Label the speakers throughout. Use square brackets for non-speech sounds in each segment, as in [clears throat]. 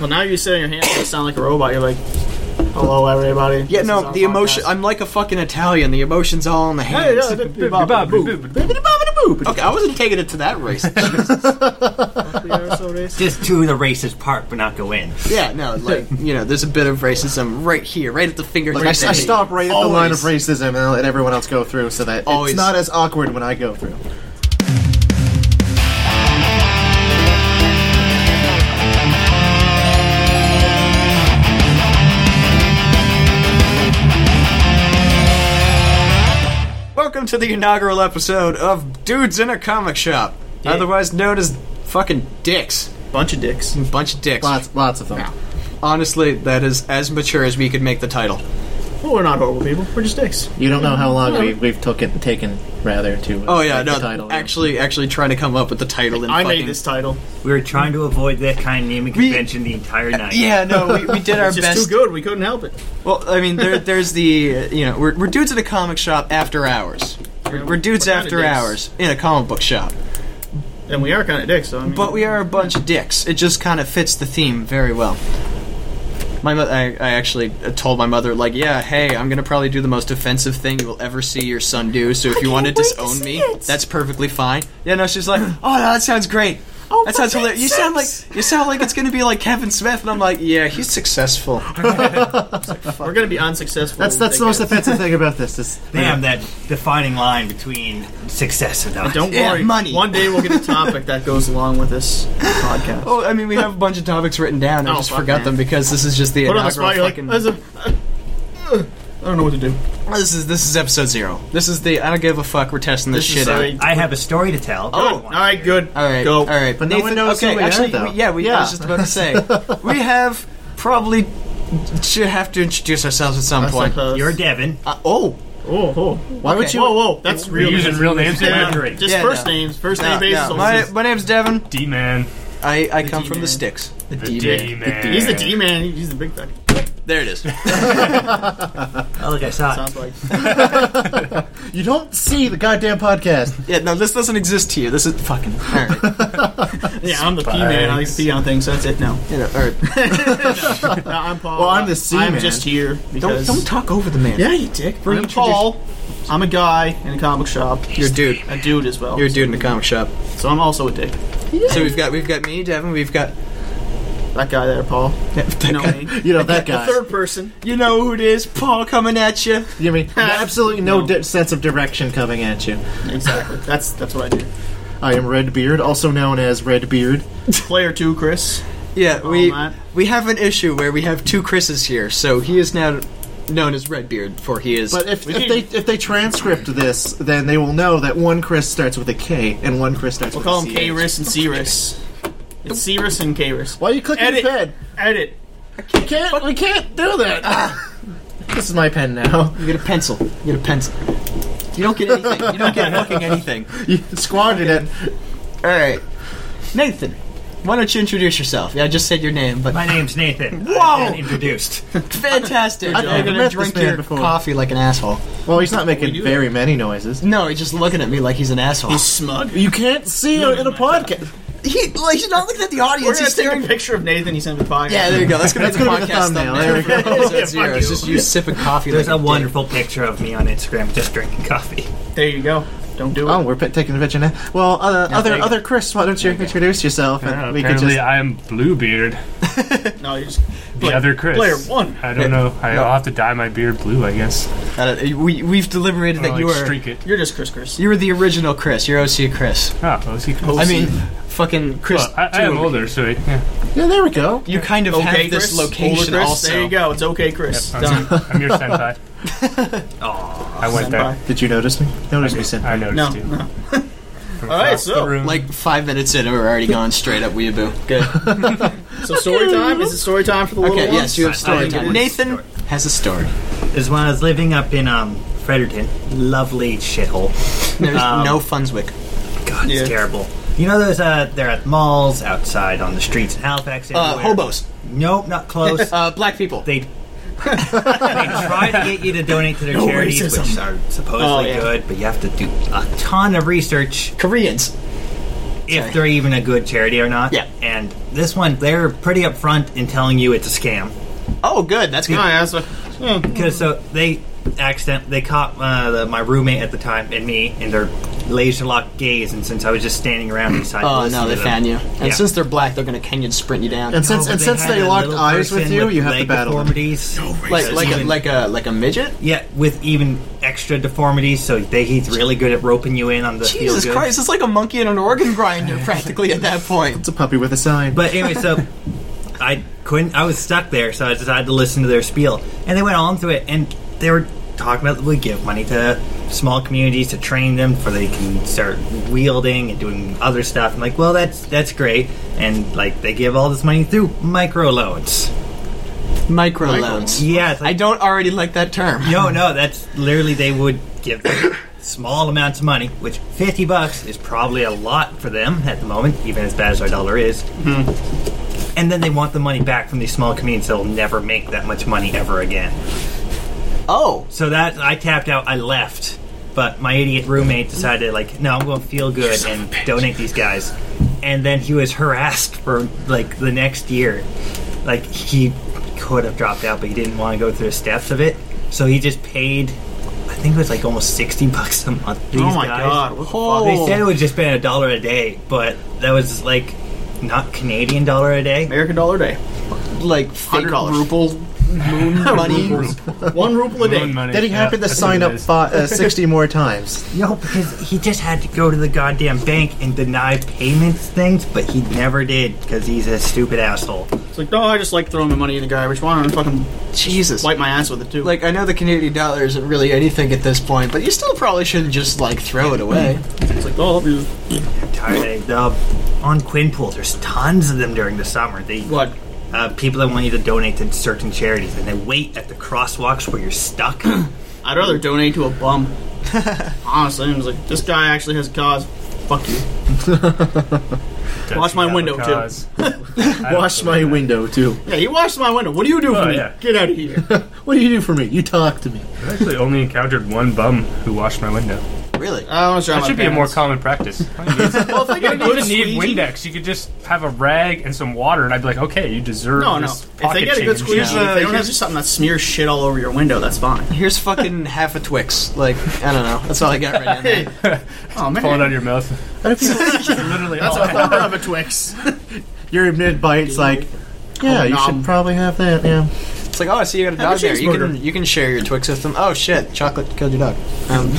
Speaker 1: Well, now you're sitting your hands and sound like a robot. You're like, hello, everybody.
Speaker 2: Yeah,
Speaker 1: This is
Speaker 2: no,
Speaker 1: our
Speaker 2: the emotion.
Speaker 1: podcast."
Speaker 2: I'm like a fucking Italian. The emotion's all in the
Speaker 1: Hey,
Speaker 2: hands.
Speaker 1: yeah, bip, bip, bop, boop.
Speaker 2: okay, I wasn't taking it to that [laughs] race.
Speaker 1: We are so racist.
Speaker 3: Just do the racist part, but not go in.
Speaker 2: yeah, no, like you know, there's a bit of racism right here, right at the fingertips.
Speaker 4: Like, I, I stop right at the line of racism and I'll let everyone else go through so that
Speaker 2: Always.
Speaker 4: it's not as awkward when I go through.
Speaker 2: Welcome to the inaugural episode of Dudes in a Comic Shop,
Speaker 1: Yeah.
Speaker 2: otherwise known as fucking dicks.
Speaker 1: Bunch of dicks.
Speaker 2: Bunch of dicks.
Speaker 4: Lots, lots of them.
Speaker 2: Honestly, that is as mature as we could make the title.
Speaker 1: Well, we're not horrible people. We're just dicks.
Speaker 4: You don't know how long we, we've took it, taken, rather, to. uh,
Speaker 2: Oh yeah,
Speaker 4: make
Speaker 2: no,
Speaker 4: the title, yeah.
Speaker 2: actually, actually trying to come up with the title. And
Speaker 1: I
Speaker 2: fucking,
Speaker 1: made this title.
Speaker 3: We were trying to avoid that kind of naming
Speaker 2: We-
Speaker 3: convention the entire night.
Speaker 2: Yeah, no, we, we [laughs] did our
Speaker 1: It's just
Speaker 2: best.
Speaker 1: too good. We couldn't help it.
Speaker 2: Well, I mean, there, there's the uh, you know we're, we're dudes in a comic shop after hours. We're, we're dudes
Speaker 1: We're kinda
Speaker 2: after
Speaker 1: dicks.
Speaker 2: hours in a comic book shop,
Speaker 1: And we are kind of dicks, so I mean.
Speaker 2: but we are a bunch of dicks. It just kind of fits the theme very well. My mo- I, I actually uh, told my mother like, yeah, hey, I'm gonna probably do the most offensive thing you will ever see your son do. So if you want to disown me, that's perfectly fine. Yeah, no, she's like, oh no, that sounds great. Oh, that sounds hilarious. You sound like you sound like it's gonna be like Kevin Smith, and I'm like, yeah, he's successful.
Speaker 1: We're going to be unsuccessful.
Speaker 4: That's that's the most offensive thing about this. Is
Speaker 3: They have that defining line between success and not.
Speaker 1: Don't
Speaker 2: Yeah,
Speaker 1: worry.
Speaker 2: money.
Speaker 1: One day we'll get a topic that goes along with
Speaker 4: [laughs]
Speaker 1: this podcast.
Speaker 2: Oh, I mean, we have a bunch of topics written down. I
Speaker 1: Oh,
Speaker 2: just
Speaker 1: fuck,
Speaker 2: forgot
Speaker 1: man.
Speaker 2: them because this is just the
Speaker 1: Put on the
Speaker 2: inaugural
Speaker 1: spot. You're like,
Speaker 2: fucking.
Speaker 1: as a, uh, uh, I don't know what to do.
Speaker 2: this is this is episode zero. This is the I don't give a fuck. We're testing this,
Speaker 1: This is
Speaker 2: shit out.
Speaker 1: a-
Speaker 3: I have a story to tell.
Speaker 2: Oh,
Speaker 1: Good. all right, good.
Speaker 2: All right,
Speaker 1: go.
Speaker 2: all right.
Speaker 4: But no one knows
Speaker 2: okay,
Speaker 4: who we are,
Speaker 2: actually,
Speaker 4: though.
Speaker 2: we- yeah, we, I
Speaker 4: Yeah.
Speaker 2: was just about to say
Speaker 4: [laughs]
Speaker 2: we have probably should have to introduce ourselves at some point.
Speaker 1: Suppose.
Speaker 3: You're Devin.
Speaker 2: Uh, oh,
Speaker 1: oh, oh,
Speaker 4: why would
Speaker 2: Okay.
Speaker 4: you?
Speaker 1: whoa, whoa. That's real.
Speaker 3: names.
Speaker 1: Yeah,
Speaker 3: Boundary.
Speaker 1: Just
Speaker 2: Yeah,
Speaker 1: first
Speaker 2: no.
Speaker 1: names, first
Speaker 2: no,
Speaker 1: name basis.
Speaker 2: no. My, my name's Devin.
Speaker 5: D-Man.
Speaker 2: I, I come from
Speaker 1: D-man.
Speaker 2: the sticks. The
Speaker 5: D-Man.
Speaker 1: He's the D man. He's the big guy.
Speaker 2: There it is.
Speaker 3: Oh, look, I saw it.
Speaker 1: Sounds
Speaker 2: [laughs]
Speaker 1: like [laughs]
Speaker 4: You don't see the goddamn podcast.
Speaker 2: yeah, no, this doesn't exist here. This is fucking. All right,
Speaker 1: yeah. I'm the P man. I like to pee on things. That's it.
Speaker 2: [laughs]
Speaker 1: No,
Speaker 2: you know,
Speaker 4: [laughs]
Speaker 2: all right.
Speaker 1: no I'm Paul.
Speaker 4: Well, I'm the C
Speaker 1: I'm
Speaker 4: man.
Speaker 1: just here
Speaker 2: Don't
Speaker 1: because
Speaker 2: don't talk over the man.
Speaker 1: yeah, you dick.
Speaker 2: Bring
Speaker 1: I'm
Speaker 2: your tradi-
Speaker 1: Paul. I'm a guy in a comic shop.
Speaker 2: You're a dude.
Speaker 1: A dude as well.
Speaker 2: You're a dude in a comic shop.
Speaker 1: So I'm also a dick.
Speaker 2: So we've got we've got me, Devin. We've got
Speaker 1: That guy there,
Speaker 2: [laughs]
Speaker 1: Paul. You know me.
Speaker 4: You know that
Speaker 1: [laughs]
Speaker 4: guy.
Speaker 1: Third person.
Speaker 2: you know who it is, Paul coming at you.
Speaker 4: You mean absolutely no,
Speaker 1: No.
Speaker 4: di- sense of direction coming at you.
Speaker 1: Exactly. That's that's what I do.
Speaker 4: I am Redbeard, also known as Redbeard.
Speaker 1: Player two, Chris.
Speaker 2: Yeah, we
Speaker 1: Matt.
Speaker 2: we have an issue where we have two Chris's here, so he is now known as Redbeard, for he is.
Speaker 4: But if,
Speaker 1: We
Speaker 4: if
Speaker 1: need-
Speaker 4: they if they transcript this, then they will know that one Chris starts with a K and one Chris starts
Speaker 1: We'll
Speaker 4: with
Speaker 1: call
Speaker 4: a
Speaker 1: him
Speaker 4: CH.
Speaker 1: K-Ris and C-Ris. It's C-Ris and K-Ris.
Speaker 4: Why are you clicking
Speaker 1: Edit.
Speaker 4: the pen?
Speaker 1: Edit.
Speaker 4: We can't we can't do that.
Speaker 1: Ah.
Speaker 4: [laughs] this is my pen now. [laughs]
Speaker 2: you get a pencil, you get a pencil. You don't get anything. You don't get fucking anything.
Speaker 4: You squandered it.
Speaker 2: All right, Nathan, why don't you introduce yourself? Yeah, I just said your name, but
Speaker 3: My name's Nathan. Whoa! introduced.
Speaker 2: fantastic.
Speaker 4: I've
Speaker 2: You're gonna
Speaker 4: met this
Speaker 2: drink
Speaker 4: man
Speaker 2: your
Speaker 4: before.
Speaker 2: coffee like an asshole.
Speaker 4: Well, he's not
Speaker 1: do
Speaker 4: making
Speaker 1: that.
Speaker 4: very many noises.
Speaker 2: No, he's just looking at me like he's an asshole.
Speaker 1: He's smug.
Speaker 4: You can't see
Speaker 1: No,
Speaker 4: it in
Speaker 1: no,
Speaker 4: a
Speaker 1: no, no.
Speaker 4: podcast.
Speaker 2: he like he's not looking at the
Speaker 1: We're
Speaker 2: audience.
Speaker 1: gonna
Speaker 2: He's
Speaker 1: take
Speaker 2: staring
Speaker 1: a picture of Nathan. He's in the podcast.
Speaker 2: Yeah, there you go. That's gonna,
Speaker 4: That's
Speaker 2: be the
Speaker 4: gonna be the
Speaker 2: podcast
Speaker 4: thumbnail.
Speaker 2: thumbnail.
Speaker 4: There we
Speaker 2: for episode zero. It's just you sipping coffee.
Speaker 3: There's a
Speaker 2: like dick.
Speaker 3: wonderful picture of me on Instagram just drinking coffee.
Speaker 1: There you go. Don't do it.
Speaker 4: Oh, we're pe- taking the picture now. Well, uh, other
Speaker 1: there you
Speaker 4: other Chris, why don't you introduce yourself and
Speaker 5: Uh,
Speaker 4: we could
Speaker 5: apparently,
Speaker 4: just
Speaker 5: I'm Bluebeard,
Speaker 1: No, you just
Speaker 5: the
Speaker 1: player,
Speaker 5: other Chris.
Speaker 1: Player one.
Speaker 5: I don't know. I- I'll have to dye my beard blue, I guess.
Speaker 2: Uh, we we've deliberated
Speaker 5: Or,
Speaker 2: that
Speaker 5: like,
Speaker 2: you were
Speaker 5: streak it.
Speaker 1: You're just Chris Chris.
Speaker 2: you were the original Chris. You're OC Chris.
Speaker 5: Oh, well, see,
Speaker 2: I mean, fucking Chris.
Speaker 5: well, I, I am
Speaker 2: too.
Speaker 5: older, so yeah.
Speaker 4: yeah, there we go.
Speaker 2: You kind of
Speaker 1: Okay,
Speaker 2: have this
Speaker 1: Chris.
Speaker 2: location
Speaker 1: Older Chris.
Speaker 2: also.
Speaker 1: There you go. It's okay, Chris. Done.
Speaker 5: I'm, [laughs] I'm
Speaker 1: [laughs]
Speaker 5: your senpai.
Speaker 3: Oh,
Speaker 5: I went there.
Speaker 1: Bye.
Speaker 4: Did you notice me? Notice me, Sid.
Speaker 5: I noticed
Speaker 1: No,
Speaker 5: you.
Speaker 1: no.
Speaker 5: From
Speaker 1: All right,
Speaker 5: across
Speaker 1: so,
Speaker 5: the room.
Speaker 2: Like five minutes in, and we're already gone straight up weeaboo. Good.
Speaker 1: So story time. Is it story time for the little
Speaker 2: Okay.
Speaker 1: ones?
Speaker 2: Yes, you have
Speaker 3: I
Speaker 2: story
Speaker 3: think it
Speaker 2: time.
Speaker 3: is
Speaker 2: Nathan
Speaker 3: story.
Speaker 2: has a story.
Speaker 3: is when I was living up in um, Fredericton, lovely shithole.
Speaker 2: There's
Speaker 3: Um,
Speaker 2: no Funswick.
Speaker 3: God,
Speaker 1: Yeah.
Speaker 3: it's terrible. You know those uh, they're at malls, outside on the streets in Halifax.
Speaker 2: Uh,
Speaker 3: everywhere.
Speaker 2: hobos.
Speaker 3: Nope,
Speaker 2: [laughs]
Speaker 3: not close.
Speaker 2: Uh, black people.
Speaker 3: they [laughs] they try to get you to donate to their
Speaker 1: No
Speaker 3: charities,
Speaker 1: racism.
Speaker 3: which are supposedly
Speaker 1: Oh, yeah.
Speaker 3: good, but you have to do a ton of research.
Speaker 2: Koreans.
Speaker 3: if they're even a good charity or not.
Speaker 2: Yeah.
Speaker 3: And this one, they're pretty upfront in telling you it's a scam.
Speaker 2: Oh, good. That's good.
Speaker 1: No, yeah, that's what.
Speaker 3: Because so they accident they caught uh, the, my roommate at the time and me in their laser locked gaze, and since I was just standing around beside.
Speaker 2: Oh no, they found you. And
Speaker 3: Yeah.
Speaker 2: since they're black, they're gonna Kenyan sprint you down,
Speaker 4: And since and since they locked eyes with you, you have to battle them.
Speaker 3: deformities.
Speaker 2: like like a, like a like a midget.
Speaker 3: yeah, with even extra deformities. So they, he's really good at roping you in on the
Speaker 2: Jesus
Speaker 3: feel-good.
Speaker 2: Christ, it's like a monkey and an
Speaker 1: [laughs]
Speaker 2: organ grinder practically at that point.
Speaker 4: It's a puppy with a sign.
Speaker 3: But anyway, so I couldn't. I was stuck there, so I decided to listen to their spiel, and they went on through it, and they were talking about we give money to small communities to train them for they can start wielding and doing other stuff. I'm like, well, that's that's great, and like they give all this money through micro loans.
Speaker 2: Microloans.
Speaker 3: Yeah, it's
Speaker 2: I
Speaker 3: like,
Speaker 2: don't already like that term.
Speaker 3: no, no, that's literally they would give. them Small amounts of money, which fifty bucks is probably a lot for them at the moment, even as bad as our dollar is. and then they want the money back from these small communities that'll never make that much money ever again.
Speaker 2: Oh,
Speaker 3: So that I tapped out, I left. But my idiot roommate decided, like, no, I'm going to feel good and donate these guys. And then he was harassed for like the next year. Like he could have dropped out, but he didn't want to go through the steps of it. So he just paid. I think it was like almost sixty bucks a month. to These
Speaker 1: Oh my
Speaker 3: guys.
Speaker 1: god. What the
Speaker 2: Oh.
Speaker 1: fuck?
Speaker 3: They said it would just been a dollar a day, but that was like not Canadian dollar a day.
Speaker 1: American dollar a day.
Speaker 2: like fake
Speaker 1: Hundred dollars.
Speaker 2: ruble
Speaker 1: [laughs]
Speaker 2: moon money.
Speaker 4: One ruble a
Speaker 5: Moon money,
Speaker 4: Then he
Speaker 5: yeah,
Speaker 4: happened to
Speaker 5: that's
Speaker 4: sign up
Speaker 5: what it is.
Speaker 4: fi- uh, 60 more times.
Speaker 5: [laughs]
Speaker 3: No, because he just had to go to the goddamn bank and deny payments things, but he never did because he's a stupid asshole.
Speaker 1: It's like, no, I just like throwing my money in the garbage. Why don't I fucking
Speaker 2: Jesus.
Speaker 1: wipe my ass with it too?
Speaker 2: Like I know the Canadian dollar isn't really anything at this point, but you still probably shouldn't just like throw
Speaker 1: [laughs]
Speaker 2: it away.
Speaker 1: it's like, oh, I'll be-
Speaker 3: I'm tired of the on Quinpool. There's tons of them during the summer. They
Speaker 1: what?
Speaker 3: uh, people that want you to donate to certain charities, and they wait at the crosswalks where
Speaker 1: [clears throat]
Speaker 3: you're stuck.
Speaker 1: I'd rather donate to a bum. Honestly, I was like, this guy actually has a cause. Fuck you. Watch my window, too.
Speaker 5: too.
Speaker 4: Wash my window, too.
Speaker 1: Yeah, you washed my window. What do you do for
Speaker 5: Oh,
Speaker 1: me?
Speaker 5: yeah.
Speaker 1: Get out of here.
Speaker 4: What do you do for me? You talk to me.
Speaker 5: I actually only encountered one bum who washed my window.
Speaker 2: Really?
Speaker 1: I want to try
Speaker 5: That
Speaker 1: my
Speaker 5: should be a more
Speaker 1: pants. [laughs]
Speaker 5: common practice.
Speaker 1: Well, if I get a
Speaker 5: You
Speaker 1: good
Speaker 5: wouldn't need
Speaker 1: squeegee-
Speaker 5: Windex. You could just have a rag and some water, and I'd be like, okay, you deserve
Speaker 1: No, no.
Speaker 5: this
Speaker 1: If
Speaker 5: pocket
Speaker 1: they get a good
Speaker 5: change.
Speaker 1: squeegee,
Speaker 5: Yeah.
Speaker 1: if they don't have just something that smears shit all over your window, that's fine.
Speaker 2: [laughs] Here's fucking half a Twix. Like I don't know. That's all I got right now.
Speaker 1: [laughs]
Speaker 2: man.
Speaker 1: Oh man,
Speaker 5: Fall it out of your mouth.
Speaker 4: How do
Speaker 5: [laughs]
Speaker 4: people
Speaker 5: Literally, all I
Speaker 4: thought of a Twix? [laughs] Your mid bite's like, yeah,
Speaker 1: Oh,
Speaker 4: you
Speaker 1: nom.
Speaker 4: should probably have that, yeah.
Speaker 2: It's like oh, I see you got a dog
Speaker 1: a
Speaker 2: there. You can
Speaker 1: cheeseburger.
Speaker 2: you can share your Twix with them. Oh shit, chocolate killed your dog. Um,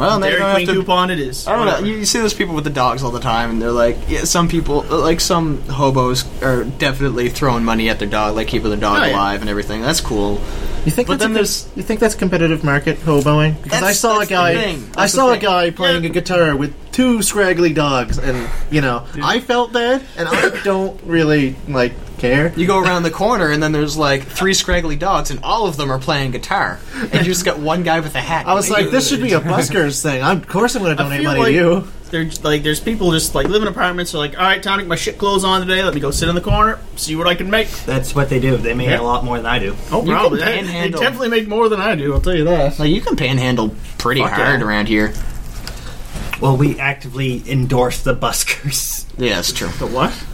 Speaker 2: well, now you
Speaker 1: Dairy
Speaker 2: don't have
Speaker 1: Queen
Speaker 2: to
Speaker 1: coupon it is.
Speaker 2: I don't know. You, you see those people with the dogs all the time, and they're like, yeah, some people, like some hobos, are definitely throwing money at their dog, like keeping their dog
Speaker 1: Oh, yeah.
Speaker 2: alive and everything. That's cool.
Speaker 4: You think
Speaker 2: But
Speaker 4: that's
Speaker 2: then
Speaker 4: a good-
Speaker 2: there's-
Speaker 4: you think that's competitive market hoboing? Because I
Speaker 2: That's-
Speaker 4: saw a
Speaker 2: that's the
Speaker 4: guy
Speaker 2: thing.
Speaker 4: I
Speaker 2: That's
Speaker 4: saw
Speaker 2: the
Speaker 4: a
Speaker 2: thing.
Speaker 4: guy playing a guitar with two scraggly dogs and you know, I felt bad and I don't really like care.
Speaker 2: You go around the corner, and then there's like three scraggly dogs, and all of them are playing guitar, and you just got one guy with
Speaker 1: [laughs]
Speaker 2: a hat.
Speaker 4: I was like, this should be a buskers thing. I'm, of course I'm going to donate
Speaker 1: feel
Speaker 4: money
Speaker 1: like-
Speaker 4: to you.
Speaker 1: They're like, there's people just like live in apartments. They're like, all right, time to get my shit clothes on today. Let me go sit in the corner, see what I can make.
Speaker 3: That's what they do. They make
Speaker 1: Yeah.
Speaker 3: a lot more than I do.
Speaker 1: Oh,
Speaker 2: You
Speaker 1: probably.
Speaker 2: can
Speaker 1: They, they
Speaker 2: panhandle.
Speaker 1: definitely make more than I do. I'll tell you that.
Speaker 2: like you can panhandle pretty
Speaker 1: Fuck
Speaker 2: hard
Speaker 1: yeah.
Speaker 2: around here.
Speaker 3: Well, we actively endorse the buskers.
Speaker 2: Yeah, that's true.
Speaker 1: But what?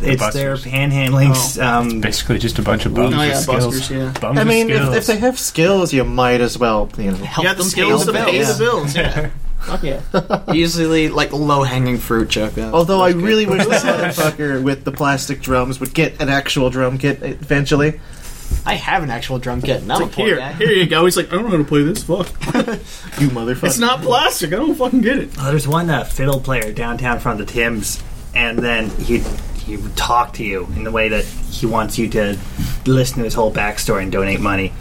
Speaker 3: it's their panhandling. Um,
Speaker 5: Basically, just a bunch of bums
Speaker 1: Oh,
Speaker 5: with
Speaker 1: yeah,
Speaker 5: skills.
Speaker 1: buskers, yeah.
Speaker 5: Bums
Speaker 4: I
Speaker 5: with
Speaker 4: mean, if,
Speaker 5: skills.
Speaker 4: if they have skills, you might as well, you know.
Speaker 2: Help
Speaker 1: You got the
Speaker 2: them
Speaker 1: skills
Speaker 2: pay
Speaker 1: to
Speaker 2: the
Speaker 1: pay the
Speaker 2: bills.
Speaker 1: bills. [laughs] Yeah. Fuck yeah.
Speaker 2: Easily like low hanging fruit, Chuck. That-
Speaker 4: Although I
Speaker 2: that's good.
Speaker 4: really wish this motherfucker with the plastic drums would get an actual drum kit eventually.
Speaker 2: I have an actual drum kit. And I'm a poor
Speaker 1: Here,
Speaker 2: guy.
Speaker 1: here you go. He's like, I don't know how to play this. Fuck.
Speaker 4: You motherfucker.
Speaker 1: It's
Speaker 2: [laughs]
Speaker 1: not plastic. I don't fucking get it.
Speaker 3: Well, there's one uh, fiddle player downtown front of the Tim's, and then he he would talk to you in the way that he wants you to listen to his whole backstory and donate money.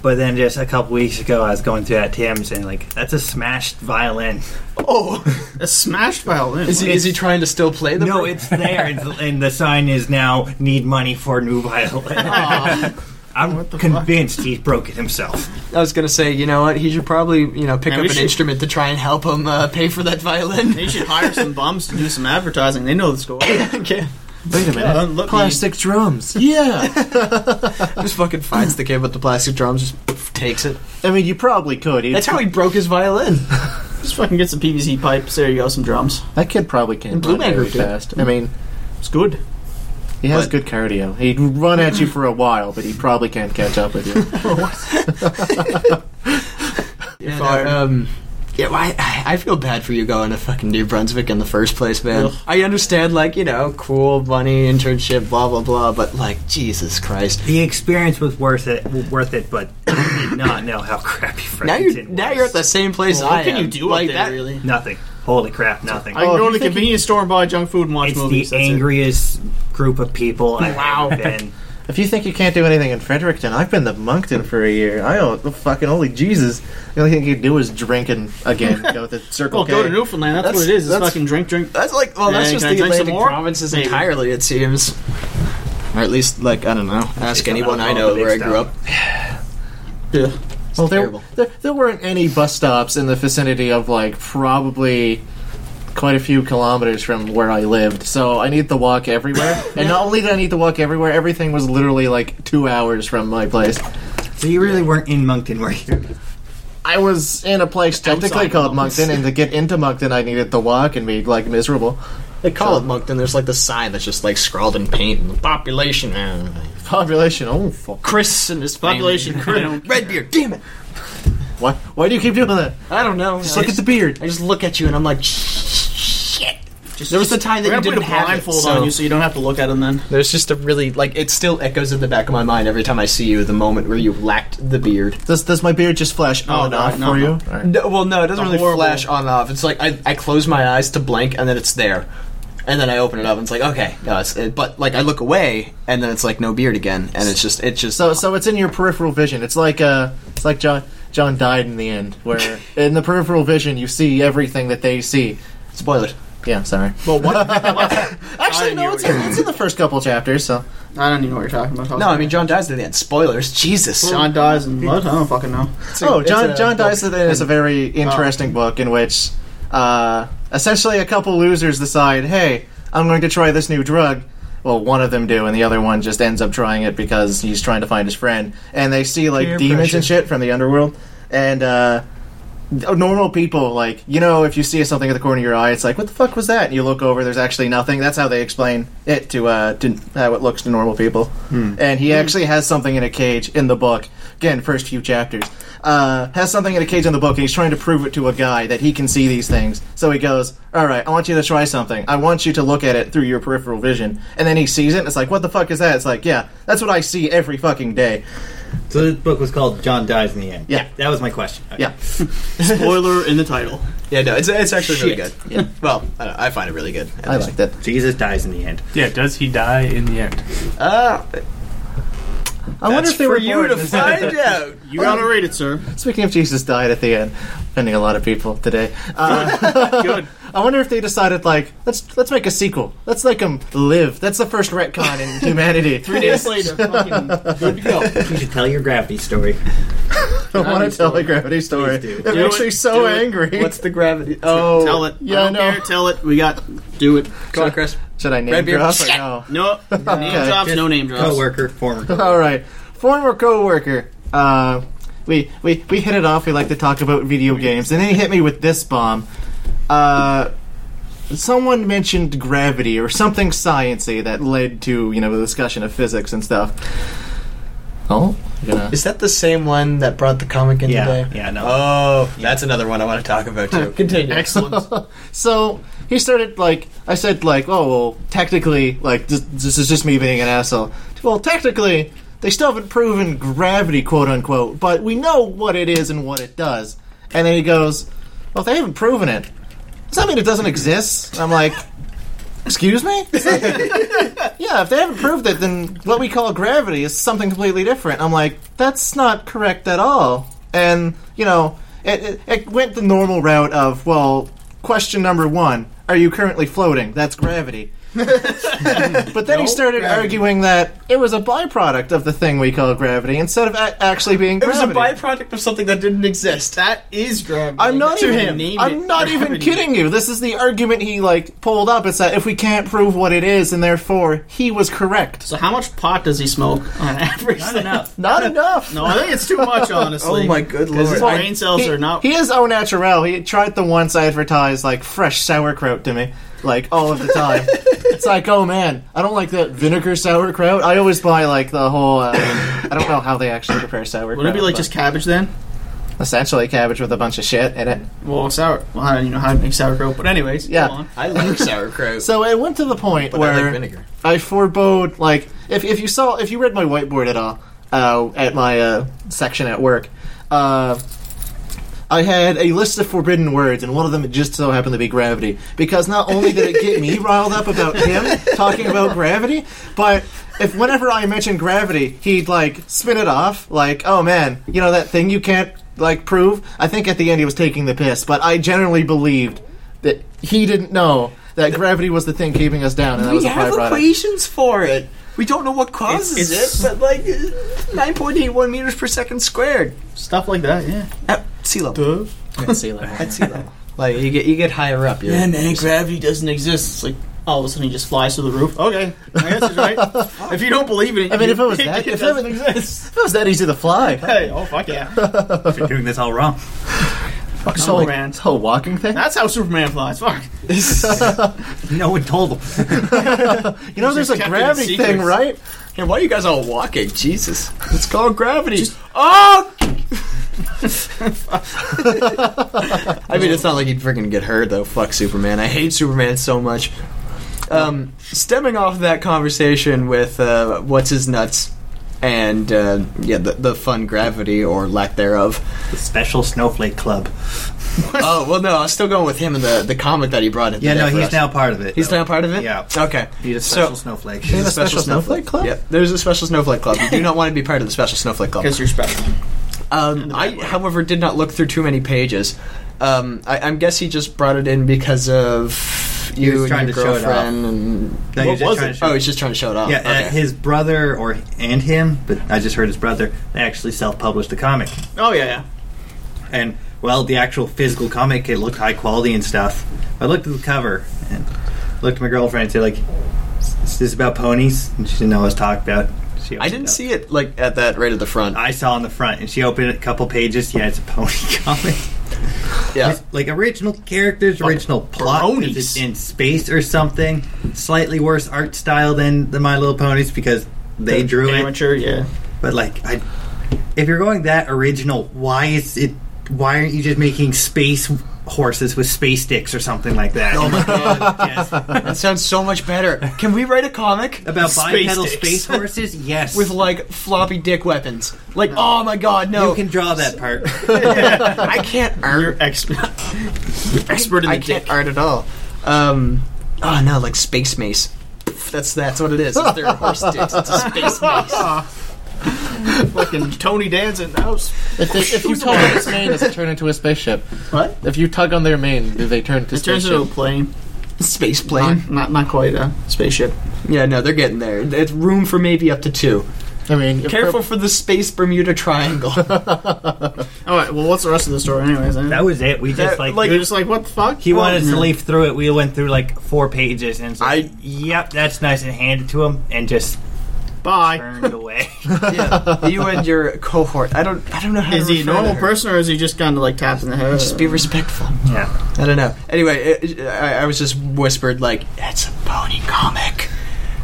Speaker 3: But then just a couple weeks ago, I was going through that Tim's and like that's a smashed violin.
Speaker 2: Oh,
Speaker 1: A smashed violin.
Speaker 2: is he, is he trying to still play them?
Speaker 3: No, it's
Speaker 2: [laughs]
Speaker 3: there, and, and the sign is now need money for new violin. [laughs] I'm convinced he's broken himself.
Speaker 2: I was gonna say, you know what? He should probably, you know, pick
Speaker 1: Man,
Speaker 2: up
Speaker 1: we
Speaker 2: an
Speaker 1: should-
Speaker 2: instrument to try and help him uh, pay for that violin.
Speaker 1: [laughs] They should hire some bums to do some advertising. They know the score.
Speaker 2: [laughs] okay.
Speaker 4: Wait a minute.
Speaker 1: Yeah, look, you-
Speaker 4: plastic drums. Yeah.
Speaker 2: Just fucking finds the kid with the plastic drums, just takes it.
Speaker 4: I mean, you probably could. He'd
Speaker 2: That's how he broke his violin.
Speaker 1: Just fucking get some PVC pipes. There you go, some drums.
Speaker 4: That kid probably can't
Speaker 1: Blue
Speaker 4: run
Speaker 1: Man
Speaker 4: very
Speaker 1: Group did.
Speaker 4: fast. I mean,
Speaker 1: It's good.
Speaker 4: he has
Speaker 2: But-
Speaker 4: good cardio. He'd run at you for a while, but he probably can't catch up with you.
Speaker 2: Yeah,
Speaker 1: fired.
Speaker 2: no, um, yeah, why? I I feel bad for you going to fucking New Brunswick in the first place, man.
Speaker 1: Ugh.
Speaker 2: I understand, like you know, cool money, internship, blah blah blah, but like Jesus Christ,
Speaker 3: The experience was worth it. Worth it, but you did not know how crappy
Speaker 2: now
Speaker 3: Fredericton
Speaker 2: you're
Speaker 3: was.
Speaker 2: now you're at the same place
Speaker 1: Well,
Speaker 2: I
Speaker 1: what can
Speaker 2: am.
Speaker 1: you do up
Speaker 2: like
Speaker 1: there,
Speaker 2: that?
Speaker 1: really?
Speaker 3: nothing. Holy crap, nothing.
Speaker 1: I can
Speaker 4: Oh,
Speaker 1: go
Speaker 4: you
Speaker 1: to the
Speaker 4: think
Speaker 1: convenience store and buy junk food and watch
Speaker 3: it's
Speaker 1: movies.
Speaker 3: the
Speaker 1: that's it.
Speaker 3: angriest group of people I've
Speaker 1: Wow.
Speaker 3: ever been.
Speaker 4: [laughs] If you think you can't do anything in Fredericton, I've been to Moncton for a year. I don't the fucking holy Jesus. The only thing you can do is drink and again
Speaker 1: [laughs]
Speaker 4: go to Circle
Speaker 1: Well,
Speaker 4: K.
Speaker 1: go to Newfoundland. That's,
Speaker 2: That's-
Speaker 1: what it is. It's
Speaker 2: that's-
Speaker 1: fucking drink, drink.
Speaker 2: That's like well, that's
Speaker 1: Hey,
Speaker 2: just
Speaker 1: can I
Speaker 2: the
Speaker 1: drink some
Speaker 2: Atlantic
Speaker 1: more?
Speaker 2: provinces
Speaker 1: Maybe.
Speaker 2: entirely, it seems. Or at least, like I don't know. Ask
Speaker 3: on
Speaker 2: anyone I
Speaker 3: alcohol,
Speaker 2: know
Speaker 3: the
Speaker 2: where I
Speaker 3: big
Speaker 2: grew
Speaker 3: stuff.
Speaker 2: up.
Speaker 1: Yeah.
Speaker 4: Well, there,
Speaker 2: Terrible.
Speaker 4: there there weren't any bus stops in the vicinity of like probably quite a few kilometers from where I lived. So I need to walk everywhere. And not only did I need to walk everywhere, everything was literally like 2 hours from my place.
Speaker 3: So you really weren't in Moncton, were you?
Speaker 4: I was in a place technically
Speaker 1: Outside
Speaker 4: called
Speaker 1: Moncton.
Speaker 4: Moncton and to get into Moncton I needed to walk and be like miserable. [laughs]
Speaker 2: They call it Moncton. There's like the sign that's just like scrawled in paint. and the population, uh,
Speaker 4: Population, oh fuck.
Speaker 2: Chris and his [laughs]
Speaker 1: Population,
Speaker 2: family.
Speaker 1: I don't
Speaker 2: Redbeard. Damn it!
Speaker 4: Why why do you keep doing that?
Speaker 2: I don't know.
Speaker 4: Just look at the beard.
Speaker 2: I just look at you and I'm like, shit. there was the time that
Speaker 1: We're
Speaker 2: you
Speaker 1: gonna put
Speaker 2: didn't
Speaker 1: a
Speaker 2: have it,
Speaker 1: blindfold
Speaker 2: so-
Speaker 1: on you so you don't have to look at them then.
Speaker 2: There's just a really like it still echoes in the back of my mind every time I see you. The moment where you lacked the beard.
Speaker 4: Does does my beard just flash
Speaker 1: Oh,
Speaker 4: on and
Speaker 1: no,
Speaker 4: off
Speaker 1: no,
Speaker 4: for
Speaker 1: no.
Speaker 4: you? All right.
Speaker 2: No, well, no, it doesn't
Speaker 1: The
Speaker 2: really
Speaker 1: horrible-
Speaker 2: flash on and off. It's like I, I close my eyes to blink and then it's there, and then I open it up and it's like okay, no, it's, it, but like I look away and then it's like no beard again, and it's just it's just
Speaker 4: So so it's in your peripheral vision. It's like uh it's like John John died in the end
Speaker 1: [laughs]
Speaker 4: where in the peripheral vision you see everything that they see.
Speaker 2: spoilers.
Speaker 4: Yeah, sorry.
Speaker 1: Well,
Speaker 4: [laughs]
Speaker 1: what? I
Speaker 4: Actually
Speaker 1: I
Speaker 4: no,
Speaker 1: knew
Speaker 4: it's
Speaker 1: what
Speaker 4: in,
Speaker 1: you-
Speaker 4: it's in the first couple chapters, so
Speaker 1: don't even know what you're talking about.
Speaker 2: No, I mean John dies at the end. Spoilers,
Speaker 4: Hmm.
Speaker 2: Jesus.
Speaker 1: John dies and what? I don't fucking know.
Speaker 2: It's a-
Speaker 4: Oh,
Speaker 2: it's
Speaker 4: John
Speaker 2: a
Speaker 4: John
Speaker 2: book. Oh.
Speaker 4: dies at the end is a very interesting book in which uh essentially a couple losers decide, "Hey, I'm going to try this new drug." Well, one of them do, and the other one just ends up trying it because he's trying to find his friend. And they see like
Speaker 3: Peer
Speaker 4: demons
Speaker 3: pressure.
Speaker 4: and shit from the underworld, and uh, normal people like you know if you see something at the corner of your eye, it's like, "What the fuck was that?" And you look over, there's actually nothing. That's how they explain it to uh, to how it looks to normal people.
Speaker 2: Hmm.
Speaker 4: And he actually has something in a cage in the book. Again, first few chapters. Uh, has something in a cage in the book, and he's trying to prove it to a guy that he can see these things. So he goes, "All right, I want you to try something. I want you to look at it through your peripheral vision." And then he sees it, and it's like, "What the fuck is that?" It's like, "Yeah, that's what I see every fucking day."
Speaker 3: So this book was called John Dies in the End.
Speaker 4: Yeah.
Speaker 3: That was my question. Okay.
Speaker 4: Yeah.
Speaker 1: [laughs] Spoiler in the title.
Speaker 2: Yeah, no, it's it's actually really good.
Speaker 4: Shit. Yeah.
Speaker 2: Well, I, don't know, I find it really good.
Speaker 4: I liked it.
Speaker 3: Jesus dies in the end.
Speaker 5: Yeah, does he die in the end?
Speaker 2: Uh,
Speaker 4: I wonder
Speaker 2: that's
Speaker 4: if they
Speaker 2: for
Speaker 4: were
Speaker 2: you
Speaker 4: born
Speaker 2: to
Speaker 4: in-
Speaker 2: find out.
Speaker 4: [laughs]
Speaker 1: You gotta rate it, sir.
Speaker 4: Speaking of Jesus died at the end, offending a lot of people today. Uh,
Speaker 1: Good.
Speaker 4: I wonder if they decided like let's let's make a sequel. Let's make him live. That's the first retcon in humanity.
Speaker 1: Three days later, fucking good to go.
Speaker 3: [laughs] You should tell your gravity [laughs] story.
Speaker 4: [laughs] I want to tell the gravity story.
Speaker 3: Please
Speaker 4: It
Speaker 3: do.
Speaker 1: Do
Speaker 4: makes
Speaker 1: it.
Speaker 4: me so
Speaker 1: Do it.
Speaker 4: angry.
Speaker 2: What's the gravity? Oh,
Speaker 1: Tell it.
Speaker 4: Yeah,
Speaker 1: Yeah, I don't
Speaker 4: I know.
Speaker 1: care. Tell it. We got. Do it.
Speaker 2: Go on, Chris.
Speaker 4: Should I name
Speaker 2: Red beard.
Speaker 4: drop or
Speaker 2: Shit.
Speaker 4: no?
Speaker 1: No name drops. No name drops.
Speaker 3: Co-worker, former.
Speaker 4: All right, former coworker. Uh, we we we hit it off. We like to talk about video games, and then he hit me with this bomb. Uh, someone mentioned gravity or something sciency that led to you know the discussion of physics and stuff. Oh, you gonna-
Speaker 2: Is that the same one that brought the comic in
Speaker 3: Yeah,
Speaker 2: today?
Speaker 3: yeah, no.
Speaker 2: Oh, that's another one I want to talk about
Speaker 4: [laughs]
Speaker 2: too. Continue.
Speaker 1: Excellent.
Speaker 4: So he started like I said like oh well technically like this, this is just me being an asshole. Well technically they still haven't proven gravity quote unquote, but we know what it is and what it does. And then he goes, well if they haven't proven it. Does that mean it doesn't exist? And I'm like, excuse me? [laughs] yeah, if they haven't proved it, then what we call gravity is something completely different. I'm like, that's not correct at all. And, you know, it, it, it
Speaker 1: [laughs]
Speaker 4: went the normal route of, well, question number one, are you currently floating? That's gravity. But then he started arguing that it was a byproduct of the thing we call gravity instead of a- actually being
Speaker 1: It was
Speaker 4: gravity.
Speaker 1: a byproduct of something that didn't
Speaker 4: [laughs]
Speaker 1: exist. That is gravity.
Speaker 4: I'm not
Speaker 1: to
Speaker 4: even.
Speaker 1: him. Name
Speaker 4: I'm
Speaker 1: it
Speaker 4: not even
Speaker 1: gravity.
Speaker 4: kidding you. This is the argument he like pulled up. It's that if we can't prove what it is, and therefore he was correct.
Speaker 1: So how much pot does he smoke on average?
Speaker 3: Not enough.
Speaker 4: [laughs] Not enough.
Speaker 1: [laughs] No, I think it's too much, honestly.
Speaker 2: Oh my good
Speaker 1: 'Cause His
Speaker 2: lord.
Speaker 1: brain cells
Speaker 4: he,
Speaker 1: are not.
Speaker 4: He is au naturel. He tried the once I advertised like fresh sauerkraut to me, like all of the time. it's like, oh man, I don't like that vinegar sauerkraut. I always buy like the whole. Uh, I don't know how they actually prepare sauerkraut.
Speaker 1: would it be like
Speaker 4: but
Speaker 1: just cabbage then?
Speaker 4: essentially cabbage with a bunch of shit in it?
Speaker 1: Well, sour. Well, I don't even know how to make sauerkraut, but anyways,
Speaker 4: Yeah.
Speaker 1: go on.
Speaker 2: I like sauerkraut.
Speaker 4: So it went to the point
Speaker 2: but
Speaker 4: where
Speaker 2: I like vinegar.
Speaker 4: I forebode, like, if, if you saw, if you read my whiteboard at all, uh, at my uh, section at work, uh, I had a list of forbidden words, and one of them just so happened to be gravity. Because not only did it get me riled up about him talking about gravity, but if whenever I mentioned gravity, he'd, like, spin it off, like, oh man, you know that thing you can't, like, prove? I think at the end he was taking the piss, but I generally believed that he didn't know. That gravity was the thing keeping us down, and that was a byproduct.
Speaker 2: equations for it. We don't know what causes
Speaker 1: It's- it's-
Speaker 2: but like uh, nine point eight one meters per second squared
Speaker 1: Stuff like that. Yeah.
Speaker 2: at sea level.
Speaker 1: Duh.
Speaker 2: At sea level. At sea level. Like you get you get higher up. You're,
Speaker 1: Yeah, man, gravity doesn't exist. It's like all of a sudden he just flies through the roof. Okay, I guess it's
Speaker 4: [laughs]
Speaker 1: right. if you don't believe in it,
Speaker 4: I mean,
Speaker 1: you
Speaker 4: if it was
Speaker 1: think [laughs]
Speaker 4: that-
Speaker 1: it
Speaker 4: if it
Speaker 1: doesn't
Speaker 4: was-
Speaker 1: exist.
Speaker 4: If it was that easy
Speaker 1: [laughs]
Speaker 4: to fly,
Speaker 1: Hey, oh fuck
Speaker 4: [laughs]
Speaker 1: yeah! Oh,
Speaker 3: If you're doing this all wrong.
Speaker 4: this whole,
Speaker 1: man.
Speaker 4: this whole walking thing.
Speaker 1: That's how Superman flies. Fuck.
Speaker 3: No one told them.
Speaker 4: You know, there's a
Speaker 1: just kept it in
Speaker 4: gravity
Speaker 1: secret.
Speaker 4: thing, right?
Speaker 2: Hey, why are you guys all walking? Jesus, it's called gravity. [laughs]
Speaker 1: Oh,
Speaker 2: I mean, it's not like he'd freaking get hurt though. Fuck Superman. I hate Superman so much. Um, stemming off that conversation with uh, what's his nuts, and uh, yeah, the, the fun gravity or lack thereof.
Speaker 3: The special snowflake club.
Speaker 2: [laughs] oh well, no, I was still going with him and the the comic that he brought in.
Speaker 3: Yeah,
Speaker 2: today
Speaker 3: no,
Speaker 2: for
Speaker 3: he's
Speaker 2: us.
Speaker 3: now part of it.
Speaker 2: He's
Speaker 3: though.
Speaker 2: now part of it.
Speaker 3: Yeah.
Speaker 2: Okay.
Speaker 3: He's a
Speaker 2: So-
Speaker 3: special snowflake.
Speaker 4: There's a special snowflake club.
Speaker 2: Yep, there's a special snowflake club.
Speaker 3: [laughs]
Speaker 2: You do not want to be part of the special snowflake club.
Speaker 1: because you're special.
Speaker 2: Um, I, however, did not look through too many pages. Um, I, I guess he just brought it in because of
Speaker 3: was
Speaker 2: you
Speaker 3: trying
Speaker 2: and your
Speaker 3: to show it off.
Speaker 2: girlfriend. And
Speaker 3: No, he was
Speaker 2: what
Speaker 3: just
Speaker 2: was
Speaker 3: trying
Speaker 2: it?
Speaker 3: to show-
Speaker 2: oh, he's just trying to show it off.
Speaker 3: Yeah,
Speaker 2: okay.
Speaker 3: uh, his brother or and him, but I just heard his brother. They actually self-published the comic,
Speaker 1: Oh yeah, yeah.
Speaker 3: and well, the actual physical comic it looked high quality and stuff. I looked at the cover and looked at my girlfriend and said, "Like, is this about ponies?" And she didn't know what I was talking about. She
Speaker 2: I
Speaker 3: opened [laughs]
Speaker 2: didn't
Speaker 3: up.
Speaker 2: see it like at that right at the front.
Speaker 3: I saw on the front, and she opened it a couple pages. Yeah, it's a pony [laughs] comic.
Speaker 2: yeah,
Speaker 3: like original characters, original plot. 'cause
Speaker 1: ponies.
Speaker 3: It's in space or something. Slightly worse art style than the My Little Ponies because they drew it.
Speaker 1: Amateur, yeah.
Speaker 3: But like, I, if you're going that original, why is it? Why aren't you just making space horses with space sticks or something like that? Oh my god!
Speaker 2: that sounds so much better. Can we write a
Speaker 3: [laughs]
Speaker 2: comic
Speaker 3: About bipedal
Speaker 1: sticks.
Speaker 3: space horses, yes.
Speaker 2: with like floppy dick weapons? Like, oh my god, no!
Speaker 3: you can draw that part.
Speaker 2: I can't earn
Speaker 1: You're [laughs] expert. expert in the
Speaker 2: I
Speaker 1: dick.
Speaker 2: can't art at all. Um, oh no, like space mace. That's that's what it is. It's
Speaker 1: [laughs]
Speaker 2: their horse dicks. It's a space mace.
Speaker 1: Fucking Tony Danza. That was
Speaker 4: If, they, if you tug on its mane, does it turn into a spaceship?
Speaker 1: what?
Speaker 4: If you tug on their mane, do they turn into
Speaker 1: It turns into a plane.
Speaker 2: Space plane.
Speaker 1: Not, not not quite a spaceship.
Speaker 2: Yeah, no, they're getting there. It's room for maybe up to two.
Speaker 4: I mean, if
Speaker 2: Careful for the space Bermuda
Speaker 1: [laughs]
Speaker 2: Triangle.
Speaker 1: All right. Well, what's the rest of the story, anyways? eh?
Speaker 3: that was it. We just
Speaker 2: That-
Speaker 3: like,
Speaker 2: like-
Speaker 1: You're just like, what the fuck?
Speaker 3: he wanted us
Speaker 1: Oh,
Speaker 3: to leaf through it. We went through like four pages, and it's like,
Speaker 2: I-
Speaker 3: yep, that's nice, and handed to him, and just
Speaker 1: Bye.
Speaker 3: turned away. [laughs]
Speaker 2: yeah, you and your cohort. I don't. I don't know how.
Speaker 1: Is
Speaker 2: to
Speaker 1: he a
Speaker 2: refer
Speaker 1: normal
Speaker 2: to her.
Speaker 1: person or is he just kind of like tapped in the head?
Speaker 2: Just be respectful.
Speaker 3: yeah,
Speaker 2: I don't know. Anyway, it, I, I was just whispered like, "It's a pony comic."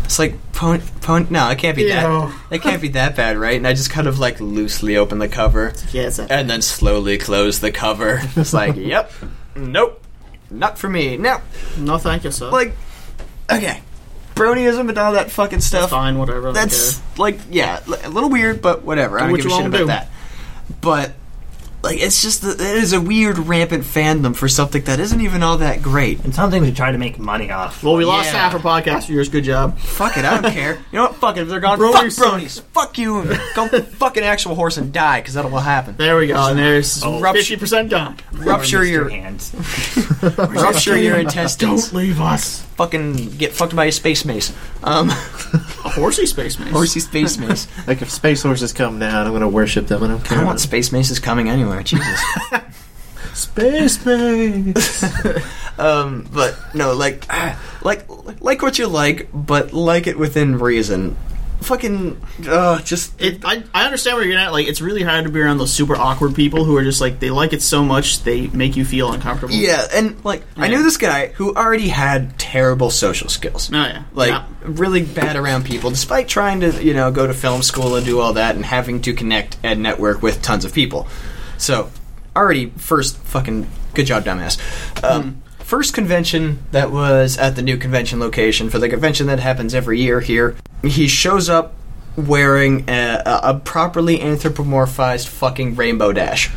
Speaker 2: It's like pony. pony no, it can't be
Speaker 1: Yeah.
Speaker 2: that. It can't be that bad, right? And I just kind of like loosely opened the cover.
Speaker 1: yeah, it's a-
Speaker 2: and then slowly close the cover. It's like, yep, nope, not for me. Now,
Speaker 1: no, thank you, sir.
Speaker 2: like, okay, bronyism and all that fucking
Speaker 1: that's
Speaker 2: stuff.
Speaker 1: fine, whatever. I don't
Speaker 2: That's
Speaker 1: care.
Speaker 2: like, yeah, li- a little weird, but whatever.
Speaker 1: what
Speaker 2: I don't give a
Speaker 1: you
Speaker 2: shit
Speaker 1: wanna
Speaker 2: about
Speaker 1: do.
Speaker 2: that. But like, it's just that it is a weird, rampant fandom for something that isn't even all that great.
Speaker 3: and something to try to make money off.
Speaker 1: Well, we lost
Speaker 2: Yeah.
Speaker 1: half our podcast viewers. Good job.
Speaker 2: Fuck it, I don't care. You know what? Fuck it. If they're gone,
Speaker 1: Brony
Speaker 2: fuck
Speaker 1: sucks.
Speaker 2: bronies. Fuck you. and Go fuck an actual horse and die, because that'll what happen.
Speaker 1: There we go. And there's
Speaker 2: Rupture-
Speaker 1: fifty percent gone.
Speaker 2: Rupture
Speaker 3: Mr.
Speaker 2: your,
Speaker 3: hands.
Speaker 2: rupture your intestines.
Speaker 1: leave us.
Speaker 2: fucking get fucked by a space mace. Um,
Speaker 1: A horsey space mace.
Speaker 2: horsey space [laughs] mace.
Speaker 4: Like if space horses come down, I'm gonna worship them. I don't care.
Speaker 2: I want space maces coming anywhere.
Speaker 4: [laughs]
Speaker 2: Jesus.
Speaker 4: space mace.
Speaker 2: Um, but no, like, [sighs] ah, like, like what you like, but like it within reason. Fucking, uh, just
Speaker 1: It, I, I understand where you're at. Like, it's really hard to be around those super awkward people who are just like they like it so much they make you feel uncomfortable.
Speaker 2: yeah. And like, I knew this guy who already had terrible social skills.
Speaker 1: Oh yeah.
Speaker 2: like
Speaker 1: yeah.
Speaker 2: really bad around people despite trying to you know go to film school and do all that and having to connect and network with tons of people so already first fucking good job dumbass um, first convention that was at the new convention location for the convention that happens every year here he shows up wearing a, a, a properly anthropomorphized fucking rainbow dash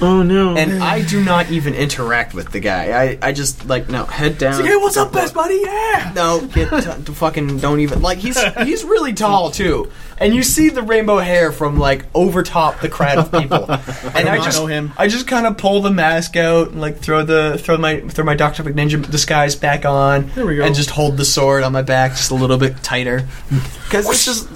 Speaker 4: Oh no.
Speaker 2: and i do not even interact with the guy i, I just like no head down
Speaker 1: what's up, best buddy? Yeah.
Speaker 2: no, get t- t- fucking don't even like he's he's really tall too, and you see the rainbow hair from like over top the crowd of
Speaker 1: [laughs]
Speaker 2: people, and I,
Speaker 1: not
Speaker 2: just
Speaker 1: know him.
Speaker 2: I just kind of pull the mask out and like throw the throw my throw my Doctor Ninja disguise back on,
Speaker 1: There we go.
Speaker 2: and just hold the sword on my back just a little bit tighter, because it's just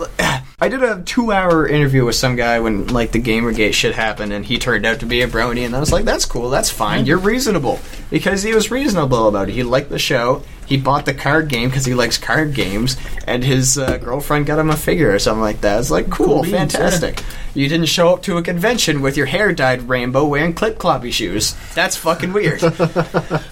Speaker 2: [sighs] I did a two hour interview with some guy when like the Gamergate shit happened, and he turned out to be a brony, and I was like, that's cool, that's
Speaker 1: Mm-hmm.
Speaker 2: fine, you're reasonable because he was reasonable about it. He liked the show. He bought the card game because he likes card games, and his uh, girlfriend got him a figure or something like that. It's like cool,
Speaker 1: beans,
Speaker 2: fantastic. You didn't show up to a convention with your hair dyed rainbow wearing clip cloppy shoes. That's
Speaker 1: [laughs]
Speaker 2: fucking weird.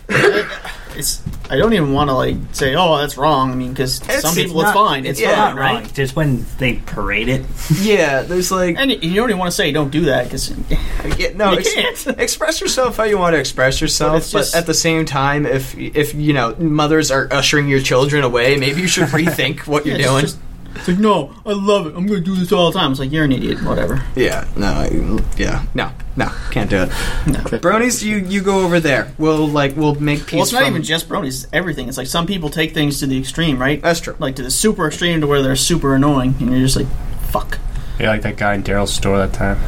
Speaker 1: It's. I don't even want to like say, oh, that's wrong. I mean, because some people it's
Speaker 3: not-
Speaker 1: fine. It's
Speaker 2: yeah.
Speaker 1: fine,
Speaker 3: Not
Speaker 1: right?
Speaker 3: wrong. Just when they parade it,
Speaker 2: yeah, there's like
Speaker 1: And you don't even want to say don't do that because
Speaker 2: Yeah, no,
Speaker 1: You
Speaker 2: ex-
Speaker 1: can't. [laughs]
Speaker 2: express yourself how you want to express
Speaker 1: But
Speaker 2: yourself,
Speaker 1: it's
Speaker 2: but,
Speaker 1: just-
Speaker 2: at the same time, if if you know mothers are ushering your children away, maybe you should rethink what
Speaker 1: [laughs]
Speaker 2: you're doing.
Speaker 1: it's like no, I love it. I'm gonna do this all the time. It's like you're an idiot. Whatever.
Speaker 2: yeah, no, I- yeah, no, no, can't do it. Bronies, you you go over there. We'll like we'll make peace.
Speaker 1: Well, it's not
Speaker 2: from-
Speaker 1: even just bronies. It's everything. It's like some people take things to the extreme, right?
Speaker 2: That's true.
Speaker 1: Like to the super extreme to where they're super annoying, and you're just like, fuck.
Speaker 5: Yeah, like that guy in Daryl's store
Speaker 1: [laughs]
Speaker 5: that time.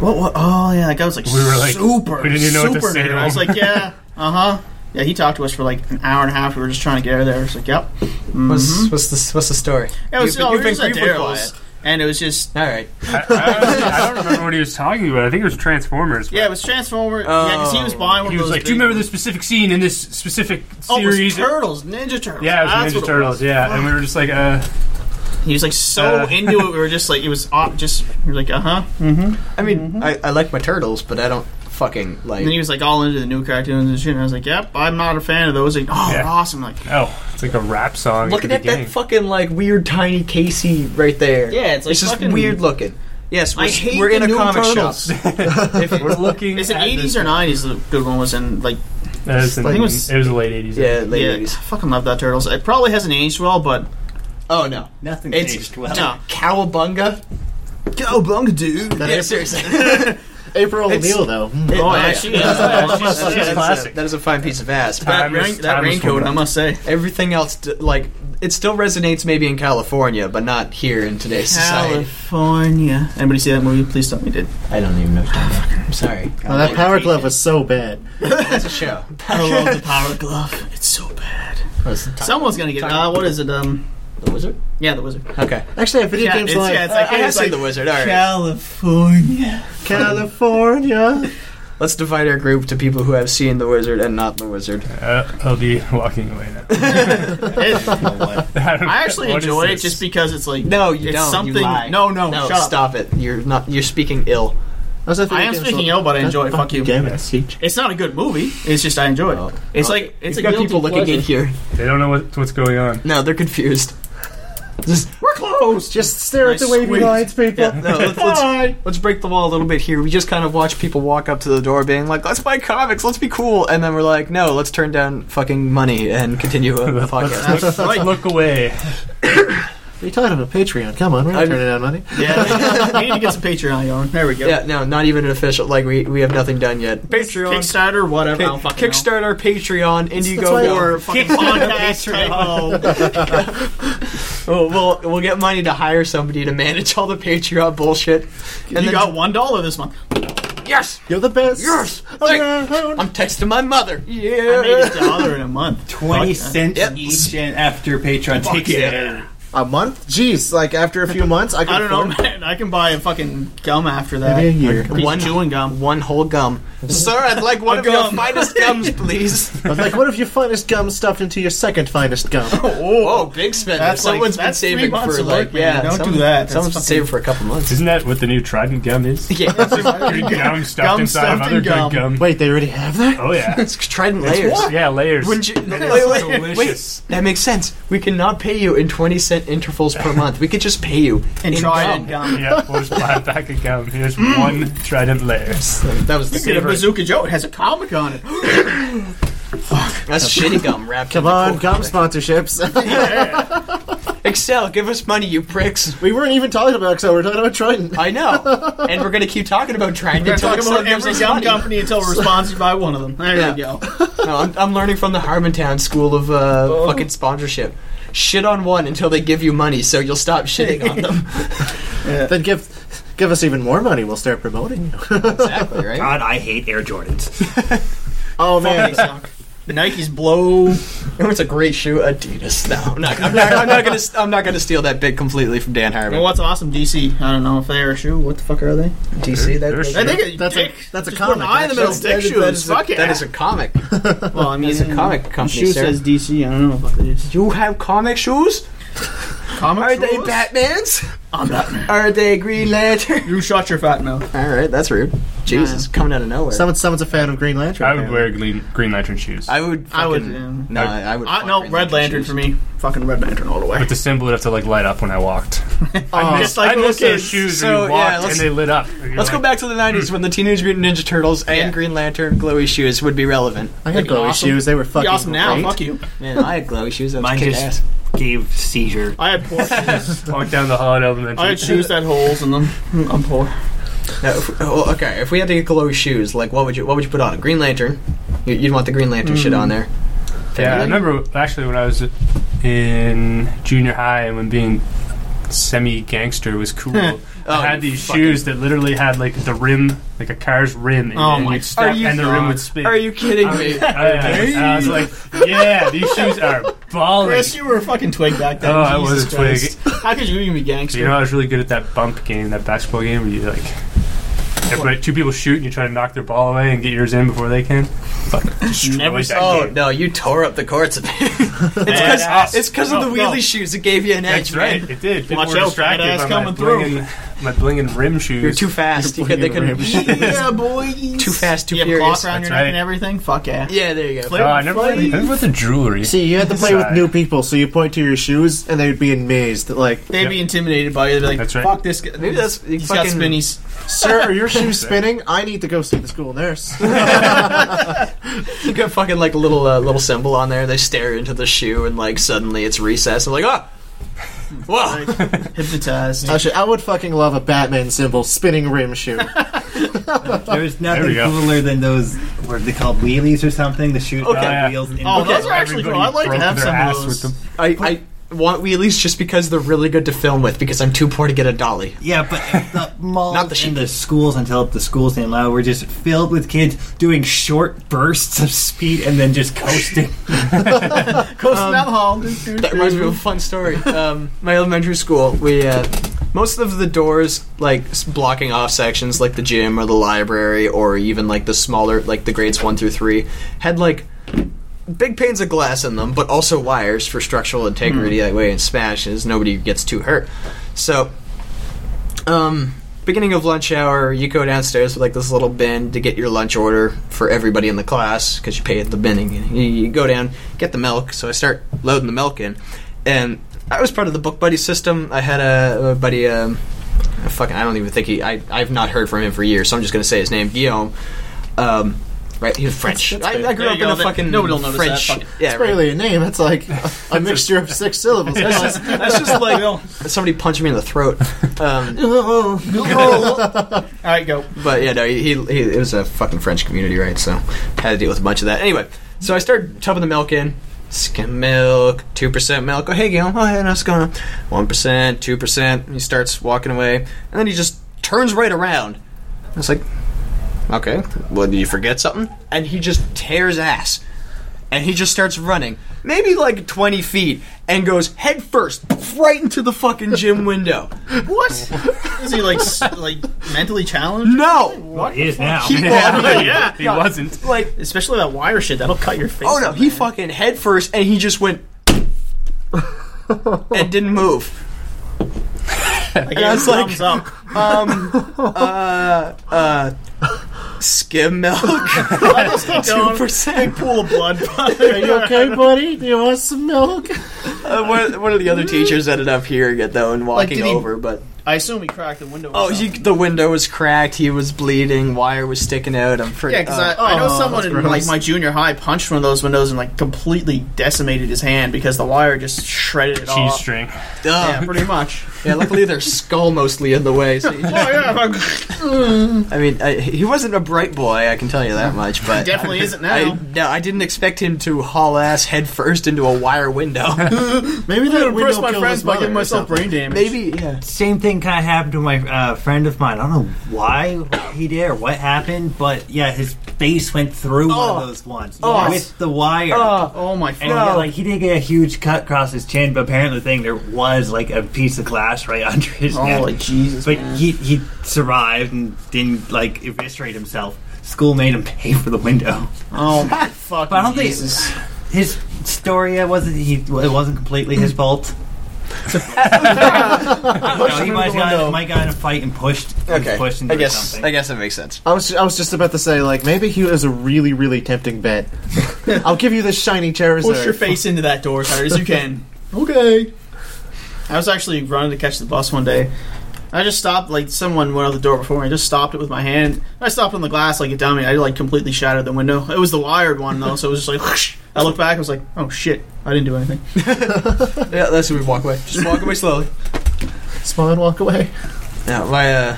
Speaker 1: What? what? Oh yeah, that guy was like
Speaker 5: We were, like,
Speaker 1: super.
Speaker 5: we didn't even know what
Speaker 1: super
Speaker 5: to say to
Speaker 1: negative. I was
Speaker 5: him.
Speaker 1: like, yeah, uh huh. Yeah, he talked to us for like an hour and a half. We were just trying to get out of there. It's like, yep. Mm-hmm.
Speaker 2: What's what's the what's the story?
Speaker 1: It was,
Speaker 2: You've-
Speaker 1: oh,
Speaker 2: you've
Speaker 1: we
Speaker 2: been
Speaker 1: were just at
Speaker 2: creepily
Speaker 1: Daryl's,
Speaker 2: quiet.
Speaker 1: and it was just
Speaker 2: All right.
Speaker 5: I, I, honestly- I don't remember what he was talking about. I think it was Transformers. but
Speaker 1: yeah, it was Transformer. yeah, because
Speaker 2: Oh.
Speaker 1: he was buying one
Speaker 5: He
Speaker 1: of those.
Speaker 5: was like,
Speaker 1: big-
Speaker 5: "Do you remember this specific scene in this specific
Speaker 1: Oh, it was
Speaker 5: series?"
Speaker 1: Turtles, Ninja Turtles.
Speaker 5: yeah, it was
Speaker 1: That's
Speaker 5: Ninja
Speaker 1: what
Speaker 5: Turtles. Yeah, and we were just like, "Uh,
Speaker 1: He was like so
Speaker 5: Uh,
Speaker 1: into it. We were just like, it was aw- just we were like, uh huh.
Speaker 2: I mean, I, I like my turtles, but I don't fucking like.
Speaker 1: And Mm-hmm. then he was like all into the new cartoons and shit. And I was like, yep, I'm not a fan of those. Like, oh,
Speaker 5: Yeah.
Speaker 1: awesome. Like,
Speaker 5: oh, it's like a rap song."
Speaker 2: Looking
Speaker 5: at,
Speaker 2: at
Speaker 5: the beginning.
Speaker 2: that fucking like weird tiny Casey right there.
Speaker 1: Yeah, it's, like,
Speaker 2: just
Speaker 1: fucking-
Speaker 2: weird looking. Yes, we're,
Speaker 1: I hate
Speaker 2: we're
Speaker 1: the
Speaker 2: in a
Speaker 1: new
Speaker 2: comic [laughs]
Speaker 1: Turtles.
Speaker 2: shop.
Speaker 5: if we're looking,
Speaker 1: is it
Speaker 5: at
Speaker 1: 80s
Speaker 5: this-
Speaker 1: or 90s? The good one was in like
Speaker 5: Uh, it's in-
Speaker 1: I
Speaker 5: it
Speaker 1: think it
Speaker 5: was
Speaker 1: was-
Speaker 5: the late eighties.
Speaker 2: Yeah, late
Speaker 1: yeah,
Speaker 2: 80s.
Speaker 1: I fucking love that Turtles. It probably hasn't aged well, but
Speaker 2: Oh no,
Speaker 3: nothing
Speaker 2: It's-
Speaker 3: aged well.
Speaker 5: Oh,
Speaker 1: no,
Speaker 2: Cowabunga.
Speaker 1: Cowabunga, dude.
Speaker 4: That
Speaker 2: Yeah, [laughs]
Speaker 4: April,
Speaker 2: seriously.
Speaker 4: April
Speaker 2: it's-
Speaker 4: O'Neil though. Mm.
Speaker 1: Oh,
Speaker 2: yeah.
Speaker 1: yeah, she is. Yeah, she's-
Speaker 5: She's
Speaker 1: she's-
Speaker 5: classic.
Speaker 2: that is a fine piece of ass. But
Speaker 1: That,
Speaker 5: Time is-
Speaker 1: rain, that
Speaker 5: time is
Speaker 1: raincoat,
Speaker 5: woman.
Speaker 1: I must say.
Speaker 2: everything else, d- like it still resonates maybe in California, but not here in today's society.
Speaker 1: California. Anybody see that movie? Please tell me you did.
Speaker 2: I don't even know. I'm sorry.
Speaker 4: Oh, that power glove was so bad.
Speaker 2: That's a show.
Speaker 1: I love the power glove. It's so bad. Someone's gonna get. Uh, what is it? Um,
Speaker 2: the wizard.
Speaker 1: yeah, the
Speaker 5: [laughs]
Speaker 1: wizard.
Speaker 2: Okay.
Speaker 4: Actually, video
Speaker 1: Yeah,
Speaker 4: games
Speaker 1: it's-
Speaker 4: like,
Speaker 1: yeah, it's like-
Speaker 2: I have seen the wizard. All right.
Speaker 1: California.
Speaker 4: California.
Speaker 2: Let's divide our group to people who have seen the wizard and not the wizard.
Speaker 5: Uh, I'll be walking away now. [laughs] I, don't
Speaker 1: [laughs] I
Speaker 5: know
Speaker 1: actually
Speaker 5: what is
Speaker 1: enjoy it
Speaker 5: this.
Speaker 1: just because it's like
Speaker 2: No, you
Speaker 1: it's
Speaker 2: don't. You
Speaker 1: Something.
Speaker 2: lie.
Speaker 1: No, no,
Speaker 2: No,
Speaker 1: shut up.
Speaker 2: stop it. You're not. You're speaking ill.
Speaker 4: How's that
Speaker 1: I
Speaker 4: video
Speaker 1: am
Speaker 4: games
Speaker 1: speaking
Speaker 4: look?
Speaker 1: ill, but I enjoy. it.
Speaker 4: God
Speaker 1: Fuck you.
Speaker 4: Damn it, Siege.
Speaker 1: It's not a good movie. It's just I enjoy it.
Speaker 2: Oh.
Speaker 1: It's like it's a
Speaker 2: You've got
Speaker 1: guilty
Speaker 2: people looking
Speaker 1: pleasure.
Speaker 2: in here.
Speaker 5: they don't know what, what's going on.
Speaker 2: No, they're confused.
Speaker 1: We're closed.
Speaker 4: Just stare
Speaker 1: I
Speaker 4: at the wavy
Speaker 1: squeezed.
Speaker 4: lines, people.
Speaker 2: Yeah, no, let's, let's,
Speaker 1: Bye.
Speaker 2: let's break the wall a little bit here. We just kind of watch people walk up to the door being like, let's buy comics, let's be cool. And then we're like, no, let's turn down fucking money and continue a,
Speaker 1: [laughs]
Speaker 2: a podcast.
Speaker 5: Let's
Speaker 1: Right.
Speaker 5: look away.
Speaker 4: We taught him a Patreon. Come on, we're not
Speaker 2: I'm-
Speaker 4: turning down money.
Speaker 2: [laughs]
Speaker 1: Yeah, we need to get some Patreon going. There we go.
Speaker 2: yeah, no, not even an official. Like, we, we have nothing done yet. Patreon.
Speaker 1: Kickstarter, whatever. I don't fucking know.
Speaker 2: Kickstart our Patreon,
Speaker 4: why-
Speaker 2: Indiegogo.
Speaker 1: or fucking podcast
Speaker 2: [laughs]
Speaker 1: type of-
Speaker 2: We'll, Oh, we'll, we'll get money to hire somebody to manage all the Patreon bullshit. And
Speaker 1: Oh, you
Speaker 2: then
Speaker 1: got one dollar this month.
Speaker 2: Yes,
Speaker 4: You're the best. Oh,
Speaker 2: Yes!
Speaker 4: Around.
Speaker 2: I'm texting my mother.
Speaker 1: I made
Speaker 2: Yeah.
Speaker 1: a dollar in a month.
Speaker 6: Twenty cents
Speaker 2: Yep.
Speaker 6: each and after Patreon takes it.
Speaker 4: A month? Jeez, like after a few months, [laughs] I could
Speaker 1: I don't know,
Speaker 4: afford-
Speaker 1: man. I can buy a fucking gum after that.
Speaker 4: Maybe a year.
Speaker 1: Like, One chewing gum.
Speaker 2: One whole gum. Sir, I'd like one
Speaker 1: A
Speaker 2: of your
Speaker 1: gum.
Speaker 2: finest gums, please. [laughs]
Speaker 4: I was [laughs] like, what if your finest gum stuffed into your second finest gum?
Speaker 2: Oh, big spender.
Speaker 1: That's like-
Speaker 2: someone's been
Speaker 1: that's three
Speaker 2: saving
Speaker 1: months
Speaker 2: for
Speaker 1: of
Speaker 2: like
Speaker 1: work, man.
Speaker 2: yeah.
Speaker 1: Don't do
Speaker 2: someone-
Speaker 1: that. That's
Speaker 2: Someone's been
Speaker 1: fucking-
Speaker 2: saving for a couple
Speaker 1: [laughs]
Speaker 2: months.
Speaker 5: Isn't that what the new Trident gum is?
Speaker 2: Yeah,
Speaker 5: gum stuffed
Speaker 1: Gum
Speaker 5: inside
Speaker 1: stuffed
Speaker 5: of other
Speaker 1: in gum.
Speaker 5: good gum.
Speaker 4: [laughs] Wait, they already have that?
Speaker 5: Oh yeah,
Speaker 2: [laughs] it's trident layers.
Speaker 5: yeah,
Speaker 2: [laughs]
Speaker 5: layers.
Speaker 2: Wouldn't you? Wait, wait, wait,
Speaker 6: delicious.
Speaker 2: That makes sense. We cannot pay you in twenty cent intervals per month. We could just
Speaker 1: [laughs]
Speaker 2: pay you
Speaker 1: And
Speaker 2: in
Speaker 1: try
Speaker 2: gum.
Speaker 1: it gum.
Speaker 5: [laughs] yeah, we'll just buy a pack of gum. Here's
Speaker 2: Mm.
Speaker 5: one Trident layers.
Speaker 2: [laughs] That was the
Speaker 1: Get a
Speaker 2: favorite.
Speaker 1: Bazooka Joe. It has a comic on it. [gasps]
Speaker 2: That's shitty gum wrapped.
Speaker 4: Come
Speaker 2: in a
Speaker 4: on,
Speaker 2: cool
Speaker 4: gum
Speaker 2: product.
Speaker 4: sponsorships. [laughs]
Speaker 2: Excel, give us money, you pricks.
Speaker 4: we weren't even talking about Excel, we we're talking about Trident.
Speaker 1: [laughs]
Speaker 2: I know, and we're gonna keep talking about trying to
Speaker 1: We're
Speaker 2: talk
Speaker 1: talking about
Speaker 2: about
Speaker 1: every gum company until we're sponsored by one of them. There
Speaker 2: Yeah.
Speaker 4: [laughs]
Speaker 1: you go.
Speaker 2: No, I'm, I'm learning from the Harmontown School of uh, fucking sponsorship. Shit on one until they give you money, so you'll stop shitting on them.
Speaker 4: Then give give us even more money, we'll start promoting you.
Speaker 2: exactly right.
Speaker 3: God, I hate Air Jordans.
Speaker 4: Oh man.
Speaker 1: Nike's blow.
Speaker 2: It's a great shoe, Adidas. No, I'm not, I'm not, I'm not gonna. I'm not gonna steal that bit completely from Dan Harmon.
Speaker 1: Well, what's awesome? DC. I don't know if they are a shoe. What the fuck are they?
Speaker 2: DC? That,
Speaker 5: There's-
Speaker 1: I think a
Speaker 4: That's a-
Speaker 1: dick.
Speaker 4: that's a
Speaker 1: Just put an
Speaker 4: comic,
Speaker 1: eye in the middle.
Speaker 4: actually.
Speaker 1: Dick
Speaker 4: That is-
Speaker 1: shoes.
Speaker 4: that is Mm. a-
Speaker 1: fuck it.
Speaker 2: that is a comic.
Speaker 1: well, I mean,
Speaker 2: is a comic
Speaker 1: the
Speaker 2: company,
Speaker 1: Shoe
Speaker 2: sir.
Speaker 1: says DC. I don't know what that is.
Speaker 2: You have comic shoes?
Speaker 1: Comic
Speaker 2: Are they
Speaker 1: shoes?
Speaker 2: Batman's?
Speaker 1: I'm Batman.
Speaker 2: Are they Green Lantern?
Speaker 1: You shot your fat mouth.
Speaker 2: [laughs] All right, that's rude. Jesus, coming out of nowhere.
Speaker 4: Someone, someone's a fan of Green Lantern.
Speaker 5: I would
Speaker 4: apparently.
Speaker 5: wear Green, green Lantern shoes.
Speaker 2: I would. Fucking,
Speaker 1: I would, um,
Speaker 2: No, I, I would.
Speaker 1: I,
Speaker 2: fuck
Speaker 1: no,
Speaker 2: Green
Speaker 1: Red Lantern
Speaker 2: shoes.
Speaker 1: for me. Fucking Red Lantern all the way.
Speaker 5: With the symbol, it'd have to like light up when I walked.
Speaker 2: Oh.
Speaker 4: Oh.
Speaker 1: I'm just like
Speaker 5: I
Speaker 1: little
Speaker 5: missed those
Speaker 1: kids.
Speaker 5: shoes
Speaker 2: So,
Speaker 5: when you walked
Speaker 2: yeah, let's-
Speaker 5: and they lit up. You're
Speaker 2: Let's go
Speaker 5: like,
Speaker 2: back to the '90s when the Teenage Mutant Ninja Turtles and
Speaker 1: Yeah.
Speaker 2: Green Lantern glowy shoes would be relevant.
Speaker 4: I had glowy
Speaker 1: awesome.
Speaker 4: shoes. They were
Speaker 1: Be
Speaker 4: fucking
Speaker 1: awesome now.
Speaker 4: great.
Speaker 1: Fuck you.
Speaker 2: Man, I had glowy shoes. That was
Speaker 3: Mine
Speaker 2: kick
Speaker 3: just-
Speaker 2: ass.
Speaker 3: Gave seizure.
Speaker 1: I had poor shoes.
Speaker 5: Walk down the hall at elementary.
Speaker 1: I had shoes that had holes in them. I'm poor.
Speaker 2: Now, if- oh, okay, if we had to get glowy shoes, like what would you what would you put on? Green Lantern. You- You'd want the Green Lantern shit on there.
Speaker 5: Yeah, I remember actually when I was in junior high and when being semi gangster was cool.
Speaker 2: [laughs]
Speaker 5: I had
Speaker 2: Oh, you
Speaker 5: these
Speaker 2: fucking-
Speaker 5: shoes that literally had like the rim, like a car's rim, in
Speaker 1: Oh
Speaker 5: it, and
Speaker 1: my
Speaker 5: you'd step,
Speaker 2: Are you-
Speaker 5: and the rim would spin.
Speaker 2: Are you kidding me?
Speaker 5: Oh, yeah. And I was like, yeah, these shoes are balling.
Speaker 1: Chris, you were a fucking twig back then.
Speaker 5: Oh, I
Speaker 1: Jesus
Speaker 5: was a twig.
Speaker 1: Christ. How could you even be gangster?
Speaker 5: You know, I was really good at that bump game, that basketball game where you like. Everybody, two people shoot and you try to knock their ball away and get yours in before they can. Fuck, destroyed
Speaker 1: Never
Speaker 5: that
Speaker 2: Oh
Speaker 5: game.
Speaker 2: no, you tore up the courts. a bit. [laughs] it's
Speaker 5: Badass.
Speaker 2: because it's because of
Speaker 5: No,
Speaker 2: the wheelie
Speaker 1: no.
Speaker 2: shoes. It gave you an edge,
Speaker 5: That's right,
Speaker 2: man.
Speaker 5: it did. People
Speaker 1: Watch
Speaker 5: were
Speaker 1: out,
Speaker 5: distracted
Speaker 1: badass
Speaker 5: by
Speaker 1: coming
Speaker 5: my
Speaker 1: through.
Speaker 5: blinging, my blinging rim shoes.
Speaker 2: You're too fast. You could, [laughs] they couldn't.
Speaker 1: yeah, boy.
Speaker 2: Too fast, too
Speaker 1: you have
Speaker 2: furious.
Speaker 1: cloth around
Speaker 5: That's
Speaker 1: your neck
Speaker 5: right.
Speaker 1: and everything. Fuck yeah.
Speaker 2: [laughs] yeah, there you go.
Speaker 5: Oh, I never. I never with the jewelry.
Speaker 4: See, you had to play with
Speaker 5: Sorry.
Speaker 4: new people, so you point to your shoes, and they would be amazed. Like,
Speaker 1: They'd be intimidated by you. They'd be like,
Speaker 5: That's right.
Speaker 1: fuck this guy.
Speaker 2: Maybe that's-
Speaker 1: He's
Speaker 2: fucking-
Speaker 1: got spinnies.
Speaker 4: sir, are your [laughs] shoes spinning? I need to go see the school nurse.
Speaker 2: You got fucking like a little uh, little symbol on there. They stare into the shoe and like suddenly it's recess. I'm like, oh, whoa.
Speaker 1: Hypnotized.
Speaker 4: Actually, I would fucking love a Batman symbol spinning rim [laughs] shoe.
Speaker 6: There's
Speaker 5: There
Speaker 6: nothing
Speaker 5: we go.
Speaker 6: cooler than those. What are they called? Wheelies or something? The shoes
Speaker 2: Okay.
Speaker 6: that
Speaker 5: Yeah.
Speaker 6: wheels. in-
Speaker 1: Oh, those are actually cool.
Speaker 5: Everybody
Speaker 1: I'd like to
Speaker 5: broke
Speaker 1: have
Speaker 5: their
Speaker 1: some
Speaker 5: ass
Speaker 1: of those. [laughs]
Speaker 5: with them.
Speaker 2: I, I want wheelies just because they're really good to film with because I'm too poor to get a dolly.
Speaker 6: Yeah, but
Speaker 3: [laughs]
Speaker 6: the malls
Speaker 2: Not the sheep.
Speaker 6: and the schools until the schools didn't allow. We're just filled with kids doing short bursts of speed and then just [laughs] coasting.
Speaker 1: Coasting down the
Speaker 4: Um,
Speaker 1: hall.
Speaker 2: That reminds me of a fun story. Um, my elementary school, we uh, most of the doors like s- blocking off sections, like the gym or the library, or even like the smaller, like the grades one through three, had like big panes of glass in them, but also wires for structural integrity. That way, it smashes, nobody gets too hurt. So, um, beginning of lunch hour, you go downstairs with like this little bin to get your lunch order for everybody in the class because you pay at the binning. You, you go down, get the milk. So I start loading the milk in, and I was part of the book buddy system. I had a, a buddy. Um, fucking, I don't even think he. I I've not heard from him for years, so I'm just gonna say his name, Guillaume. Um, right, he was French. I, I grew
Speaker 1: There
Speaker 2: up
Speaker 1: you
Speaker 2: in
Speaker 1: go,
Speaker 2: a
Speaker 1: that-
Speaker 2: fucking
Speaker 1: nobody will notice that,
Speaker 2: French.
Speaker 1: fuck it.
Speaker 2: yeah, right.
Speaker 4: Barely a name. That's like [laughs] a, a mixture of six [laughs] syllables.
Speaker 2: That's just like
Speaker 1: [laughs]
Speaker 2: somebody punched me in the throat.
Speaker 4: [laughs]
Speaker 2: Um, [laughs]
Speaker 1: Oh. All right, go.
Speaker 2: but yeah, no, he, he, he it was a fucking French community, right? So had to deal with a bunch of that. Anyway, so I started tubbing the milk in. Skim milk, two percent milk. Oh hey Gil, oh hey, how's it going? One percent, two percent. He starts walking away, and then he just turns right around. I was like, Okay. Well, did you forget something? And he just tears ass. And he just starts running, maybe like 20 feet, and goes head first right into the fucking gym window.
Speaker 5: [laughs]
Speaker 1: What? Is he like s- like mentally challenged?
Speaker 2: No!
Speaker 3: What is now?
Speaker 2: He, well,
Speaker 5: [laughs]
Speaker 2: I mean,
Speaker 1: Yeah.
Speaker 5: He wasn't.
Speaker 2: like,
Speaker 1: Especially that wire shit that'll cut your face.
Speaker 2: oh no, he fucking head first, and he just went and didn't move. [laughs]
Speaker 1: Like,
Speaker 5: [laughs]
Speaker 1: I
Speaker 2: was like-
Speaker 1: thumbs up.
Speaker 2: Uh, Skim milk. [laughs]
Speaker 5: [laughs]
Speaker 2: Oh,
Speaker 1: Two percent pool of blood. [laughs] Are you
Speaker 4: okay, buddy? Do you want some milk?
Speaker 2: Uh, one, one of the other teachers ended up hearing it though and walking
Speaker 1: did he-
Speaker 2: over, but
Speaker 1: I assume he cracked the window. or
Speaker 2: oh,
Speaker 1: something.
Speaker 2: he, the window was cracked. He was bleeding. Wire was sticking out. I'm pretty.
Speaker 1: Yeah, because
Speaker 2: uh,
Speaker 1: I, I know
Speaker 4: oh,
Speaker 1: someone in
Speaker 4: that's
Speaker 1: like
Speaker 4: gross.
Speaker 1: my junior high punched one of those windows and like completely decimated his hand because the wire just shredded it all.
Speaker 5: Cheese string.
Speaker 2: duh.
Speaker 1: Yeah, pretty [laughs] much.
Speaker 2: Yeah, luckily their skull mostly in the way. So
Speaker 1: Oh,
Speaker 2: you [laughs]
Speaker 1: [laughs]
Speaker 2: just- I mean, I, he wasn't a bright boy, I can tell you that much. But
Speaker 1: Definitely isn't now.
Speaker 2: I, no, I didn't expect him to haul ass headfirst into a wire [laughs] window.
Speaker 4: Maybe
Speaker 1: I'm gonna
Speaker 4: that
Speaker 1: impress
Speaker 4: window
Speaker 1: my
Speaker 4: killed
Speaker 1: friends
Speaker 4: his
Speaker 1: by
Speaker 4: mother.
Speaker 1: giving
Speaker 4: or
Speaker 1: myself
Speaker 4: something.
Speaker 1: brain damage.
Speaker 2: Maybe, yeah.
Speaker 3: Same thing kind of happened to my uh, friend of mine. I don't know why he did or what happened, but yeah, his face went through one
Speaker 2: Oh.
Speaker 3: of those ones
Speaker 2: Oh.
Speaker 3: with the wire.
Speaker 1: Oh my fuck!
Speaker 3: And he, like he didn't get a huge cut across his chin, but apparently, the thing there was like a piece of glass right [laughs] under his neck.
Speaker 1: Holy Jesus!
Speaker 3: But he he survived and didn't like eviscerate himself. School made him [laughs] pay for the window.
Speaker 1: Oh my fuck!
Speaker 3: But I don't think-
Speaker 1: Jesus.
Speaker 3: His story it wasn't he it wasn't completely his fault. I don't know, he might have gotten, might got in a fight and pushed. he was
Speaker 2: Okay,
Speaker 3: pushed into
Speaker 2: I guess
Speaker 3: something.
Speaker 2: I guess that makes sense.
Speaker 4: I was, I was just about to say, like, maybe he was a really, really tempting [laughs] bet. I'll give you this shiny Charizard.
Speaker 1: Push your face into that door as hard as you can. okay. I was actually running to catch the bus one day. I just stopped, like, someone went out the door before me. I just stopped it with my hand. I stopped on the glass like a dummy. I, like, completely shattered the window. It was the wired one, though, so it was just like, whoosh. I looked back, I was like, oh shit, I didn't do anything.
Speaker 2: [laughs] Yeah, that's when we walk away. Just walk away slowly.
Speaker 4: Smile and walk away.
Speaker 2: [laughs] Yeah, my uh,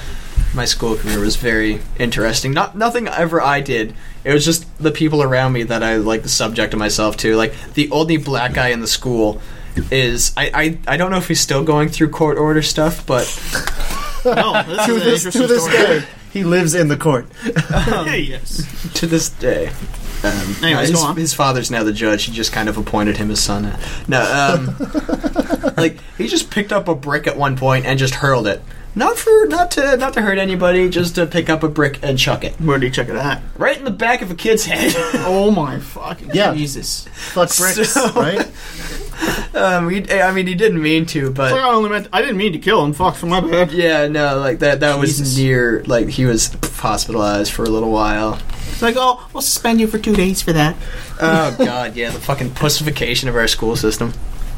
Speaker 2: my school career was very interesting. Not nothing ever I did. It was just the people around me that I like the subject of myself to. Like the only black guy in the school is I I, I don't know if he's still going through court order stuff, but
Speaker 1: No, this
Speaker 4: To
Speaker 1: is an
Speaker 4: this,
Speaker 1: interesting
Speaker 4: to this
Speaker 1: story.
Speaker 4: day, he lives in the court.
Speaker 1: [laughs] Um, yes.
Speaker 2: to this day. Um,
Speaker 1: Anyways,
Speaker 2: his,
Speaker 1: go on.
Speaker 2: his father's now the judge. He just kind of appointed him his son. No, [laughs] um, like he just picked up a brick at one point and just hurled it. Not for not to not to hurt anybody, just to pick up a brick and chuck it
Speaker 1: Where do you check it at?
Speaker 2: right in the back of a kid's head. [laughs]
Speaker 1: Oh my fucking
Speaker 4: Yeah.
Speaker 1: Jesus.
Speaker 4: Fuck bricks,
Speaker 2: So-
Speaker 4: [laughs] right?
Speaker 2: Um, he, I mean, he didn't mean to,
Speaker 1: It's like
Speaker 2: but
Speaker 1: I only meant, I didn't mean to kill him. Fuck, for my bad.
Speaker 2: yeah, no, like that. That was near. Like he was hospitalized for a little while.
Speaker 1: It's like, oh, we'll suspend you for two days for that.
Speaker 2: Oh God, yeah, the fucking pussification of our school system.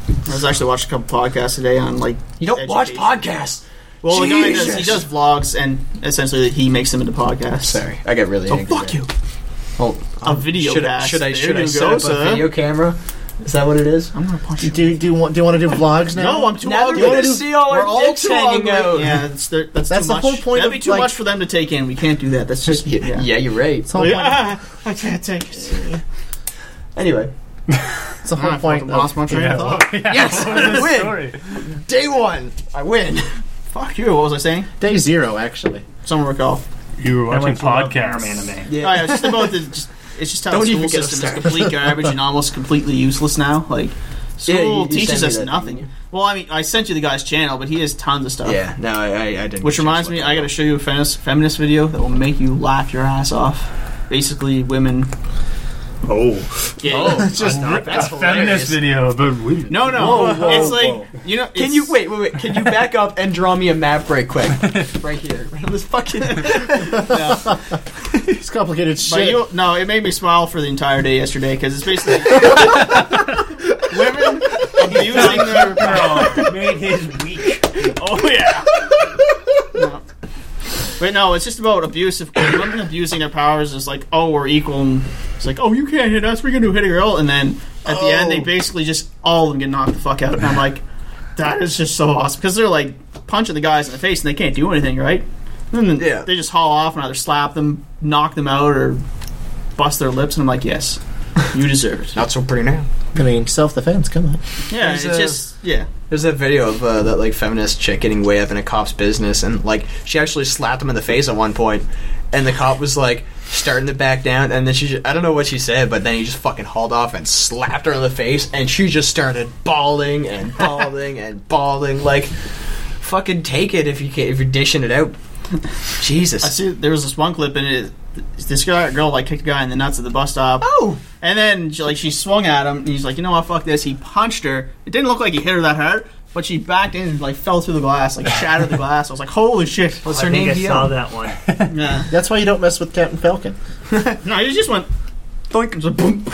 Speaker 1: I was actually watching a couple podcasts today on, like,
Speaker 2: You don't watch podcasts.
Speaker 1: Well, the guy does,
Speaker 2: Jesus.
Speaker 1: he does vlogs, and essentially he makes them into podcasts.
Speaker 2: Sorry, I get really
Speaker 1: So
Speaker 2: angry.
Speaker 1: fuck
Speaker 2: there.
Speaker 1: you.
Speaker 2: Hold-
Speaker 1: A video
Speaker 2: should I
Speaker 1: cast.
Speaker 2: should I,
Speaker 1: There
Speaker 2: should I
Speaker 1: you
Speaker 2: set
Speaker 1: go,
Speaker 2: up
Speaker 1: sir.
Speaker 2: a video camera? Is that what it is?
Speaker 1: I'm gonna punch
Speaker 4: Do,
Speaker 1: you.
Speaker 4: do, you want, do you want to do vlogs now?
Speaker 1: No, I'm too
Speaker 2: Now
Speaker 1: ugly.
Speaker 2: they're gonna see all our
Speaker 1: We're all
Speaker 2: dicks
Speaker 1: too
Speaker 2: hanging
Speaker 1: ugly.
Speaker 2: out.
Speaker 1: Yeah, that's, the- that's,
Speaker 4: That's
Speaker 1: too
Speaker 4: the
Speaker 1: much.
Speaker 4: whole point
Speaker 1: That'd be
Speaker 4: of,
Speaker 1: too
Speaker 4: like-
Speaker 1: much for them to take in. We can't do that. That's just
Speaker 2: [laughs] Yeah,
Speaker 1: yeah.
Speaker 2: yeah you're right.
Speaker 4: It's the whole point,
Speaker 1: Yeah, [laughs] I can't take it.
Speaker 2: Anyway,
Speaker 4: it's the
Speaker 1: I
Speaker 4: whole point
Speaker 1: fucking
Speaker 4: of
Speaker 1: lost my train of thought.
Speaker 2: yes,
Speaker 5: [laughs]
Speaker 2: I win.
Speaker 5: Sorry.
Speaker 2: Day one, I win.
Speaker 1: Fuck you. What was I saying?
Speaker 4: day zero, actually.
Speaker 1: Someone recall.
Speaker 5: You were
Speaker 3: I
Speaker 5: watching
Speaker 3: went to love
Speaker 5: podcasts.
Speaker 3: Aram anime.
Speaker 1: All right, it's just about
Speaker 2: [laughs]
Speaker 1: the. Just, it's just how
Speaker 2: Don't
Speaker 1: the
Speaker 2: even
Speaker 1: school
Speaker 2: get us
Speaker 1: system is
Speaker 2: started. [laughs]
Speaker 1: complete garbage and almost completely useless now. Like school
Speaker 2: Yeah, you- you sent
Speaker 1: teaches
Speaker 2: me
Speaker 1: us
Speaker 2: that,
Speaker 1: nothing.
Speaker 2: didn't
Speaker 1: Well, I mean, I sent you the guy's channel, but he has tons of stuff.
Speaker 2: [laughs] Yeah, no, I, I, I didn't.
Speaker 1: Which
Speaker 2: get a
Speaker 1: reminds
Speaker 2: chance to
Speaker 1: me,
Speaker 2: look
Speaker 1: I
Speaker 2: at
Speaker 1: got to show you a feminist, feminist video that will make you laugh your ass off. Basically, women.
Speaker 5: Oh,
Speaker 1: Get, [laughs]
Speaker 5: just not
Speaker 1: that's
Speaker 5: a
Speaker 1: hilarious.
Speaker 5: feminist video about women.
Speaker 1: No, no, it's like you know.
Speaker 2: Can
Speaker 1: it's-
Speaker 2: you wait, wait, wait? Can you back up and draw me a map right [laughs] quick, right here, right on this fucking?
Speaker 5: [laughs]
Speaker 4: It's complicated
Speaker 1: But
Speaker 4: shit.
Speaker 1: you, no, it made me smile for the entire day yesterday because it's
Speaker 5: [laughs]
Speaker 1: basically women abusing their.
Speaker 3: Oh, made his week.
Speaker 1: Oh yeah. No. But no, it's just about abuse. If women abusing their powers is like, oh, we're equal. And it's like, oh, you can't hit us. We're gonna hit a girl. And then at the end, they basically just all of them get knocked the fuck out. And I'm like, that is just so awesome because they're like punching the guys in the face and they can't do anything, right? And then
Speaker 2: Yeah.
Speaker 1: they just haul off and either slap them, knock them out, or bust their lips. And I'm like, yes, you deserve
Speaker 2: [laughs]
Speaker 1: it.
Speaker 2: Not so pretty now.
Speaker 4: I mean, self defense, come on.
Speaker 1: yeah, it's
Speaker 2: There's a-
Speaker 1: just yeah.
Speaker 2: There's that video of uh, that like feminist chick getting way up in a cop's business, and like she actually slapped him in the face at one point, and the cop was like starting to back down, and then she, ju- I don't know what she said, but then he just fucking hauled off and slapped her in the face, and she just started bawling and bawling and bawling, like, fucking take it if you can, if you're dishing it out.
Speaker 1: I
Speaker 2: Jesus.
Speaker 1: see there was this one clip and it. This guy, girl like kicked a guy in the nuts at the bus stop.
Speaker 2: Oh,
Speaker 1: And then she, like she swung at him, and he's like, you know what, fuck this. He punched her. It didn't look like he hit her that hard, but she backed in and like fell through the glass, like shattered the glass. I was like, holy shit.
Speaker 2: what's
Speaker 3: I
Speaker 2: her
Speaker 3: think
Speaker 2: name?
Speaker 3: I
Speaker 2: Guillaume?
Speaker 3: saw that
Speaker 1: [laughs]
Speaker 3: one.
Speaker 1: Yeah.
Speaker 4: That's why you don't mess with Captain Falcon.
Speaker 1: No, he just went. Doink. It was like, boom.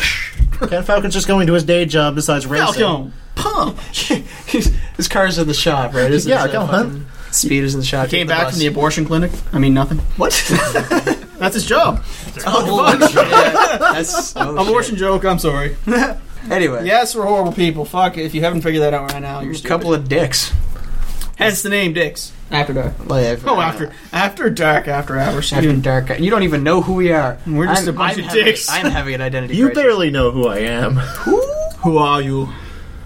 Speaker 4: Captain Falcon's just going to his day job besides racing.
Speaker 1: Falcon.
Speaker 2: [laughs]
Speaker 1: Pump.
Speaker 2: his, his car's in the shop, right? His-
Speaker 4: Yeah,
Speaker 2: his, uh,
Speaker 4: go hunt.
Speaker 2: fucking Speeder's in the shop.
Speaker 1: Came
Speaker 2: get
Speaker 1: back
Speaker 2: bus.
Speaker 1: from the abortion clinic. I mean, nothing.
Speaker 2: what? [laughs]
Speaker 1: That's his job.
Speaker 2: oh, shit. That's [laughs] oh,
Speaker 1: Abortion joke. I'm sorry.
Speaker 2: shit. Anyway,
Speaker 1: Yes, we're horrible people. Fuck it. If you haven't figured that out right now, you're
Speaker 2: a
Speaker 1: stupid.
Speaker 2: couple of dicks.
Speaker 1: Hence the name Dicks. After dark.
Speaker 2: Like,
Speaker 1: Oh, after after dark. After hours.
Speaker 2: After dark, you don't even know who we are.
Speaker 1: We're just a bunch of
Speaker 2: having,
Speaker 1: dicks.
Speaker 2: I'm having an identity.
Speaker 4: You
Speaker 2: crisis.
Speaker 4: barely know who I am.
Speaker 1: Who are you?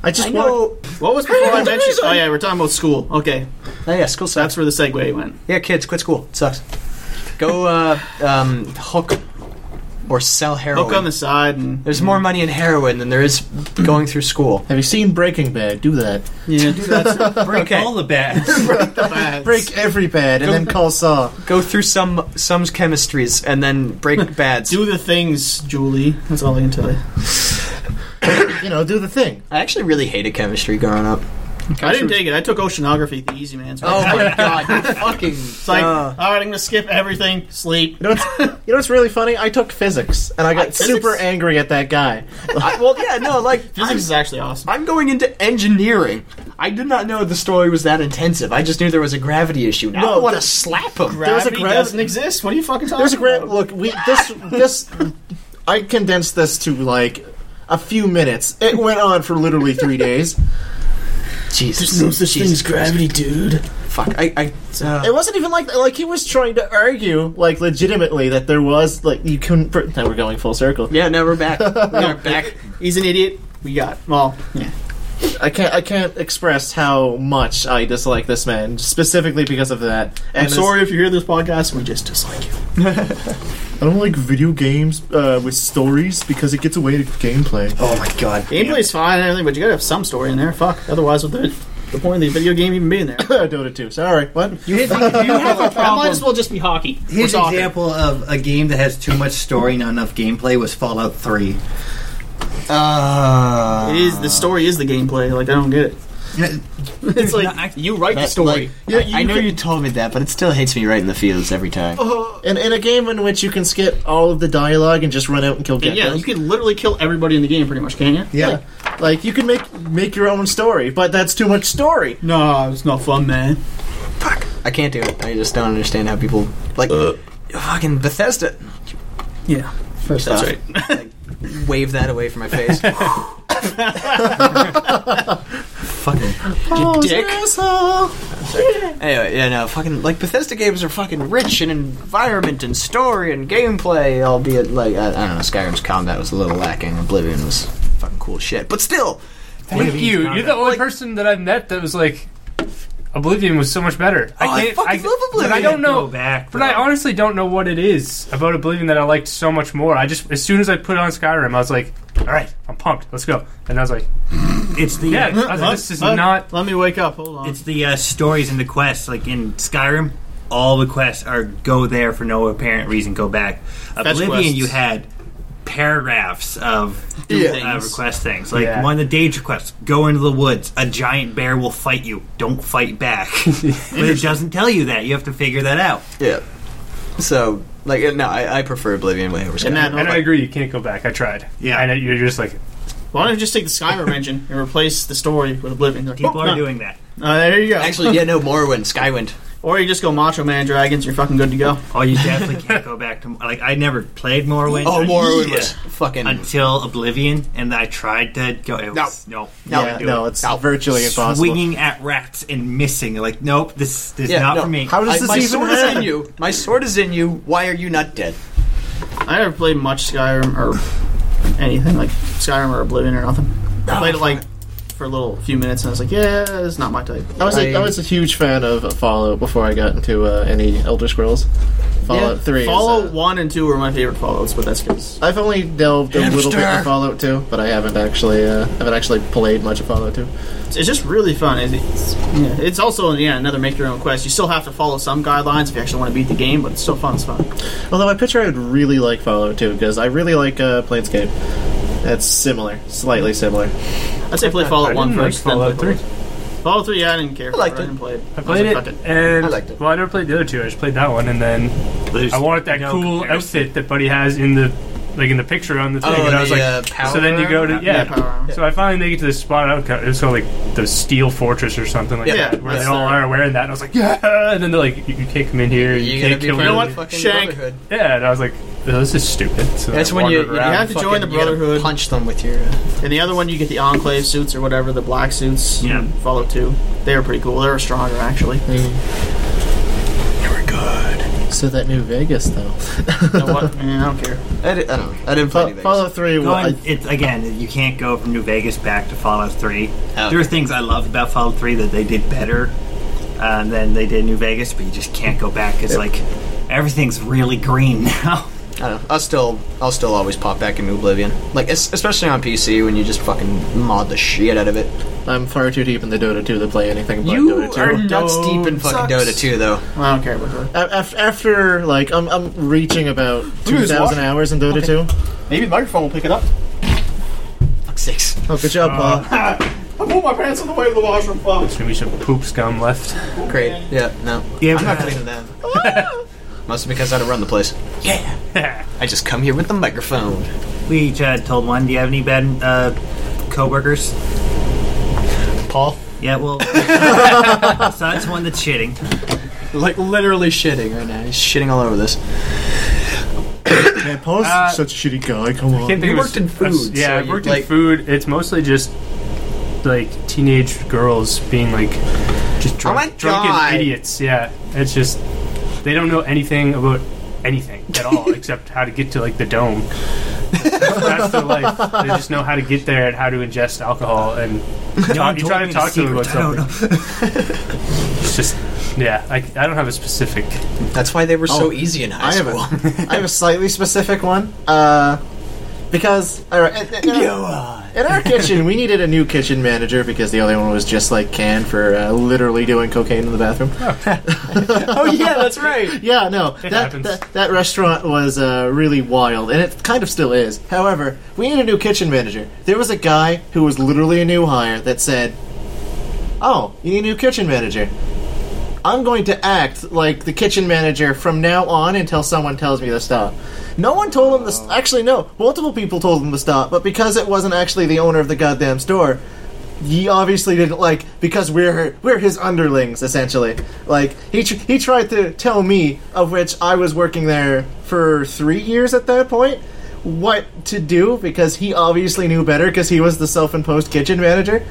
Speaker 4: I just
Speaker 2: I
Speaker 4: want.
Speaker 2: know.
Speaker 1: What was before I
Speaker 4: [laughs]
Speaker 1: mentioned? Oh yeah, we're talking about school. Okay,
Speaker 2: Oh, yeah, school sucks.
Speaker 1: that's where the segue went.
Speaker 2: Yeah, kids, quit school. It sucks. Go uh, um, hook or sell heroin.
Speaker 1: Hook on the side and
Speaker 2: There's more money in heroin than there is going through school.
Speaker 4: Have you seen Breaking Bad? Do that.
Speaker 1: yeah, do
Speaker 2: [laughs]
Speaker 1: that.
Speaker 6: Break
Speaker 2: Okay.
Speaker 6: all the bats.
Speaker 4: [laughs]
Speaker 3: [laughs]
Speaker 4: Break every bad and then call Saw.
Speaker 2: Go through some some chemistries and then
Speaker 1: [laughs]
Speaker 2: break bads.
Speaker 1: do the things, Julie. That's all I can tell you.
Speaker 4: You know, do the thing.
Speaker 2: I actually really hated chemistry growing up.
Speaker 1: I didn't take it. I took oceanography, the easy man's.
Speaker 2: Oh my god, you fucking
Speaker 1: It's like,
Speaker 2: Uh,
Speaker 1: all right, I'm gonna skip everything, sleep.
Speaker 4: You know, what's, [laughs] you know what's really funny? I took physics and I got
Speaker 1: physics?
Speaker 4: super angry at that guy.
Speaker 2: I, well, yeah, no, like
Speaker 1: Physics
Speaker 2: I'm,
Speaker 1: is actually awesome.
Speaker 2: I'm going into engineering. I did not know the story was that intensive. I just knew there was a gravity issue. Now I
Speaker 4: No,
Speaker 2: want to
Speaker 4: the-
Speaker 2: slap him.
Speaker 4: was a
Speaker 1: Gravity
Speaker 4: grav-
Speaker 1: doesn't exist. What are you fucking talking
Speaker 4: There's a great
Speaker 1: about? [laughs]
Speaker 4: look. We this this I condensed this to like a few minutes. It went on for literally three days.
Speaker 2: Jesus, Jesus Christ.
Speaker 1: dude.
Speaker 2: Fuck, I, I uh,
Speaker 4: It wasn't even like like he was trying to argue like legitimately that there was like you couldn't. Pr- now we're going full circle.
Speaker 2: yeah, no, we're
Speaker 4: [laughs]
Speaker 2: back. We're back.
Speaker 1: He's an idiot. We got well. Yeah.
Speaker 4: I can't I can't express how much I dislike this man specifically because of that.
Speaker 1: I'm
Speaker 4: And this-
Speaker 1: sorry if you hear this podcast. We just dislike you.
Speaker 4: I don't like video games uh, with stories because it gets away to gameplay. [laughs]
Speaker 2: Oh my god.
Speaker 1: Gameplay's fine and everything, but you gotta have some story in there. Fuck. Otherwise, what the, the point of the video game even being there?
Speaker 4: Dota 2. Sorry, [gasps] what?
Speaker 6: Here's, a,
Speaker 1: you
Speaker 3: [laughs]
Speaker 1: have a
Speaker 6: problem.
Speaker 1: Might as well just be hockey.
Speaker 6: here's
Speaker 1: Or
Speaker 6: an
Speaker 1: soccer.
Speaker 6: example of a game that has too much story, not enough gameplay. Was Fallout Three?
Speaker 2: Uh,
Speaker 1: It is the story is the gameplay. Like I don't get it. It's like you write the story.
Speaker 4: Yeah,
Speaker 2: I know you told me that, but it still hits me right in the feels every time.
Speaker 4: In, in a game in which you can skip all of the dialogue and just run out and kill
Speaker 1: And
Speaker 4: geckos.
Speaker 1: yeah, you can literally kill everybody in the game, pretty much, can you?
Speaker 6: Yeah.
Speaker 4: Like, like, you can make make your own story, but that's too much story.
Speaker 1: No, it's not fun, man.
Speaker 2: I can't do it. I just don't understand how people like
Speaker 1: Uh.
Speaker 2: fucking Bethesda.
Speaker 1: Yeah,
Speaker 2: First
Speaker 1: that's
Speaker 2: off, [laughs]
Speaker 1: right.
Speaker 2: wave that away from my face. fucking
Speaker 4: Oh,
Speaker 2: dick.
Speaker 4: asshole.
Speaker 2: Anyway, yeah, no, fucking like Bethesda games are fucking rich in environment and story and gameplay, albeit like I, I don't know, Skyrim's combat was a little lacking. Oblivion was fucking cool shit, but still, thank you.
Speaker 5: You're the only person that I've met that was like, Oblivion was so much better.
Speaker 2: Oh, I fucking love Oblivion.
Speaker 5: But I don't know.
Speaker 3: Go back,
Speaker 5: but I
Speaker 3: bro.
Speaker 5: honestly don't know what it is about Oblivion that I liked so much more. I just as soon as I put on Skyrim, I was like, all right, I'm pumped. Let's go. And I was like,
Speaker 3: It's the
Speaker 5: yeah, I was
Speaker 3: uh,
Speaker 5: like, this is
Speaker 1: Let-
Speaker 5: not.
Speaker 1: Let me wake up. Hold on.
Speaker 3: it's the uh, stories and the quests. Like in Skyrim, all the quests are go there for no apparent reason. Go back. Oblivion,
Speaker 1: quests.
Speaker 3: you had paragraphs of
Speaker 1: Yeah.
Speaker 3: uh,
Speaker 1: things.
Speaker 3: request things. Like
Speaker 5: Yeah.
Speaker 3: one of the Dage requests: go into the woods. A giant bear will fight you. Don't fight back. but it doesn't tell you that. You have to figure that out.
Speaker 2: Yeah. So, like, uh, no, I, I prefer Oblivion way over Skyrim.
Speaker 1: And that-
Speaker 5: And I agree, you can't go back. I tried.
Speaker 3: Yeah.
Speaker 5: and you're just like,
Speaker 1: Why don't you just take the Skyrim engine and replace the story with Oblivion? Like,
Speaker 3: People
Speaker 1: oh,
Speaker 3: are
Speaker 1: no.
Speaker 3: doing that.
Speaker 1: Uh, there you go.
Speaker 2: Actually, yeah, no, Morrowind, Skywind.
Speaker 1: Or you just go Macho Man Dragons, you're fucking good to go.
Speaker 3: Oh, you definitely can't go back to like I never played Morrowind.
Speaker 2: Oh,
Speaker 3: un-
Speaker 2: Morrowind was fucking.
Speaker 3: until Oblivion, and I tried to go. It was, no,
Speaker 2: No,
Speaker 4: yeah,
Speaker 2: do
Speaker 4: no,
Speaker 2: it.
Speaker 4: it's
Speaker 2: No.
Speaker 4: virtually impossible.
Speaker 3: swinging at rats and missing. Like, nope, this, this is
Speaker 2: Yeah,
Speaker 3: not
Speaker 2: no.
Speaker 3: for me.
Speaker 4: How does
Speaker 2: I-
Speaker 4: this
Speaker 2: my
Speaker 4: even
Speaker 2: sword is
Speaker 4: happen?
Speaker 2: in you. My sword is in you. Why are you not dead?
Speaker 1: I never played much Skyrim or anything like Skyrim or Oblivion or nothing. I played it like for a little few minutes, and I was like, yeah, it's not my type.
Speaker 4: I was, a, I was a huge fan of Fallout before I got into uh, any Elder Scrolls. Fallout
Speaker 1: Yeah.
Speaker 4: Three. is,
Speaker 1: Fallout
Speaker 4: uh,
Speaker 1: One and Two were my favorite Fallout's, but that's because
Speaker 4: I've only delved a little bit
Speaker 2: Hamster.
Speaker 4: in Fallout 2, but I haven't actually uh, haven't actually played much of Fallout 2.
Speaker 1: it's it's just really fun. It's, it's, yeah, it's also yeah another make your own quest. You still have to follow some guidelines if you actually want to beat the game, but it's still fun. It's fun.
Speaker 4: Although I picture I'd really like Fallout 2 because I really like uh, Planescape. That's similar, slightly similar.
Speaker 1: I'd say play
Speaker 5: I
Speaker 1: Fallout One
Speaker 5: didn't like
Speaker 1: first, then
Speaker 5: Fallout
Speaker 1: play
Speaker 5: 3.
Speaker 1: Fallout Three. Yeah, I didn't care. I
Speaker 2: liked
Speaker 1: I
Speaker 2: it.
Speaker 1: didn't play it.
Speaker 5: I played
Speaker 1: was like,
Speaker 5: it,
Speaker 1: "Fuck
Speaker 5: and
Speaker 2: I liked it.
Speaker 5: well, I never played the other two. I just played that one, and then
Speaker 6: There's
Speaker 5: I wanted that
Speaker 6: no
Speaker 5: cool
Speaker 6: comparison.
Speaker 5: outfit that Buddy has in the like in the picture on the thing,
Speaker 2: Oh,
Speaker 5: and I
Speaker 2: the,
Speaker 5: was like,
Speaker 2: uh, power
Speaker 5: so then you go to
Speaker 2: armor?
Speaker 5: yeah.
Speaker 1: Yeah, power armor.
Speaker 5: So I finally make it to this spot. I don't, it's called like the Steel Fortress or something like
Speaker 1: Yeah.
Speaker 5: that, where
Speaker 1: Yeah.
Speaker 5: they all are wearing that. And I was like, yeah, and then they're like, you, you can't come in here. You,
Speaker 2: You're gonna
Speaker 5: can't
Speaker 2: be
Speaker 5: kill
Speaker 2: part
Speaker 5: me.
Speaker 2: of the fucking
Speaker 1: Shank.
Speaker 2: brotherhood.
Speaker 5: Yeah, and I was like, oh, this is stupid. So
Speaker 2: That's
Speaker 5: I
Speaker 2: when you,
Speaker 5: wandered
Speaker 2: you
Speaker 5: around.
Speaker 1: have to join the
Speaker 2: you gotta
Speaker 1: Brotherhood.
Speaker 2: Punch them with your. Uh,
Speaker 1: And the other one, you get the Enclave suits or whatever, the black suits.
Speaker 6: Yeah.
Speaker 1: in Fallout 2. They were pretty cool. They were stronger, actually.
Speaker 4: So that new Vegas [laughs] though.
Speaker 1: You know what? Eh, I don't care.
Speaker 2: I, di- I don't know. I didn't play
Speaker 4: Fa-
Speaker 2: anything.
Speaker 4: Fallout 3 well,
Speaker 6: Going,
Speaker 4: I,
Speaker 6: it's again, you can't go from New Vegas back to Fallout Three.
Speaker 2: Oh.
Speaker 6: There are things I loved about Fallout Three that they did better um, than they did New Vegas, but you just can't go back because like everything's really green [laughs] now.
Speaker 2: I don't know. I'll still, I'll still always pop back into Oblivion. Like, es- especially on PC when you just fucking mod the shit out of it.
Speaker 4: I'm far too deep in the Dota 2 to play anything but
Speaker 2: You
Speaker 4: Dota 2.
Speaker 2: are nuts deep in fucking
Speaker 1: sucks.
Speaker 2: Dota 2, though.
Speaker 1: I don't care about her.
Speaker 4: A- af- After like I'm, I'm reaching about two
Speaker 1: who's
Speaker 4: thousand
Speaker 1: watching.
Speaker 4: hours in Dota
Speaker 1: Maybe the microphone will pick it up.
Speaker 2: Fuck sakes.
Speaker 4: 2. Oh, good job, Paul.
Speaker 1: I put my pants on the way to the washroom. Fuck.
Speaker 5: There's gonna be some poop scum left.
Speaker 2: Great. Yeah, no.
Speaker 6: Yeah,
Speaker 2: I'm not
Speaker 6: but-
Speaker 2: cleaning that. [laughs] Mostly because I don't run the place. Yeah. I just come here with the microphone.
Speaker 6: We each uh, told one. Do you have any bad uh, coworkers?
Speaker 2: Paul?
Speaker 6: Yeah,
Speaker 2: [laughs]
Speaker 6: well, so that's one that's shitting.
Speaker 2: Like, literally shitting right now. He's shitting all over this.
Speaker 4: Man, Paul's
Speaker 5: Uh,
Speaker 4: such a shitty guy. Come on.
Speaker 5: Can't think
Speaker 2: You
Speaker 5: of a
Speaker 2: worked in
Speaker 5: s- a
Speaker 2: food,
Speaker 5: s- yeah,
Speaker 2: so
Speaker 5: I
Speaker 2: you-
Speaker 5: worked
Speaker 2: like-
Speaker 5: in food. It's mostly just like teenage girls being like just drunk,
Speaker 2: Oh my
Speaker 5: drunken
Speaker 2: God.
Speaker 5: idiots. Yeah, it's just they don't know anything about anything at
Speaker 2: [laughs]
Speaker 5: all except how to get to like the dome. That's their life. They just know how to get there and how to ingest
Speaker 4: [laughs]
Speaker 5: alcohol and talk, you
Speaker 6: told
Speaker 5: try
Speaker 6: me the
Speaker 5: to talk to them about
Speaker 6: secret. I don't
Speaker 5: something. It's just yeah. I, I don't have
Speaker 4: [laughs]
Speaker 5: a specific.
Speaker 2: That's why they were so easy in high
Speaker 4: I have
Speaker 2: school.
Speaker 4: a, I have a slightly specific one. Uh, because all right, in, in our, in our kitchen, we needed a new kitchen manager because the other one was just like canned for uh, literally doing cocaine in the bathroom.
Speaker 2: oh, yeah, that's right.
Speaker 4: [laughs] Yeah, no, that,
Speaker 5: happens.
Speaker 4: that that restaurant was uh, really wild, and it kind of still is. However, we need a new kitchen manager. There was a guy who was literally a new hire that said, "Oh, you need a new kitchen manager." I'm going to act like the kitchen manager from now on until someone tells me to stop. No one told him this. Actually, no. Multiple people told him to stop, but because it wasn't actually the owner of the goddamn store, he obviously didn't like because we're we're his underlings essentially. Like he tr- he tried to tell me, of which I was working there for three years at that point, what to do because he obviously knew better because he was the self-imposed kitchen manager.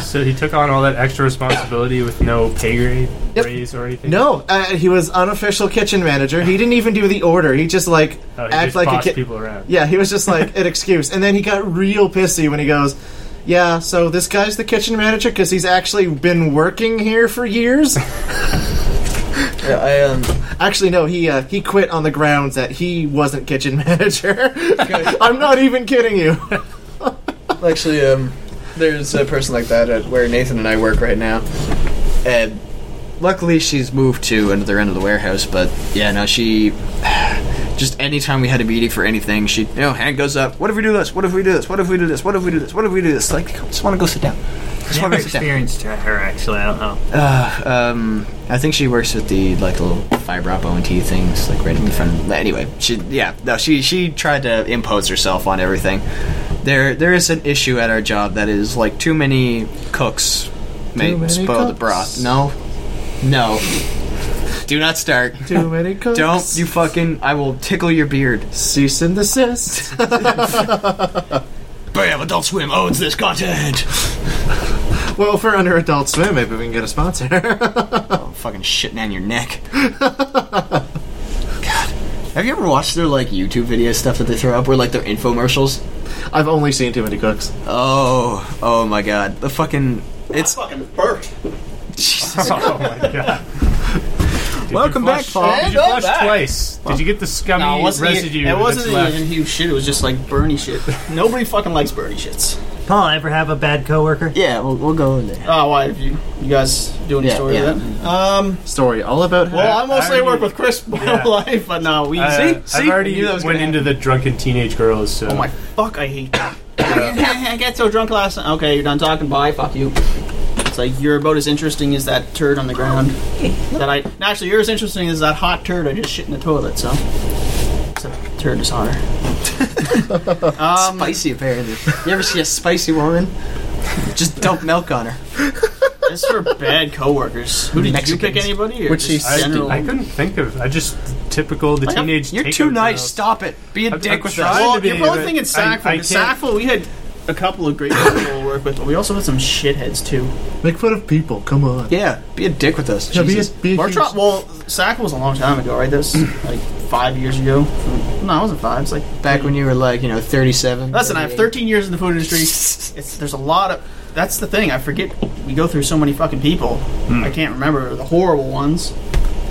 Speaker 5: So he took on all that extra responsibility with no pay grade raise or anything.
Speaker 4: No, uh, he was unofficial kitchen manager. He didn't even do the order. He just like
Speaker 5: Oh, he
Speaker 4: act
Speaker 5: just
Speaker 4: like a
Speaker 5: bossed
Speaker 4: kid.
Speaker 5: people around.
Speaker 4: Yeah, he was just
Speaker 5: [laughs]
Speaker 4: like an excuse, and then he got real pissy when he goes, "Yeah, so this guy's the kitchen manager because he's actually been working here for years."
Speaker 2: Yeah, I, um,
Speaker 4: Actually, no. He uh, he quit on the grounds that he wasn't kitchen [laughs] manager. I'm not even kidding you.
Speaker 2: [laughs] Actually, um, there's a person like that at where Nathan and I work right now, and luckily she's moved to another end of the warehouse. But yeah, no, she [sighs] just anytime we had a meeting for anything, she you know hand goes up. What if we do this? What if we do this? What if we do this? What if we do this? What if we do this? Like, I just want to go sit down. Just
Speaker 6: Never
Speaker 2: want to go sit down.
Speaker 6: experienced her actually. I don't know.
Speaker 2: Uh, um, I think she works with the like little fiber op ONT things, like right in front. Of, anyway, she yeah no she she tried to impose herself on everything. There there is an issue at our job that is like too many cooks may
Speaker 4: many
Speaker 2: spoil the
Speaker 4: cooks.
Speaker 2: broth. No, no, do not start.
Speaker 4: Too many cooks.
Speaker 2: Don't you fucking! I will tickle your beard.
Speaker 4: cease and desist?
Speaker 2: [laughs] Bam! Adult Swim owns this content.
Speaker 4: well, if we're under Adult Swim, maybe we can get a sponsor. [laughs]
Speaker 2: I'm fucking shitting on your neck. [laughs] God. Have you ever watched their like YouTube video stuff that they throw up where like their infomercials?
Speaker 4: I've only seen too many cooks.
Speaker 2: Oh, oh my God! The fucking it's
Speaker 1: fucking burnt.
Speaker 5: oh my god. Did
Speaker 2: Welcome
Speaker 5: you flush-
Speaker 2: back, Paul.
Speaker 5: Did you
Speaker 1: Welcome
Speaker 5: flush
Speaker 1: back.
Speaker 5: twice? Did you get the scummy
Speaker 1: No, it wasn't.
Speaker 5: residue?
Speaker 1: Even, it wasn't
Speaker 5: that's left?
Speaker 1: even huge shit. It was just like Bernie [laughs] shit. Nobody fucking likes Bernie shits.
Speaker 3: Paul, ever have a bad coworker?
Speaker 2: yeah, we'll, we'll go in there.
Speaker 1: Oh, why? If you you guys do any
Speaker 2: Yeah,
Speaker 1: story
Speaker 2: yeah.
Speaker 1: of that? Um.
Speaker 4: Story all about how
Speaker 1: Well, I mostly
Speaker 5: already-
Speaker 1: work with Chris [laughs] my
Speaker 5: yeah.
Speaker 1: whole life, but no, we
Speaker 5: Uh,
Speaker 1: see.
Speaker 5: I've already
Speaker 1: knew that was
Speaker 5: went
Speaker 1: gonna
Speaker 5: into the drunken teenage girls. So.
Speaker 1: Oh my fuck! I hate that. [coughs] I get so drunk last night. Okay, you're done talking. Bye. Fuck you. It's like you're about as interesting as that turd on the ground. That I actually you're as interesting as that hot turd I just shit in the toilet. So, except turd is hotter. um,
Speaker 2: Spicy, apparently. You ever see a spicy woman? Just dump milk on her.
Speaker 1: it's for bad coworkers. Who did you pick?
Speaker 2: Mexicans.
Speaker 1: Anybody? Or
Speaker 4: Which
Speaker 1: just
Speaker 5: I,
Speaker 1: general?
Speaker 5: I couldn't think of. I just typical the
Speaker 1: Like, I'm-
Speaker 5: teenage.
Speaker 2: You're
Speaker 5: takeout
Speaker 2: too nice.
Speaker 5: girls.
Speaker 2: Stop it. Be a
Speaker 5: I'm-
Speaker 2: dick
Speaker 5: I'm
Speaker 2: with
Speaker 5: trying.
Speaker 2: us.
Speaker 1: well,
Speaker 5: to be,
Speaker 1: you're probably
Speaker 5: but
Speaker 1: thinking
Speaker 5: I-
Speaker 1: Sackville.
Speaker 5: I
Speaker 1: because
Speaker 5: can't-
Speaker 1: Sackville, we had a couple of great people to work with, but we also had some shitheads too.
Speaker 4: make fun of people. Come on.
Speaker 2: Yeah, be a dick with us.
Speaker 4: Yeah, be a-
Speaker 2: Jesus.
Speaker 4: be a
Speaker 1: Mark
Speaker 4: huge-
Speaker 1: Trot, well, Sack was a long time ago, right? That was like five years ago. No, it wasn't five. It's like
Speaker 2: Back when you were like, you know, 37.
Speaker 1: listen. I have
Speaker 2: 38.
Speaker 1: 13 years in the food
Speaker 5: [laughs]
Speaker 1: industry. It's, there's a lot of. That's the thing. I forget. We go through so many fucking people.
Speaker 5: Hmm.
Speaker 1: I can't remember the horrible ones.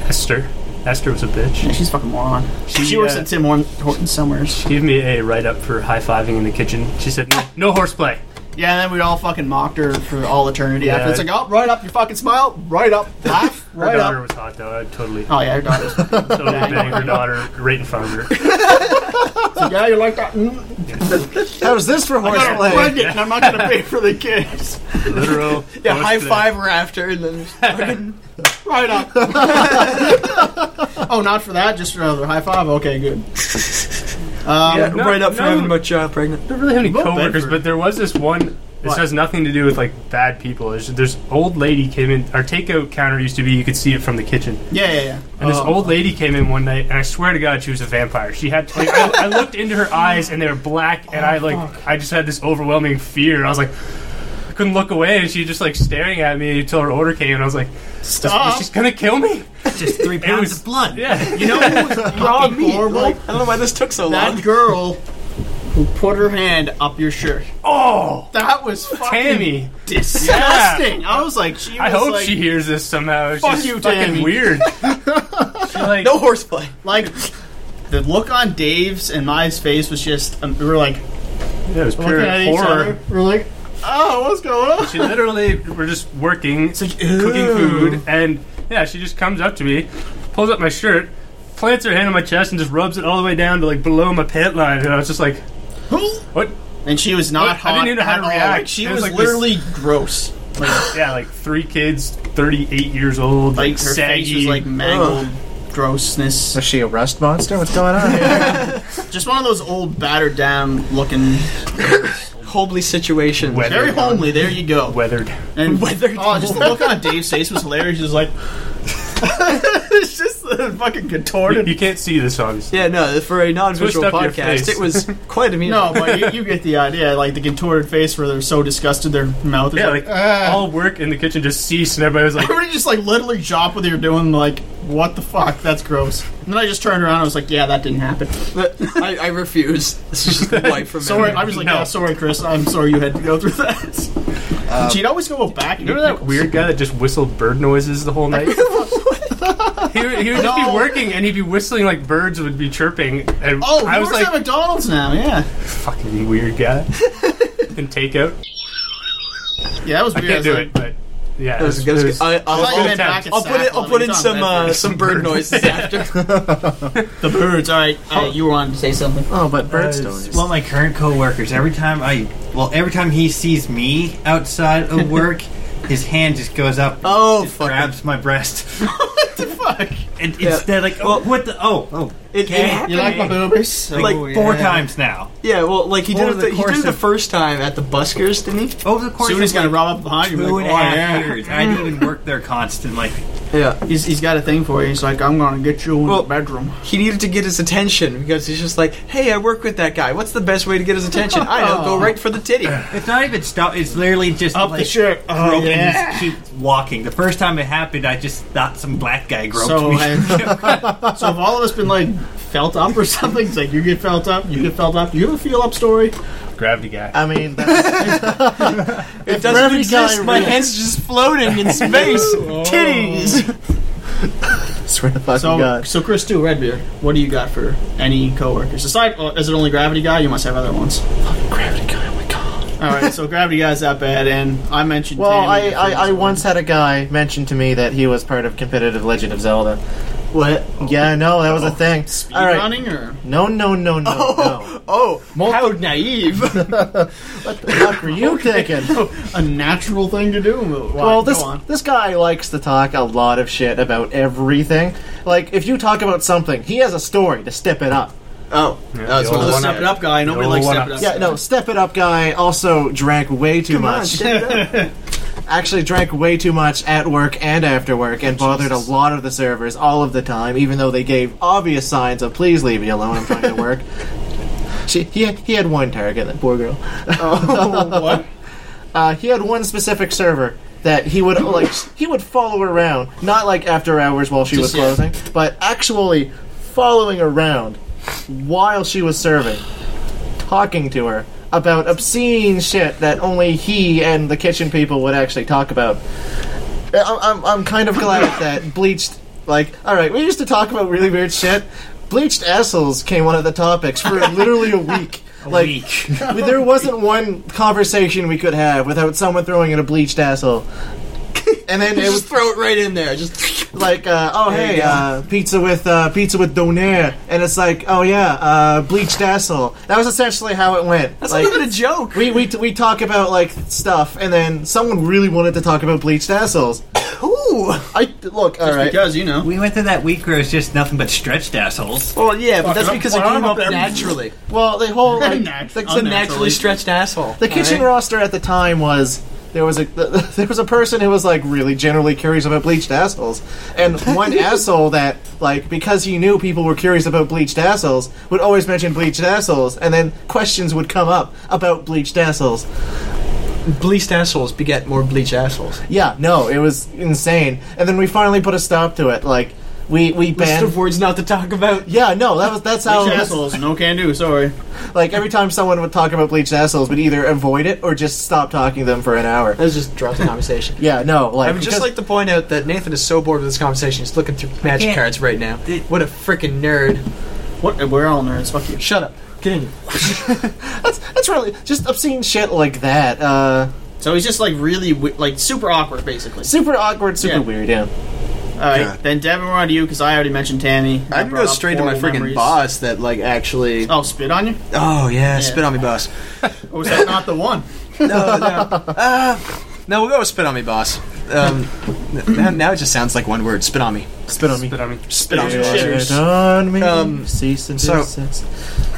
Speaker 5: Esther. Esther was a bitch.
Speaker 1: Yeah, she's a fucking moron. She, works
Speaker 5: uh,
Speaker 1: at Tim Horn- Horton Summers.
Speaker 5: Give me a write up for high fiving in the kitchen. She said no, no horseplay.
Speaker 1: Yeah, and then we all fucking mocked her for all eternity.
Speaker 5: Yeah.
Speaker 1: After it's like, oh, right up your fucking smile, right
Speaker 5: [laughs]
Speaker 1: up, laugh,
Speaker 5: Her
Speaker 1: right
Speaker 5: daughter
Speaker 1: up.
Speaker 5: was hot though. I would totally,
Speaker 1: Oh yeah, her
Speaker 5: [laughs]
Speaker 1: daughter's.
Speaker 5: totally bang her daughter right in front
Speaker 1: [laughs]
Speaker 5: of her.
Speaker 1: yeah, you like that? Mm,
Speaker 2: How's this for
Speaker 1: I'm
Speaker 2: horseplay?
Speaker 1: pregnant, and I'm not gonna pay for the kids.
Speaker 5: Literal.
Speaker 2: Yeah, high
Speaker 5: horseplay.
Speaker 2: five her after, and then fucking
Speaker 1: Right up. oh, not for that. Just for another high five. Okay, good. Um,
Speaker 5: Yeah, no,
Speaker 2: right up for
Speaker 5: no.
Speaker 2: having my child pregnant.
Speaker 5: don't really have any
Speaker 1: Little
Speaker 5: coworkers,
Speaker 1: Bedford.
Speaker 5: but there was this one. This
Speaker 1: What?
Speaker 5: has nothing to do with like bad people. It's just, there's old lady came in. Our takeout counter used to be you could see it from the kitchen,
Speaker 1: yeah, yeah, Um, yeah.
Speaker 5: and this
Speaker 1: Oh.
Speaker 5: old lady came in one night, and I swear to God, she was a vampire. She had like, I, I looked into her eyes, and they were black,
Speaker 1: Oh,
Speaker 5: and I like I just had this overwhelming fear. I was like. I couldn't look away, and she just like staring at me until her order came, and I was like,
Speaker 1: Stop.
Speaker 5: "She's gonna kill me!"
Speaker 3: Just
Speaker 5: [laughs]
Speaker 3: three pounds
Speaker 5: was-
Speaker 3: of blood.
Speaker 5: Yeah,
Speaker 1: [laughs] you know who was fucking horrible?
Speaker 2: Like, I don't know why this took so
Speaker 1: [laughs]
Speaker 2: long.
Speaker 1: that girl who put her hand up your shirt.
Speaker 5: [laughs] Oh,
Speaker 1: That was fucking
Speaker 5: Tammy.
Speaker 1: disgusting. I was like, she was
Speaker 5: I hope
Speaker 1: like,
Speaker 5: she hears this somehow.
Speaker 1: Fuck
Speaker 5: She's
Speaker 1: you,
Speaker 5: fucking
Speaker 1: Tammy.
Speaker 5: weird. [laughs] She, like,
Speaker 2: No [laughs] horseplay.
Speaker 1: like the look on Dave's and my face was just. Um, we were like
Speaker 5: Yeah, it was
Speaker 1: looking
Speaker 5: pure
Speaker 1: at each
Speaker 5: horror.
Speaker 1: other. We were like, oh, what's going on?
Speaker 5: She literally, we're just working, cooking food, and yeah, she just comes up to me, pulls up my shirt, plants her hand on my chest, and just rubs it all the way down to like below my pant line. And I was just [gasps] like, what?
Speaker 1: And she was not
Speaker 5: What?
Speaker 1: hot.
Speaker 5: I didn't even know how
Speaker 1: at
Speaker 5: to
Speaker 1: all.
Speaker 5: react.
Speaker 1: Like, she
Speaker 5: It
Speaker 1: was,
Speaker 5: was like this-
Speaker 1: literally gross.
Speaker 5: Yeah, like three kids, 38 years old,
Speaker 1: Like
Speaker 5: like,
Speaker 1: her
Speaker 5: saggy.
Speaker 1: face was like mangled grossness.
Speaker 4: Was she a rust monster? What's
Speaker 2: [laughs]
Speaker 4: going on? here?
Speaker 1: Just one of those old battered down looking,
Speaker 2: Homely situation.
Speaker 5: Weathered.
Speaker 1: very homely. There you go.
Speaker 5: [laughs] Weathered.
Speaker 1: And
Speaker 2: Weathered.
Speaker 1: oh, just the look
Speaker 5: [laughs]
Speaker 1: on Dave's face was hilarious. He was like, [laughs] it's just the fucking
Speaker 5: You,
Speaker 1: contorted.
Speaker 5: you can't see this, obviously.
Speaker 2: Yeah, no, for a non-visual
Speaker 5: Twist up your
Speaker 2: podcast,
Speaker 5: face.
Speaker 2: it was quite amusing.
Speaker 1: no, but you, you get the idea. Like the contorted face where they're so disgusted, their mouth. Is
Speaker 5: Yeah,
Speaker 1: like,
Speaker 5: like all work in the kitchen just ceased, and everybody was like,
Speaker 1: everybody just like literally drop what they were doing. Like, what the fuck? That's gross. And then I just turned around. and I was like, yeah, that didn't happen.
Speaker 2: But I, I refuse. This is just wiped from
Speaker 1: Sorry,
Speaker 2: memory.
Speaker 1: I was like,
Speaker 5: No.
Speaker 1: yeah, sorry, Chris. I'm sorry you had to go through [laughs] that. She'd always go back.
Speaker 5: You remember that weird guy that just whistled bird noises [laughs] the whole night? he, would- he would just be working and he'd be whistling like birds would be chirping. And
Speaker 1: Oh,
Speaker 5: I
Speaker 1: he
Speaker 5: was
Speaker 1: works
Speaker 5: like,
Speaker 1: at McDonald's now. Yeah,
Speaker 5: fucking weird guy. [laughs] and takeout.
Speaker 1: yeah, that was
Speaker 5: I
Speaker 1: weird. was
Speaker 5: can't do
Speaker 1: like-
Speaker 5: it, but yeah.
Speaker 2: That was- that was good. I- I'll-
Speaker 1: I thought you
Speaker 2: I'll-
Speaker 1: meant back at
Speaker 2: I'll put it. I'll
Speaker 1: Saffron.
Speaker 2: put
Speaker 1: You
Speaker 2: in
Speaker 1: sound
Speaker 2: some
Speaker 1: better.
Speaker 2: uh, some bird noises after.
Speaker 1: The birds. All right, uh, you wanted to say something.
Speaker 4: oh, but bird stories.
Speaker 6: Uh, Well, my current coworkers, every time I, well, every time he sees me outside
Speaker 2: [laughs]
Speaker 6: of work, his hand just goes up. and
Speaker 2: Oh,
Speaker 6: just
Speaker 2: fuck.
Speaker 6: grabs my
Speaker 2: [laughs]
Speaker 6: breast.
Speaker 1: Fuck.
Speaker 6: And it's they're like, oh, what the? Oh, oh,
Speaker 2: It, it happened.
Speaker 1: You like my boobers?
Speaker 6: like
Speaker 2: Oh,
Speaker 6: four
Speaker 2: yeah.
Speaker 6: times now.
Speaker 2: Yeah, well, like he did
Speaker 6: Over
Speaker 2: it.
Speaker 6: the
Speaker 2: The, he did
Speaker 6: course
Speaker 2: it the
Speaker 6: of-
Speaker 2: first time at the Buskers, didn't he?
Speaker 6: Over the course
Speaker 1: Soon he's
Speaker 6: of like,
Speaker 1: gonna rob up behind you.
Speaker 6: two
Speaker 1: like,
Speaker 6: and a
Speaker 1: "Oh,
Speaker 6: half
Speaker 1: yeah."
Speaker 6: years, I didn't even work there constantly.
Speaker 2: Yeah.
Speaker 1: He's, he's got a thing for you. He's like, I'm gonna get you in
Speaker 2: Well-
Speaker 1: the bedroom.
Speaker 2: he needed to get his attention because he's just like, "Hey, I work with that guy. What's the best way to get his attention? I know, go right for the titty."
Speaker 6: It's not even stop. It's literally just
Speaker 1: Up the
Speaker 6: like,
Speaker 1: shirt. Oh,
Speaker 6: Grope
Speaker 1: yeah.
Speaker 6: and just keep walking. The [laughs] first time it happened, I just thought some black guy groped
Speaker 1: [laughs] So,
Speaker 6: me.
Speaker 1: I- so have all of us been like felt up or [laughs] something? It's like you get felt up, you get felt up. Do you have a feel up story?
Speaker 5: Gravity guy.
Speaker 4: I mean, [laughs]
Speaker 2: [laughs]
Speaker 4: that's,
Speaker 2: It doesn't exist.
Speaker 4: guy
Speaker 1: [laughs]
Speaker 2: My
Speaker 4: really-
Speaker 2: hand's just floating in space.
Speaker 1: Oh.
Speaker 2: Titties.
Speaker 4: swear to fucking
Speaker 1: So,
Speaker 4: God.
Speaker 1: so Chris, too, Redbeard, what do you got for any coworkers? Aside, well, is it only Gravity Guy? You must have other ones.
Speaker 4: Gravity guy, oh my god.
Speaker 1: All right, so Gravity Guy's that bad, and I mentioned.
Speaker 4: Well, I,
Speaker 1: Tammy
Speaker 4: I, I once had a guy mention to me that he was part of competitive Legend of Zelda. What?
Speaker 1: Oh.
Speaker 4: Yeah, no, that was a thing.
Speaker 1: for
Speaker 4: All right.
Speaker 1: speedrunning or
Speaker 4: No, no, no, no, no.
Speaker 2: Oh,
Speaker 1: how naive.
Speaker 4: [laughs] What the fuck were you thinking?
Speaker 1: [laughs] a natural thing to do. Why?
Speaker 4: Well,
Speaker 1: Go
Speaker 4: this
Speaker 1: on.
Speaker 4: this guy likes to talk a lot of shit about everything. Like, if you talk about something, he has a story to step it up.
Speaker 2: oh,
Speaker 5: Yeah,
Speaker 2: it's
Speaker 5: the
Speaker 2: one of those.
Speaker 5: old one
Speaker 1: Step it up, guy. Nobody
Speaker 5: No,
Speaker 1: likes
Speaker 5: one
Speaker 1: step it
Speaker 5: up.
Speaker 1: up.
Speaker 4: Yeah, no, step it up guy also drank way too much. Actually, drank way too much at work and after work, and bothered a lot of the servers all of the time, even though they gave obvious signs of "Please leave me alone. I'm trying to work."
Speaker 1: [laughs]
Speaker 4: she, he, he had one target. That poor girl.
Speaker 1: Oh, what?
Speaker 4: [laughs] uh, he had one specific server that he would like he would follow around not like after hours while she was
Speaker 1: Just, yeah.
Speaker 4: closing but actually following around while she was serving talking to her about obscene shit that only he and the kitchen people would actually talk about I- I'm, I'm kind of [coughs] glad that bleached like all right we used to talk about really weird shit bleached assholes came one of the topics for literally [laughs] a week like
Speaker 3: Weak.
Speaker 4: I mean, there wasn't one conversation we could have without someone throwing in a bleached asshole. And then it
Speaker 2: Just
Speaker 4: was
Speaker 2: throw it right in there. Just
Speaker 4: like, uh, oh hey, uh, pizza with uh, pizza with donair, and it's like, oh yeah, uh, bleached asshole. That was essentially how it
Speaker 2: [laughs]
Speaker 4: went.
Speaker 2: that's
Speaker 4: like,
Speaker 2: not even a joke.
Speaker 4: we we we talk about like stuff, and then someone really wanted to talk about bleached assholes.
Speaker 2: [coughs] Ooh.
Speaker 4: I look, all right.
Speaker 1: Because you know.
Speaker 3: We went through that week where it's just nothing but stretched assholes.
Speaker 2: Well, yeah, but
Speaker 1: Fuck,
Speaker 2: that's
Speaker 1: I'm
Speaker 2: because it
Speaker 1: fine
Speaker 2: came
Speaker 1: up
Speaker 2: up
Speaker 1: there.
Speaker 2: naturally.
Speaker 4: Well, the
Speaker 2: [laughs]
Speaker 4: whole like,
Speaker 1: Nat-
Speaker 4: the-
Speaker 2: It's a naturally
Speaker 1: Unnaturally.
Speaker 2: stretched asshole.
Speaker 4: The kitchen
Speaker 2: All right?
Speaker 4: roster at the time was there was a [laughs] there was a person who was like really generally curious about bleached assholes,
Speaker 2: [laughs]
Speaker 4: and one asshole that like because he knew people were curious about bleached assholes would always mention bleached assholes, and then questions would come up about bleached assholes.
Speaker 2: bleached assholes beget more bleached assholes.
Speaker 4: Yeah, no, it was insane, and then we finally put a stop to it. Like we we
Speaker 2: List
Speaker 4: banned.
Speaker 2: of words not to talk about.
Speaker 4: Yeah, no, that was that's how
Speaker 2: Oh.
Speaker 1: Bleach assholes, no can do. Sorry.
Speaker 4: like every time someone would talk about bleached assholes, would either avoid it or just stop talking to them for an hour.
Speaker 2: That was just dropped the [laughs] conversation.
Speaker 4: Yeah, no, like
Speaker 2: I would just
Speaker 4: because-
Speaker 2: like to point out that Nathan is so bored with this conversation, he's looking through magic
Speaker 3: Yeah.
Speaker 2: cards right now. What a freaking nerd.
Speaker 1: What? We're all nerds. Fuck you.
Speaker 2: Shut up. Continue.
Speaker 4: That's that's really just obscene shit like that. Uh,
Speaker 1: So he's just like really wi- like super awkward, basically.
Speaker 4: super awkward, super
Speaker 1: Yeah.
Speaker 4: weird. Yeah.
Speaker 1: All right,
Speaker 2: God.
Speaker 1: then Devin, we're on to you because I already mentioned Tammy.
Speaker 2: I can
Speaker 1: brought
Speaker 2: go
Speaker 1: up
Speaker 2: straight to my
Speaker 1: horrible
Speaker 2: freaking
Speaker 1: memories.
Speaker 2: boss that, like, actually.
Speaker 1: Oh, spit on you?
Speaker 2: Oh, yeah, spit on me, boss.
Speaker 1: Or was that not the
Speaker 2: [laughs]
Speaker 1: one?
Speaker 2: No, no. Uh, no, we'll go with spit on me, boss. [clears throat] Um, now, now it just sounds like one word spit on me.
Speaker 4: Spit on me.
Speaker 5: But I mean,
Speaker 2: Spit on me.
Speaker 1: Yeah. Cheers.
Speaker 4: Spit on me.
Speaker 2: Um,
Speaker 4: cease and
Speaker 2: so-
Speaker 4: desist.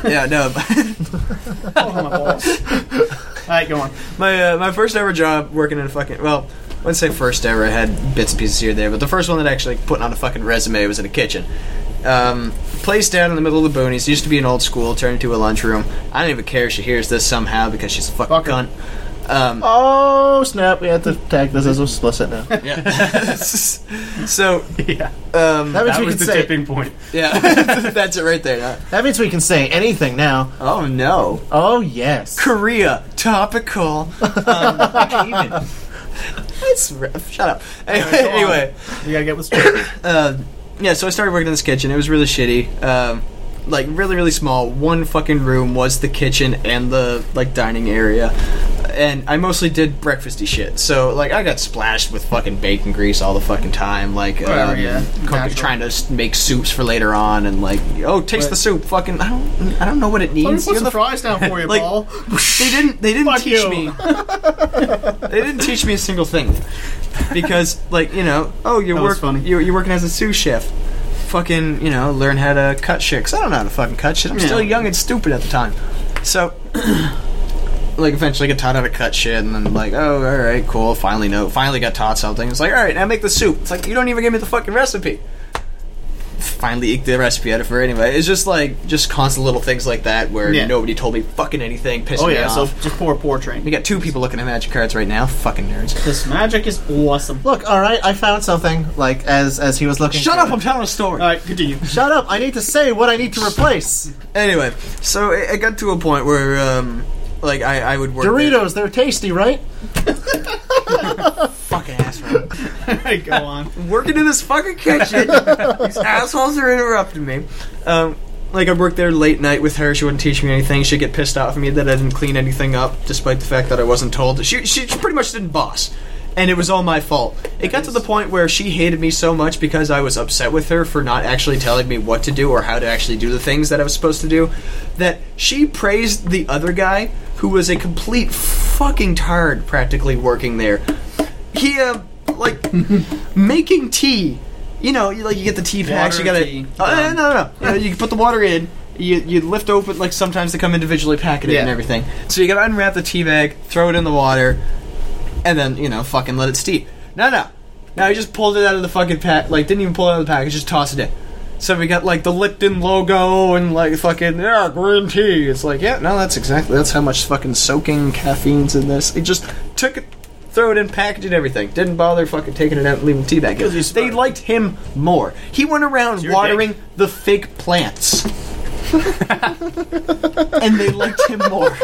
Speaker 2: Yeah, no. [laughs]
Speaker 1: Oh, my balls. All right, go on.
Speaker 2: my uh, my first ever job working in a fucking well, I wouldn't say first ever. I had bits and pieces here and there, but the first one that I actually put on a fucking resume was in a kitchen. Um, place down in the middle of the boonies used to be an old school, turned into a lunchroom. I don't even care if she hears this somehow because she's a fucking
Speaker 1: Fuck her.
Speaker 2: cunt. Um,
Speaker 4: Oh snap! We have to tag this as explicit now. that
Speaker 2: yeah. [laughs] so,
Speaker 5: yeah,
Speaker 2: um,
Speaker 4: means
Speaker 5: that
Speaker 4: we
Speaker 5: was
Speaker 4: can
Speaker 5: the
Speaker 4: say.
Speaker 5: tipping point.
Speaker 2: yeah, [laughs] that's it right there.
Speaker 4: That means we can say anything now.
Speaker 2: Oh no.
Speaker 4: Oh yes.
Speaker 2: Korea topical. Um, [laughs] That's r- shut up. Anyway,
Speaker 1: go on.
Speaker 2: anyway,
Speaker 1: You gotta get what's true.
Speaker 2: uh, yeah. So I started working in this kitchen. It was really shitty. Um, like really, really small. One fucking room was the kitchen and the like dining area. And I mostly did breakfasty shit. So like I got splashed with fucking bacon grease all the fucking time. Like
Speaker 1: Whatever,
Speaker 2: um,
Speaker 1: yeah.
Speaker 2: cooking-
Speaker 1: Natural.
Speaker 2: trying to s- make soups for later on, and like oh taste
Speaker 1: Right.
Speaker 2: the soup. Fucking I don't I don't know what it
Speaker 1: Let me
Speaker 2: needs.
Speaker 1: put
Speaker 2: You're
Speaker 1: some
Speaker 2: the
Speaker 1: fries down for you,
Speaker 2: [laughs] like-
Speaker 1: Paul.
Speaker 2: they didn't they didn't
Speaker 1: Fuck
Speaker 2: teach
Speaker 1: you. [laughs]
Speaker 2: me they didn't teach me a single thing because like you know oh you're,
Speaker 1: That was
Speaker 2: work,
Speaker 1: funny.
Speaker 2: you're, you're working as a sous chef fucking you know learn how to cut shit 'Cause i don't know how to fucking cut shit i'm still
Speaker 1: Yeah.
Speaker 2: young and stupid at the time so [clears throat] like eventually get taught how to cut shit and then like oh all right cool finally no finally got taught something it's like all right now make the soup it's like you don't even give me the fucking recipe finally eked the recipe out of her anyway. It's just like just constant little things like that where
Speaker 1: Yeah.
Speaker 2: nobody told me fucking anything, pissing
Speaker 1: Oh
Speaker 2: me
Speaker 1: yeah, so
Speaker 2: off.
Speaker 1: just pour pour train.
Speaker 2: we got two people looking at magic cards right now. Fucking nerds.
Speaker 1: This magic is awesome.
Speaker 4: Look, all right, I found something. Like as as he was looking.
Speaker 2: Shut
Speaker 4: for
Speaker 2: up!
Speaker 4: it.
Speaker 2: I'm telling a story.
Speaker 1: All right,
Speaker 2: [laughs]
Speaker 1: continue.
Speaker 4: Shut up! I need to say what I need to replace.
Speaker 2: anyway, so it, it got to a point where, um, like, I, I would work. there.
Speaker 4: Doritos, they're tasty, right?
Speaker 2: fucking asshole.
Speaker 1: Go on.
Speaker 2: working in this fucking kitchen. These assholes are interrupting me. Um, like I'd work there late night with her. She wouldn't teach me anything. She'd get pissed off at me that I didn't clean anything up, despite the fact that I wasn't told. She she pretty much didn't boss, and it was all my fault. It got to the point where she hated me so much because I was upset with her for not actually telling me what to do or how to actually do the things that I was supposed to do, that she praised the other guy who was a complete fucking tard, practically working there. He uh, like
Speaker 1: [laughs]
Speaker 2: making tea. You know, you, like you get the tea packs. you
Speaker 1: Water,
Speaker 2: gotta
Speaker 1: tea,
Speaker 2: Oh, no, no, no. You, know, you put the water in. You you lift open like sometimes they come individually packeted and
Speaker 1: Yeah.
Speaker 2: everything. So you gotta unwrap the tea bag, throw it in the water, and then you know fucking let it steep. No, no. Now he just pulled it out of the fucking pack. Like didn't even pull it out of the package. Just tossed it in. So we got like the Lipton logo and like fucking yeah green tea. It's like yeah no that's exactly that's how much fucking soaking caffeine's in this. It just took it, throw it in, packaged it, everything. Didn't bother fucking taking it out and leaving the tea bag. in.
Speaker 1: he's smart.
Speaker 2: They liked him more. He went around
Speaker 1: your
Speaker 2: watering the
Speaker 1: [laughs]
Speaker 2: fake plants. and they liked him more.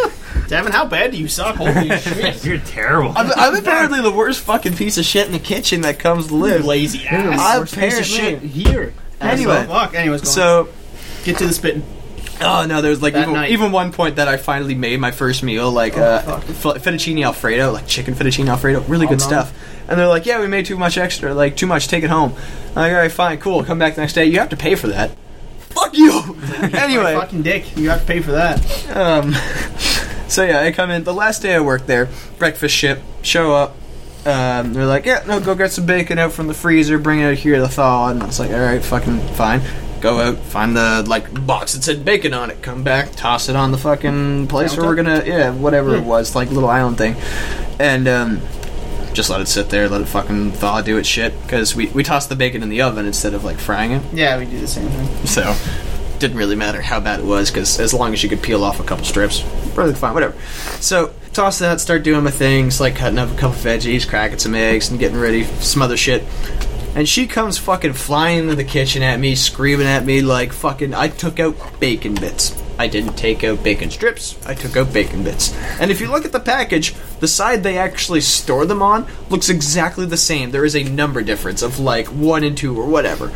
Speaker 1: Devin, how bad do you suck?
Speaker 2: [laughs]
Speaker 1: Holy shit.
Speaker 3: You're terrible.
Speaker 2: I'm, I'm apparently the worst fucking piece of shit in the kitchen that comes to live.
Speaker 1: Lazy ass.
Speaker 2: I'm
Speaker 4: Worst piece of shit
Speaker 2: apparently.
Speaker 4: here.
Speaker 2: Anyway,
Speaker 1: Fuck. Anyways, go on.
Speaker 2: so
Speaker 1: get to the spitting.
Speaker 2: Oh no, there was like
Speaker 1: That
Speaker 2: even,
Speaker 1: night.
Speaker 2: even one point that I finally made my first meal, like
Speaker 4: Oh,
Speaker 2: uh, f- fettuccine alfredo, like chicken fettuccine alfredo, really
Speaker 4: Uh-huh.
Speaker 2: good stuff. And they're like, "Yeah, we made too much extra, like too much. Take it home." I'm like, all right, fine, cool. Come back the next day. You have to pay for that. Fuck
Speaker 4: [laughs]
Speaker 2: you. anyway,
Speaker 1: Fucking dick. You have to pay for that.
Speaker 2: um, [laughs] so yeah, I come in the last day I worked there, breakfast ship, show up. Um, they're like, yeah, no, go get some bacon out from the freezer, bring it out here to thaw. And I was like, all right, fucking fine. Go out, find the like box that said bacon on it. Come back, toss it on the fucking place where we're gonna, yeah, whatever it was, like little island thing, and um, just let it sit there, let it fucking thaw, do its shit. Because we we tossed the bacon in the oven instead of like frying it.
Speaker 1: Yeah, we do the same thing.
Speaker 2: So, didn't really matter how bad it was because as long as you could peel off a couple strips, perfectly fine, whatever. So, toss that, start doing my things, like cutting up a couple veggies, cracking some eggs, and getting ready for some other shit. And she comes fucking flying into the kitchen at me, screaming at me like fucking. I took out bacon bits. I didn't take out bacon strips. I took out bacon bits. And if you look at the package, the side they actually store them on looks exactly the same. There is a number difference of like one and two or whatever.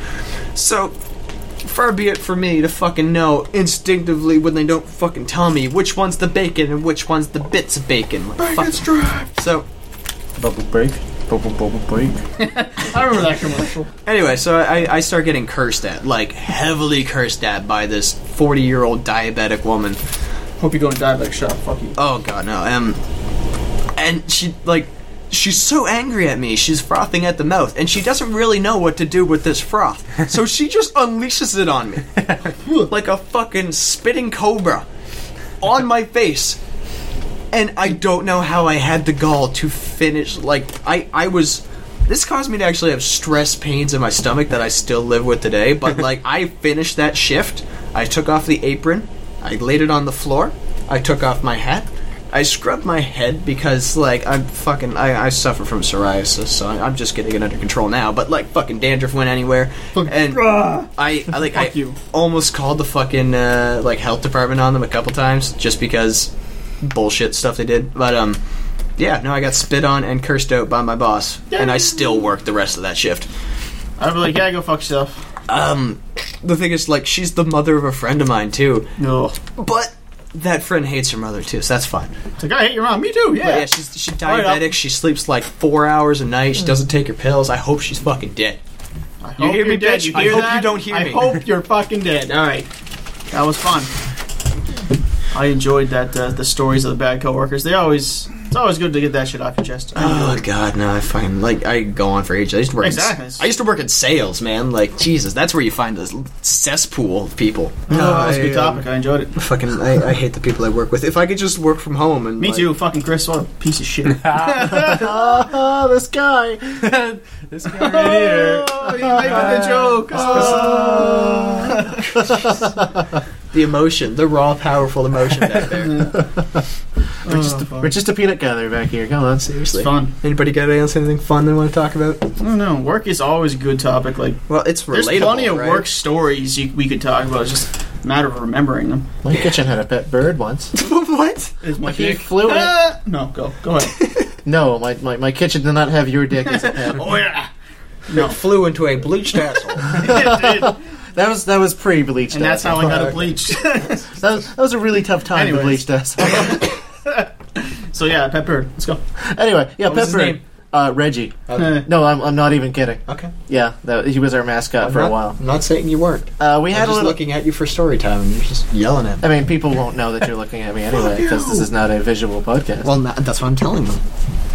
Speaker 2: So far be it for me to fucking know instinctively when they don't fucking tell me which one's the bacon and which one's the bits of bacon. Like, fuck. So
Speaker 4: Bubble break. Bubble bubble break.
Speaker 1: I remember that commercial.
Speaker 2: anyway, so I, I start getting cursed at, like heavily cursed at by this forty-year-old diabetic woman.
Speaker 1: Hope you go and die like shut up. Fuck you.
Speaker 2: Oh god, no. Um, and she like she's so angry at me. She's frothing at the mouth, and she doesn't really know what to do with this
Speaker 1: [laughs]
Speaker 2: froth. so she just unleashes it on me, like a fucking spitting cobra, on my face. And I don't know how I had the gall to finish. Like I, I was. This caused me to actually have stress pains in my stomach that I still live with today. But like I finished that shift, I took off the apron, I laid it on the floor, I took off my hat, I scrubbed my head because like I'm fucking I, I suffer from psoriasis, so I- I'm just getting it under control now. But like fucking dandruff went anywhere, and I, I like I
Speaker 1: you.
Speaker 2: almost called the fucking uh, like health department on them a couple times just because bullshit stuff they did. But um, yeah, no, I got spit on and cursed out by my boss, and I still worked the rest of that shift.
Speaker 1: I'd be like, yeah, go fuck yourself.
Speaker 2: Um, the thing is, like, she's the mother of a friend of mine too,
Speaker 1: No.
Speaker 2: but that friend hates her mother too, so that's fine.
Speaker 1: It's like, I hate your mom. Me too.
Speaker 2: But
Speaker 1: Yeah.
Speaker 2: yeah, she's she's
Speaker 1: Right Mm. up.
Speaker 2: diabetic. She sleeps like four hours a night. She doesn't take her pills. I hope she's fucking dead.
Speaker 1: I hope
Speaker 2: You hear me,
Speaker 1: you're dead.
Speaker 2: bitch?
Speaker 1: You
Speaker 2: I
Speaker 1: hear
Speaker 2: hope
Speaker 1: that?
Speaker 2: you don't hear
Speaker 1: I
Speaker 2: me.
Speaker 1: hope you're fucking [laughs] dead. All right. That was fun. I enjoyed that uh, the stories of the bad coworkers. They always it's always good to get that shit off your chest. I enjoy
Speaker 2: Oh
Speaker 1: it.
Speaker 2: god, no! I find like I go on for ages. I used to work.
Speaker 1: Exactly.
Speaker 2: In, I used to work in sales, man. Like Jesus, that's where you find this cesspool of people.
Speaker 1: No, that was a good
Speaker 2: I, um,
Speaker 1: topic. I enjoyed it.
Speaker 2: Fucking, I, I hate the people I work with. If I could just work from home and
Speaker 1: Me
Speaker 2: like-
Speaker 1: too. Fucking Chris, what a piece of [laughs] shit. Oh,
Speaker 4: Ah, this guy.
Speaker 5: this guy right here.
Speaker 1: [laughs] Oh, you making the joke. Oh.
Speaker 2: the emotion, the raw, powerful emotion [laughs] back there.
Speaker 1: We're just a,
Speaker 4: We're just a peanut gatherer back here. Come on.
Speaker 2: Seriously.
Speaker 1: Oh, fun.
Speaker 2: Anybody got anything else, anything fun they want to talk about?
Speaker 1: I don't know. Work is always a good topic. Like
Speaker 2: Well, it's relatable.
Speaker 1: there's plenty of
Speaker 2: right? [laughs]
Speaker 1: work stories you, we could talk about. It's just a matter of remembering them.
Speaker 4: My kitchen had a pet bird once.
Speaker 2: what?
Speaker 1: Is my
Speaker 4: He
Speaker 1: dick?
Speaker 4: flew it.
Speaker 1: Ah! No, go go ahead.
Speaker 4: No, my, my, my kitchen did not have your dick as a
Speaker 2: [laughs]
Speaker 4: pet.
Speaker 1: oh yeah.
Speaker 2: No. Flew into a bleached [laughs] asshole.
Speaker 1: It did.
Speaker 4: That was that was pre bleached.
Speaker 1: And that's how I got it bleached.
Speaker 4: That was, that was a really tough time to
Speaker 1: Anyways.
Speaker 4: bleach
Speaker 2: [laughs]
Speaker 4: us.
Speaker 1: [laughs] so yeah, pet bird. Let's go.
Speaker 4: [laughs] anyway, yeah,
Speaker 2: What was his
Speaker 4: Pepper.
Speaker 2: name?
Speaker 4: Uh, Reggie.
Speaker 2: Okay.
Speaker 4: No, I'm, I'm not even kidding.
Speaker 2: okay.
Speaker 4: Yeah, that, he was our mascot for
Speaker 2: I'm not,
Speaker 4: a while.
Speaker 2: I'm not saying you weren't.
Speaker 4: Uh, we
Speaker 2: I'm
Speaker 4: had
Speaker 2: just
Speaker 4: a little.
Speaker 2: looking at you for story time, and you're just yelling at me.
Speaker 4: I mean, people won't know that you're looking at me anyway because this is not a visual podcast.
Speaker 2: Well, not, that's what I'm telling them.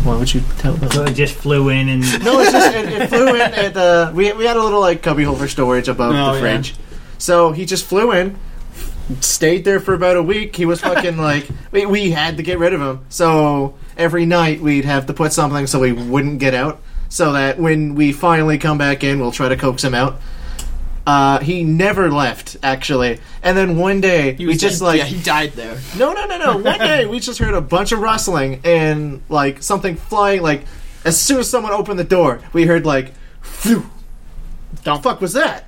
Speaker 4: Why would you tell them?
Speaker 6: So it just flew in and
Speaker 4: [laughs] No, it's just it, it flew in at uh, we we had a little like cubbyhole for storage above
Speaker 1: Oh,
Speaker 4: the
Speaker 1: yeah.
Speaker 4: fridge, so he just flew in, stayed there for about a week. He
Speaker 1: [laughs]
Speaker 4: was fucking like we, we had to get rid of him, so every night we'd have to put something so he wouldn't get out, so that when we finally come back in, we'll try to coax him out. Uh, he never left actually, and then one day we
Speaker 1: was
Speaker 4: just
Speaker 1: dead.
Speaker 4: like
Speaker 2: Yeah, he died there.
Speaker 4: no, no, no, no. One day we just heard a bunch of rustling and like something flying. Like as soon as someone opened the door, we heard like, "Phew, the fuck was that?"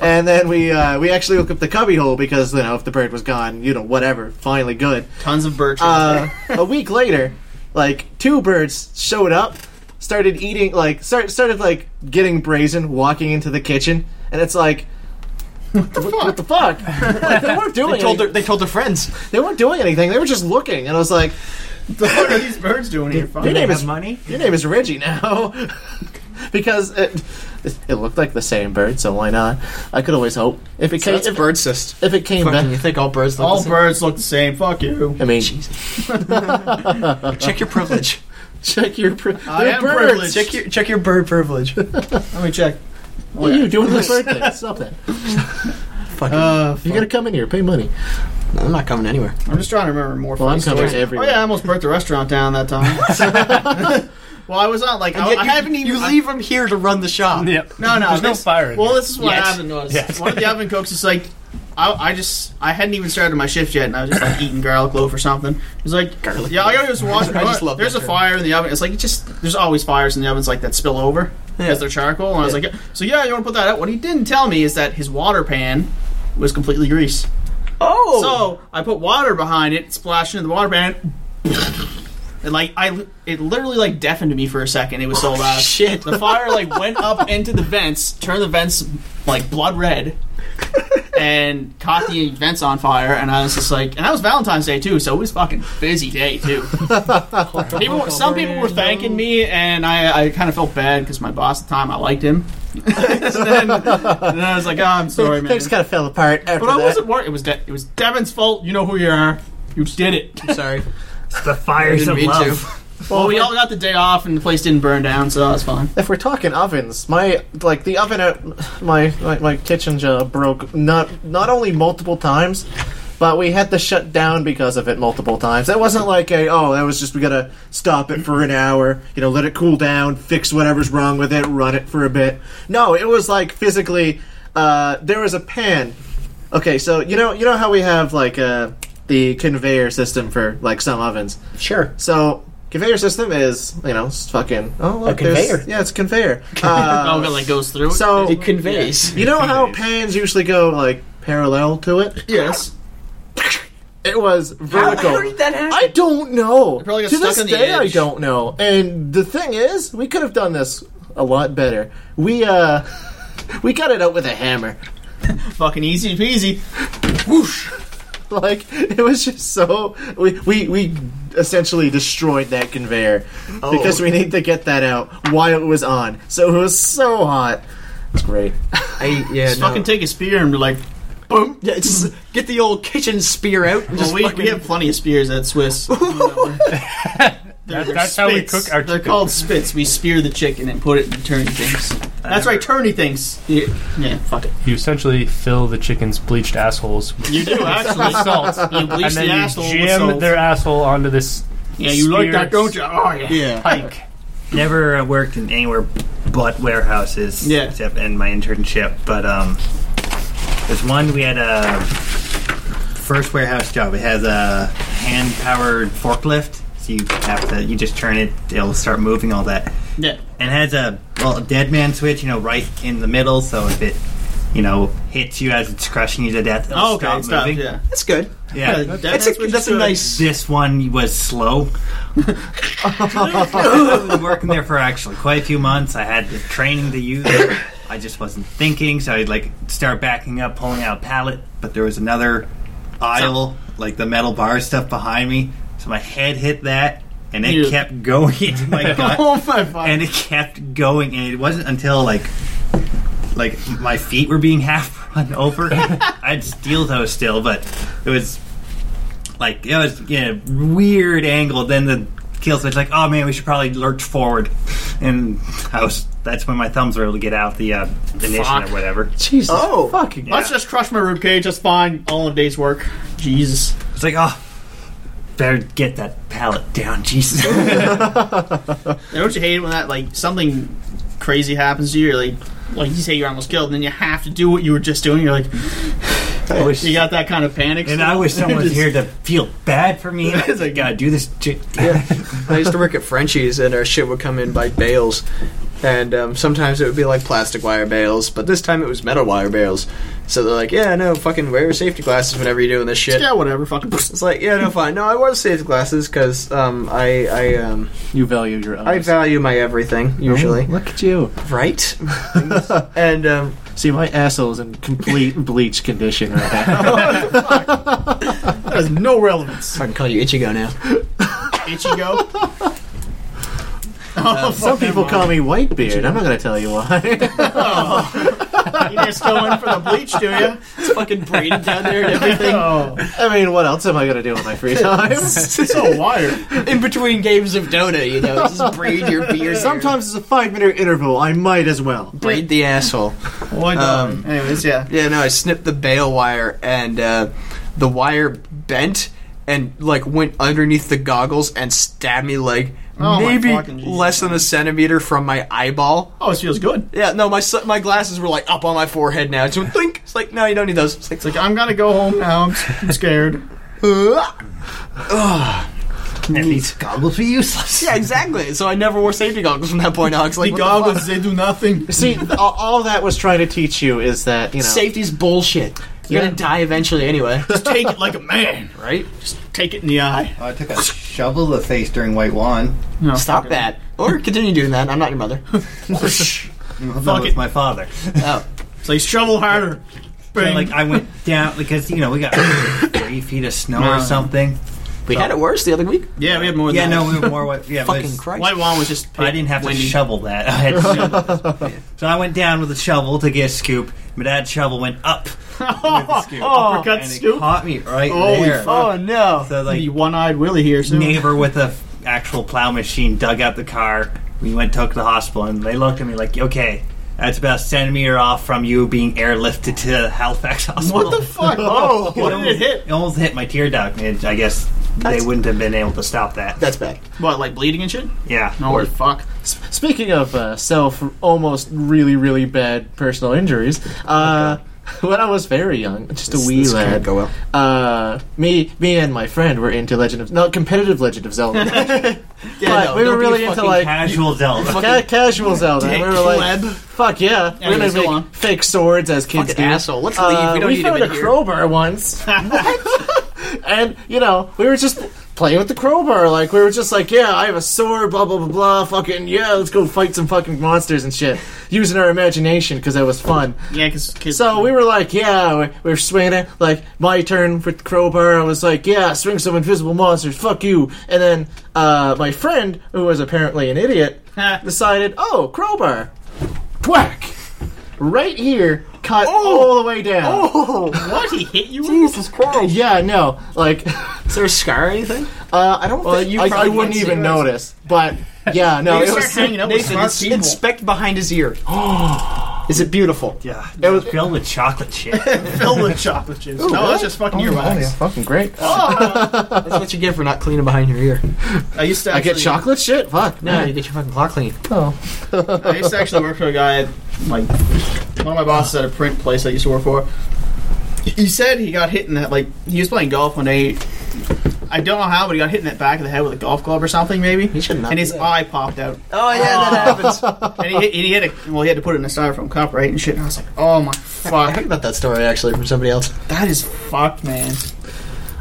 Speaker 4: And then we uh, we actually looked up the cubbyhole because you know if the bird was gone, you know whatever. Finally, good.
Speaker 1: Tons of bird. [laughs]
Speaker 4: Uh, a week later, like two birds showed up, started eating, like start, started like getting brazen, walking into the kitchen, and it's like. What the fuck? What the fuck? Like, they weren't doing
Speaker 2: They told
Speaker 4: anything.
Speaker 2: their, they told their friends.
Speaker 4: They weren't doing anything. They were just looking, and I was like,
Speaker 1: the fuck are these birds doing here?
Speaker 4: "Your
Speaker 1: Fuck.
Speaker 4: name is
Speaker 6: have [laughs] money.
Speaker 4: your name is Reggie now," [laughs] because it it looked like the same bird. So why not? I could always hope if it came
Speaker 2: That's
Speaker 4: if,
Speaker 2: bird cyst.
Speaker 4: if it came
Speaker 2: Fucking, you
Speaker 4: back.
Speaker 2: think all birds look
Speaker 1: All
Speaker 2: the same?
Speaker 1: birds look the same. Fuck you.
Speaker 4: I mean,
Speaker 2: [laughs] Check your
Speaker 1: [laughs]
Speaker 2: privilege.
Speaker 4: check your pri-
Speaker 1: I
Speaker 4: they're
Speaker 1: am
Speaker 4: birds.
Speaker 1: privileged.
Speaker 2: check your check your bird privilege.
Speaker 1: Oh, Let me check.
Speaker 4: What are you doing
Speaker 2: [laughs]
Speaker 4: this birthday? Stop that!
Speaker 2: Fucking,
Speaker 1: Uh,
Speaker 4: You gotta come in here, pay money.
Speaker 2: I'm not coming anywhere.
Speaker 1: I'm just trying to remember more.
Speaker 4: Well,
Speaker 1: funny
Speaker 4: I'm coming
Speaker 1: stories.
Speaker 4: everywhere.
Speaker 1: Oh yeah, I almost burnt the restaurant down that time. [laughs] well, I was on like I,
Speaker 2: Yet
Speaker 1: I
Speaker 2: you,
Speaker 1: haven't even.
Speaker 2: you leave them here to run the shop.
Speaker 5: Yep.
Speaker 1: No, no,
Speaker 5: There's no
Speaker 1: this-
Speaker 5: fire in
Speaker 1: Well,
Speaker 5: there.
Speaker 1: this is what
Speaker 2: Yes.
Speaker 1: happened was
Speaker 5: Yes.
Speaker 1: one of the oven cooks is like, I, I just I hadn't even started my shift yet, and I was just like eating garlic loaf or something. He's like,
Speaker 2: Garlic
Speaker 1: yeah, I gotta just
Speaker 2: [laughs]
Speaker 1: wash.
Speaker 2: I just love
Speaker 1: there's
Speaker 2: that
Speaker 1: a
Speaker 2: term.
Speaker 1: fire in the oven. It's like it just there's always fires in the ovens like that spill over because they're charcoal. And I was like, so yeah, you want to put that out? What he didn't tell me is that his water pan was completely grease.
Speaker 2: Oh,
Speaker 1: So I put water behind it, splashed into the water pan, and like I, it literally like deafened me for a second. It was so loud.
Speaker 2: shit.
Speaker 1: The fire like went up into the vents, turned the vents like blood red, and caught the vents on fire. And I was just like, and that was Valentine's Day too, so it was fucking busy day too. people, were- some people were thanking me, and I, I kind of felt bad because my boss at the time I liked him. [laughs] and, then, and then I was like, oh, I'm sorry, man.
Speaker 4: Things kind of fell apart after
Speaker 1: But I
Speaker 4: that.
Speaker 1: wasn't worried. It was De- it was Devin's fault. You know who you are. You did
Speaker 2: [laughs]
Speaker 1: it.
Speaker 2: I'm sorry.
Speaker 6: It's the
Speaker 2: I
Speaker 6: fires
Speaker 2: didn't
Speaker 6: of
Speaker 2: mean
Speaker 6: love.
Speaker 2: to.
Speaker 1: Well, we all got the day off, and the place didn't burn down, so that's fine.
Speaker 4: if we're talking ovens, my like the oven at my my, my kitchen job broke not not only multiple times, but we had to shut down because of it multiple times. It wasn't like a oh that was just we gotta stop it for an hour, you know, let it cool down, fix whatever's wrong with it, run it for a bit. No, it was like physically uh, there was a pan. Okay, so you know you know how we have like uh, the conveyor system for like some ovens.
Speaker 2: Sure.
Speaker 4: So conveyor system is you know it's fucking oh look,
Speaker 2: A
Speaker 4: there's-
Speaker 2: conveyor.
Speaker 4: Yeah, it's a conveyor.
Speaker 1: [laughs] oh, it
Speaker 4: Uh,
Speaker 1: like goes through. it?
Speaker 4: so
Speaker 2: It conveys.
Speaker 4: you know how pans usually go like parallel to it?
Speaker 1: yes,
Speaker 4: It was vertical.
Speaker 2: that happen?
Speaker 4: I don't know.
Speaker 1: probably got
Speaker 4: to
Speaker 1: stuck
Speaker 4: this
Speaker 1: on the
Speaker 4: day, I
Speaker 1: edge.
Speaker 4: don't know. And the thing is, we could have done this a lot better. We uh, [laughs] we got it out with a hammer.
Speaker 1: fucking easy peasy.
Speaker 4: [laughs] Like it was just so we we, we essentially destroyed that conveyor
Speaker 1: Oh.
Speaker 4: because we need to get that out while it was on. So it was so hot. It's great.
Speaker 2: I, yeah, no.
Speaker 1: Fucking take a spear and be like,
Speaker 2: boom. Yeah, just get the old kitchen spear out. and
Speaker 1: well,
Speaker 2: just
Speaker 1: we,
Speaker 2: fucking-
Speaker 1: we have plenty of spears at
Speaker 2: [laughs]
Speaker 1: Swiss.
Speaker 5: That- that's how we cook our
Speaker 1: They're
Speaker 5: chicken.
Speaker 1: called spits. We spear the chicken and put it in turny things. That's right, turny things. Yeah, yeah, fuck it.
Speaker 5: You essentially fill the chicken's bleached assholes with
Speaker 1: You do [laughs] actually.
Speaker 5: salt,
Speaker 1: You bleach
Speaker 5: and
Speaker 1: the
Speaker 5: then
Speaker 1: asshole
Speaker 5: you
Speaker 1: with salt.
Speaker 5: jam their asshole onto this
Speaker 1: yeah, you like that, don't
Speaker 5: spears.
Speaker 1: you? Oh yeah.
Speaker 2: yeah.
Speaker 5: pike.
Speaker 6: Never uh, worked in anywhere but warehouses.
Speaker 1: Yeah.
Speaker 6: Except in my internship, but um,
Speaker 3: There's one we had a first warehouse job. It has a hand powered forklift, so you have to you just turn it, it'll start moving all that.
Speaker 1: Yeah.
Speaker 3: And it has a well a dead man switch, you know, right in the middle. So if it you know hits you as it's crushing you to death, it'll
Speaker 1: Oh, okay.
Speaker 3: stop
Speaker 1: Stop.
Speaker 3: moving.
Speaker 1: Yeah.
Speaker 2: That's good.
Speaker 3: yeah.
Speaker 1: That's,
Speaker 2: That's a,
Speaker 1: what
Speaker 2: that's
Speaker 1: you
Speaker 2: a
Speaker 1: should.
Speaker 2: nice.
Speaker 3: This one was slow. [laughs] I've been working there for actually quite a few months. I had the training to use it. I just wasn't thinking, so I'd like start backing up, pulling out a pallet, but there was another aisle, like the metal bar stuff behind me. So my head hit that and it
Speaker 1: Yeah.
Speaker 3: kept going [laughs] into
Speaker 2: [laughs]
Speaker 3: my gut.
Speaker 1: [laughs] Oh my fuck.
Speaker 3: and it kept going and it wasn't until like like my feet were being half [laughs] run over. I'd steal those still, but it was like it was yeah weird angle. Then the kill switch like oh man we should probably lurch forward, and I was that's when my thumbs were able to get out the uh, ignition
Speaker 1: Fuck.
Speaker 3: or whatever.
Speaker 4: Jesus.
Speaker 2: Oh.
Speaker 4: fucking.
Speaker 1: Let's just crush my ribcage. That's fine. All in a day's work. Jesus.
Speaker 3: It's like oh. Better get that pallet down, Jesus.
Speaker 1: And don't you hate it when that like something crazy happens to you? You're like, like you say, you're almost killed, and then you have to do what you were just doing. You're like,
Speaker 3: [laughs] I [laughs] wish,
Speaker 1: you got that kind of panic.
Speaker 3: and [laughs] I wish
Speaker 1: [laughs]
Speaker 3: someone was here to feel bad for me. [laughs] It's like, gotta do this. j-
Speaker 2: I used to work at Frenchie's, and our shit would come in by bales. And um, sometimes it would be like plastic wire bales, but this time it was metal wire bales. So they're like, yeah, no, fucking wear your safety glasses whenever you're doing this shit.
Speaker 1: Yeah, whatever. [laughs] Fucking.
Speaker 2: It's like, yeah, no, fine. No, I wore safety glasses because um, I, I, um,
Speaker 4: You value your own.
Speaker 2: I value my everything, usually.
Speaker 4: Look at you.
Speaker 2: Oh, Right? [laughs] and um,
Speaker 4: See, my asshole's in [laughs] complete bleach condition right now. [laughs]
Speaker 1: That has no relevance.
Speaker 2: I can call you Ichigo now.
Speaker 1: Ichigo. oh,
Speaker 4: Some people call me Whitebeard. I'm not going to tell you why. [laughs]
Speaker 1: you just go in for the bleach, do you?
Speaker 2: It's fucking braided down there and
Speaker 1: [laughs]
Speaker 2: everything.
Speaker 1: Oh,
Speaker 4: I mean, what else am I going to do with
Speaker 1: [laughs]
Speaker 4: my free time?
Speaker 1: so wired.
Speaker 2: In between games of Dota, you know, just braid your [laughs] beard.
Speaker 4: [laughs] Sometimes it's a five minute interval. I might as well.
Speaker 2: braid the asshole.
Speaker 1: Boy,
Speaker 2: Um,
Speaker 1: um, anyways, yeah.
Speaker 2: Yeah, no, I snipped the bale wire, and uh, the wire bent and like went underneath the goggles and stabbed me like
Speaker 1: Oh, my
Speaker 2: maybe
Speaker 1: fucking Jesus.
Speaker 2: less than a centimeter from my eyeball.
Speaker 1: Oh, it feels good.
Speaker 2: Yeah, no, my s- my glasses were like up on my forehead now. It's [laughs] like, think. It's like, no, you don't need those. It's like,
Speaker 1: It's like I'm gonna go home now. I'm, s- I'm scared.
Speaker 2: "Ugh."
Speaker 3: And these goggles were useless.
Speaker 2: yeah, exactly. So I never wore safety goggles from that point on. It's like, what the fuck?
Speaker 1: they do nothing.
Speaker 4: See, all, all that was trying to teach you is that, you know.
Speaker 2: safety's bullshit. You're
Speaker 4: Yeah.
Speaker 2: gonna die eventually anyway,
Speaker 1: Just take it like a man.
Speaker 2: [laughs] right?
Speaker 1: Take it in the eye.
Speaker 3: I took a shovel to the face during White Wand.
Speaker 1: No,
Speaker 2: Stop
Speaker 1: fuck it.
Speaker 2: that, or continue doing that. I'm not your [laughs] mother.
Speaker 3: Fuck
Speaker 1: it.
Speaker 3: with my father.
Speaker 1: [laughs]
Speaker 2: Oh,
Speaker 1: It's like shovel harder.
Speaker 3: So,
Speaker 1: Bang.
Speaker 3: like I went down because you know we got [coughs] three feet of snow or
Speaker 1: Man.
Speaker 3: something.
Speaker 2: we had it worse the other week.
Speaker 1: yeah, we had more.
Speaker 3: Yeah,
Speaker 1: than
Speaker 3: no,
Speaker 1: that. [laughs]
Speaker 3: we were more. What, yeah, but
Speaker 2: Fucking
Speaker 3: it's-
Speaker 2: Christ.
Speaker 1: White wine was just.
Speaker 3: but I didn't have to
Speaker 1: windy.
Speaker 3: shovel that. [laughs] I had to shovel.
Speaker 1: [laughs]
Speaker 3: this. so I went down with a shovel to get a scoop. My dad's shovel went up.
Speaker 1: [laughs] Oh,
Speaker 3: scoop.
Speaker 1: uppercut
Speaker 3: and It
Speaker 1: scoop.
Speaker 3: caught me right
Speaker 1: Holy
Speaker 3: there.
Speaker 1: fuck.
Speaker 2: Oh no.
Speaker 3: So like
Speaker 1: the one-eyed Willie here. So.
Speaker 3: neighbor with a f- actual plow machine dug out the car. We went took to the hospital, and they looked at me like, "Okay, that's about a centimeter off from you being airlifted to Halifax Hospital."
Speaker 1: [laughs] What the fuck? Oh, what did
Speaker 3: almost,
Speaker 1: it hit?
Speaker 3: almost hit my tear duct, and I guess
Speaker 2: That's-
Speaker 3: they wouldn't have been able to stop that.
Speaker 2: That's bad.
Speaker 1: What, like bleeding and shit?
Speaker 3: yeah.
Speaker 1: Holy fuck!
Speaker 4: S- Speaking of uh, self, almost really, really bad personal injuries. Uh, [laughs] when I was very young, just a wee
Speaker 2: this can't
Speaker 4: lad,
Speaker 2: go well.
Speaker 4: uh, me, me and my friend were into Legend of no competitive Legend
Speaker 2: [laughs]
Speaker 4: of Zelda.
Speaker 2: Yeah,
Speaker 4: But
Speaker 2: no,
Speaker 4: we were
Speaker 2: don't be
Speaker 4: really
Speaker 2: a
Speaker 4: into
Speaker 2: fucking
Speaker 4: [laughs] like
Speaker 3: Casual Zelda.
Speaker 4: ca- casual Zelda. and we were like,
Speaker 1: pleb.
Speaker 4: fuck yeah, we're gonna
Speaker 1: Anyways, go
Speaker 4: make
Speaker 1: on.
Speaker 4: fake swords as kids
Speaker 2: fucking
Speaker 4: do.
Speaker 2: asshole. Let's leave.
Speaker 4: Uh,
Speaker 2: we don't need him
Speaker 4: found
Speaker 2: in
Speaker 4: a
Speaker 2: here. [laughs]
Speaker 4: crowbar once, and you know we were just playing with the crowbar. Like we were just like, yeah, I have a sword, blah blah blah blah. Fucking yeah, let's go fight some fucking monsters and shit, using our imagination because that was fun.
Speaker 1: Yeah, because
Speaker 4: So
Speaker 1: [laughs]
Speaker 4: we were like, yeah, we, we were swinging it. Like my turn with the crowbar, I was like, yeah, swing some invisible monsters, fuck you. And then uh, my friend, who was apparently an idiot, decided, oh, crowbar, whack, right here, cut
Speaker 2: Oh!
Speaker 4: all the way down.
Speaker 1: what he hit you? Jesus Christ!
Speaker 4: Yeah, no, like [laughs]
Speaker 2: Is there a scar or anything?
Speaker 4: uh, I don't.
Speaker 2: Well,
Speaker 4: think,
Speaker 2: you
Speaker 4: I, I
Speaker 2: probably
Speaker 4: wouldn't
Speaker 2: can't see
Speaker 4: even
Speaker 2: it.
Speaker 4: notice, but
Speaker 2: [laughs]
Speaker 4: yeah, no, it
Speaker 1: start
Speaker 4: was. [laughs]
Speaker 1: hanging out with
Speaker 2: Nathan,
Speaker 1: smart
Speaker 2: ins-
Speaker 1: people.
Speaker 2: inspect behind his ear. [gasps] Is it beautiful?
Speaker 3: Yeah,
Speaker 4: It was-
Speaker 3: filled with chocolate
Speaker 1: [laughs]
Speaker 3: chip.
Speaker 1: Filled with chocolate chips. no, Oh, that's just fucking earwax.
Speaker 4: fucking great.
Speaker 2: That's what you get for not cleaning behind your ear.
Speaker 1: I used to.
Speaker 4: I
Speaker 1: Actually,
Speaker 4: get chocolate shit. Fuck
Speaker 2: No,
Speaker 4: no.
Speaker 2: you get your fucking clock clean.
Speaker 1: I used to actually work for a guy. At, like one of my bosses at a print place I used to work for. He said he got hit in that like he was playing golf one day. I don't know how, but he got hit in the back of the head with a golf club or something, maybe. He
Speaker 4: should not
Speaker 1: And his
Speaker 4: do that.
Speaker 1: eye popped out,
Speaker 2: Oh yeah, that happens.
Speaker 1: and he, hit- and he had a well, he had to put it in a styrofoam cup, right, and shit. And I was like, oh my
Speaker 2: I
Speaker 1: fuck,
Speaker 2: heard about that story actually from somebody else.
Speaker 1: that is fucked, man.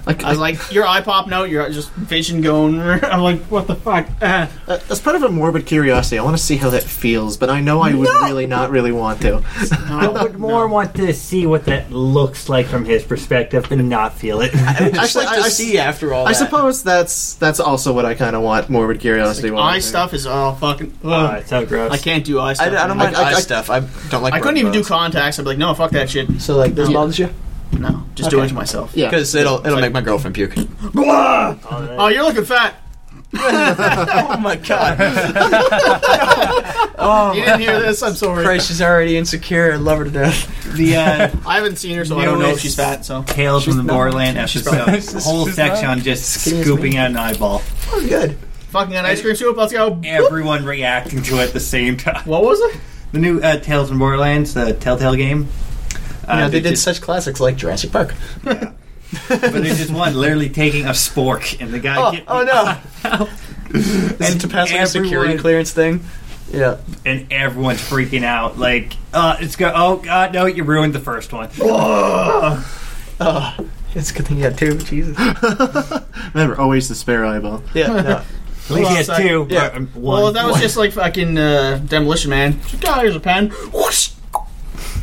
Speaker 4: Like, uh,
Speaker 1: I was like, your eye popping out, your just vision going. [laughs] I'm like, what the fuck? Uh,
Speaker 4: uh, that's part of a morbid curiosity. I want to see how that feels, but I know I would really not really want to.
Speaker 1: no,
Speaker 3: I would more want to see what that looks like from his perspective and not feel [laughs] it.
Speaker 4: Actually,
Speaker 2: like to
Speaker 4: I- I-
Speaker 2: see after all.
Speaker 4: I
Speaker 2: that.
Speaker 4: suppose that's that's also what I kind of want morbid curiosity.
Speaker 1: Like,
Speaker 4: wise.
Speaker 1: eye stuff is all fucking. ugh.
Speaker 3: oh, it's so gross.
Speaker 1: I can't do eye
Speaker 2: I,
Speaker 1: stuff.
Speaker 2: I
Speaker 1: man.
Speaker 2: don't mind
Speaker 4: I-
Speaker 2: eye
Speaker 4: I-
Speaker 2: stuff. I don't like.
Speaker 1: I couldn't
Speaker 2: rubber
Speaker 1: even do
Speaker 2: bands.
Speaker 1: contacts. I'd be like, no, fuck that shit.
Speaker 2: so like this
Speaker 1: Yeah.
Speaker 2: bothers [laughs] you
Speaker 1: No, just do it to myself.
Speaker 4: Yeah.
Speaker 2: because it'll it'll make my girlfriend puke.
Speaker 1: Oh, you're looking fat.
Speaker 2: [laughs] Oh my [laughs] god! Oh,
Speaker 1: You didn't hear this. I'm [laughs] sorry.
Speaker 2: Christ, she's already insecure. I love her to death.
Speaker 6: The uh,
Speaker 1: I haven't seen her, so I don't know if she's fat. So
Speaker 6: Tales from the Borderland episode, whole section on just scooping out an eyeball.
Speaker 2: [laughs] Oh, good.
Speaker 1: fucking an ice cream soup. Let's go.
Speaker 6: Everyone reacting to it at the same time.
Speaker 1: What was it?
Speaker 6: The new uh, Tales from Borderlands, the Telltale game. Uh,
Speaker 2: you know, they, did
Speaker 6: just-
Speaker 2: such classics like Jurassic Park.
Speaker 6: but there's just one literally taking a spork, and the guy.
Speaker 2: Oh,
Speaker 6: get-
Speaker 2: oh [laughs] no! Is
Speaker 6: And
Speaker 2: it to pass like a security
Speaker 6: everyone-
Speaker 2: clearance thing? Yeah.
Speaker 6: and everyone's freaking out. Like, uh, it's go. Oh God, no! You ruined the first one.
Speaker 2: Oh, it's a good thing you had two. Jesus.
Speaker 4: Remember, always the spare eyeball.
Speaker 2: [gasps] Yeah. No.
Speaker 6: At least he has
Speaker 1: Well,
Speaker 6: two.
Speaker 2: yeah.
Speaker 6: or, um, one.
Speaker 1: Well, that was
Speaker 6: One.
Speaker 1: just like fucking uh, demolition man. God, here's a pen. Whoosh.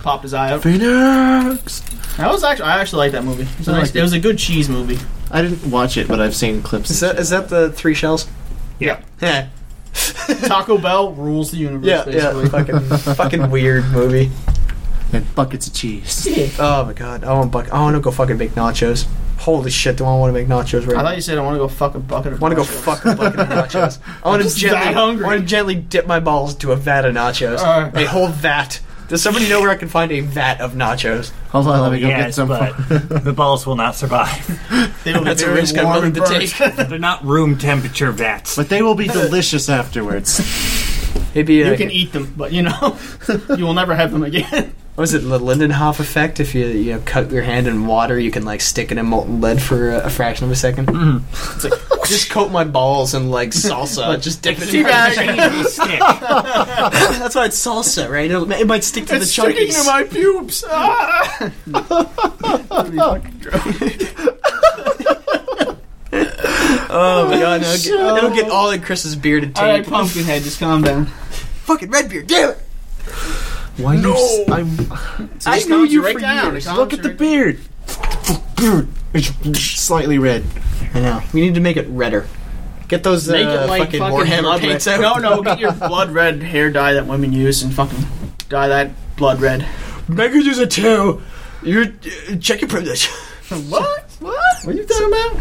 Speaker 1: Popped his eye out.
Speaker 4: Phoenix.
Speaker 1: That was actually I actually like that movie. It was, a
Speaker 4: I
Speaker 1: nice-
Speaker 4: liked it.
Speaker 1: it was a good cheese movie.
Speaker 4: I didn't watch it, but I've seen clips.
Speaker 2: Is that is that the three shells?
Speaker 6: Yeah.
Speaker 2: Yeah.
Speaker 1: Taco Bell rules the universe.
Speaker 2: Yeah. Yeah.
Speaker 1: [laughs] basically.
Speaker 2: Fucking [laughs] fucking weird movie.
Speaker 4: and buckets of cheese.
Speaker 2: Oh my god! I want buck. I want to go fucking make nachos. Holy shit! Do I want to make nachos right
Speaker 1: I
Speaker 2: now?
Speaker 1: thought you said I want to go fuck a bucket of.
Speaker 2: I want to go
Speaker 1: nachos.
Speaker 2: fuck a
Speaker 1: [laughs]
Speaker 2: bucket of nachos. I want to
Speaker 1: just that
Speaker 2: gently,
Speaker 1: hungry.
Speaker 2: I want to gently dip my balls into a vat of nachos.
Speaker 1: Uh.
Speaker 2: a whole vat. Does somebody know where I can find a vat of nachos?
Speaker 4: Hold on, let
Speaker 2: Oh,
Speaker 4: me go get
Speaker 3: yes,
Speaker 4: some.
Speaker 3: but the balls will not survive.
Speaker 1: They [laughs] will be
Speaker 2: That's a
Speaker 1: very
Speaker 2: risk I'm
Speaker 1: warm
Speaker 2: willing
Speaker 1: and
Speaker 2: to
Speaker 1: burnt.
Speaker 2: take.
Speaker 6: [laughs]
Speaker 1: [laughs]
Speaker 6: They're not room temperature vats. [laughs]
Speaker 4: But they will be delicious afterwards.
Speaker 2: Maybe uh,
Speaker 1: You can eat them, but you know, [laughs] you will never have them again.
Speaker 2: what was it the Lindenhoff effect? If you you know, cut your hand in water, you can like stick it in molten lead for a, a fraction of a 2nd It's like [laughs] just coat my balls in like salsa. just dip it. in
Speaker 6: It'll stick.
Speaker 2: [laughs] That's why it's salsa, right? It'll, it might stick to
Speaker 1: It's
Speaker 2: the
Speaker 1: sticking
Speaker 2: chunkies.
Speaker 1: to my pubes. Ah!
Speaker 2: oh my god! It'll get, it'll get all in Chris's beard and
Speaker 1: All right,
Speaker 2: tape.
Speaker 1: Pumpkinhead, just calm down.
Speaker 2: Fucking red beard, damn it!
Speaker 4: Why no. you? s- I'm,
Speaker 1: I
Speaker 2: knew you for
Speaker 1: years.
Speaker 4: look at the beard. Beard. It's slightly red.
Speaker 2: I know. We need to make it redder. Get those
Speaker 1: Make
Speaker 2: uh,
Speaker 1: it like
Speaker 2: fucking,
Speaker 1: fucking,
Speaker 2: Warhammer
Speaker 1: blood
Speaker 2: paints
Speaker 1: red.
Speaker 2: out.
Speaker 1: No, no, get your blood red hair dye that women use and fucking dye that blood
Speaker 2: [laughs]
Speaker 1: red.
Speaker 2: Mega is a two. You're uh, check your [laughs] privilege.
Speaker 1: What? What? What are you talking about?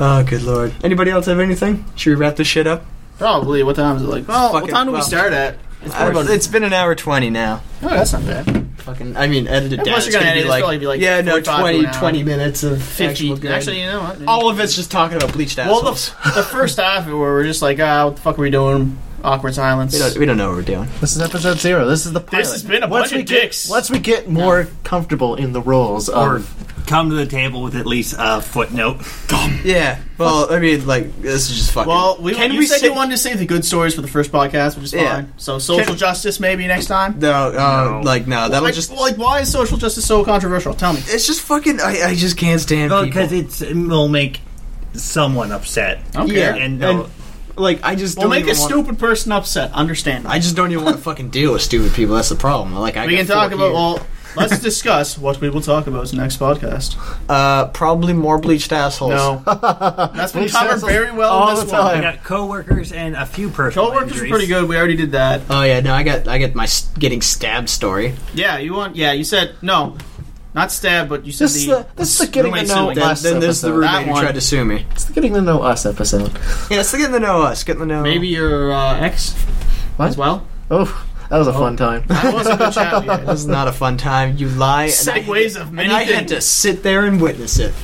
Speaker 2: Oh, good lord. Anybody else have anything? Should we wrap this shit up?
Speaker 1: Probably. What time is it? Like, well,
Speaker 2: Fuck
Speaker 1: what
Speaker 2: it,
Speaker 1: time do we
Speaker 2: well.
Speaker 1: start at? It's
Speaker 2: I don't know. It's been an hour twenty now.
Speaker 1: Oh, that's not bad.
Speaker 2: Fucking, I mean, edited
Speaker 1: And
Speaker 2: down.
Speaker 1: plus
Speaker 2: It's
Speaker 1: you're
Speaker 2: gonna
Speaker 1: gonna edit,
Speaker 2: be
Speaker 1: it's
Speaker 2: like,
Speaker 1: probably be like
Speaker 2: yeah, no,
Speaker 1: 45 to
Speaker 2: 20,
Speaker 1: an hour.
Speaker 2: 20 minutes of
Speaker 1: Fifty.
Speaker 2: actual good.
Speaker 1: Actually, you know what?
Speaker 2: all of it's just talking about bleached
Speaker 1: well,
Speaker 2: assholes.
Speaker 1: the, the first half where we're just like, ah, what the fuck are we doing? Awkward silence.
Speaker 2: we, don't, we don't know what we're doing.
Speaker 4: This is episode zero. This is the pilot.
Speaker 1: has been a bunch
Speaker 4: we
Speaker 1: of
Speaker 4: get-
Speaker 1: dicks.
Speaker 4: Once we get more comfortable in the roles
Speaker 6: or
Speaker 4: of
Speaker 6: come to the table with at least a footnote.
Speaker 2: Yeah. Well, I mean, like this is just fucking.
Speaker 1: Well, we,
Speaker 2: can
Speaker 1: you
Speaker 2: we
Speaker 1: said
Speaker 2: say
Speaker 1: you wanted to save the good stories for the first podcast, which is
Speaker 2: Yeah.
Speaker 1: fine. So social
Speaker 2: Can-
Speaker 1: justice maybe next time.
Speaker 2: no, uh,
Speaker 5: No.
Speaker 2: like no, that'll
Speaker 1: Like,
Speaker 2: just.
Speaker 1: like, why is social justice so controversial? Tell me.
Speaker 2: It's just fucking. I, I just can't stand
Speaker 6: Well,
Speaker 2: people.
Speaker 6: because it's it'll make someone upset.
Speaker 1: Okay.
Speaker 2: Yeah.
Speaker 6: And,
Speaker 2: And-
Speaker 6: uh,
Speaker 2: like I just
Speaker 1: We'll
Speaker 2: don't
Speaker 1: make a
Speaker 2: even want-
Speaker 1: stupid person upset. Understand?
Speaker 2: I just don't even want to fucking deal with stupid people. That's the problem. Like I
Speaker 1: we
Speaker 2: got
Speaker 1: can talk
Speaker 2: four
Speaker 1: about. Well,
Speaker 2: kids.
Speaker 4: [laughs]
Speaker 1: let's discuss what we will talk about in the next podcast.
Speaker 2: uh, probably more bleached assholes.
Speaker 1: No, that's been
Speaker 4: Bleach
Speaker 1: covered
Speaker 4: assholes
Speaker 1: very well
Speaker 4: all
Speaker 1: in this
Speaker 4: the
Speaker 1: one.
Speaker 4: time.
Speaker 6: I got coworkers and a few personal
Speaker 1: Coworkers are
Speaker 6: injuries.
Speaker 1: pretty good. We already did that.
Speaker 2: Oh yeah, no. I got I got my s- getting stabbed story.
Speaker 1: Yeah, you want? Yeah, you said no, not stab, but you said
Speaker 4: This is
Speaker 1: the.
Speaker 4: the- this is the getting
Speaker 1: roommate
Speaker 4: to know
Speaker 1: suing.
Speaker 2: Then,
Speaker 4: Last
Speaker 2: then there's the
Speaker 4: episode.
Speaker 1: That
Speaker 2: roommate who
Speaker 1: one.
Speaker 2: tried to sue me.
Speaker 4: it's the getting to know us episode.
Speaker 2: Yeah, it's the getting to know us, getting to know.
Speaker 1: Maybe your uh, ex
Speaker 4: What?
Speaker 1: as well.
Speaker 4: Oh, that was a fun time. [laughs]
Speaker 1: That was a good chat. we
Speaker 2: That
Speaker 1: had.
Speaker 2: was not a fun time. You lie. and I-
Speaker 1: Segues of many
Speaker 2: And I
Speaker 1: things.
Speaker 2: had to sit there and witness it.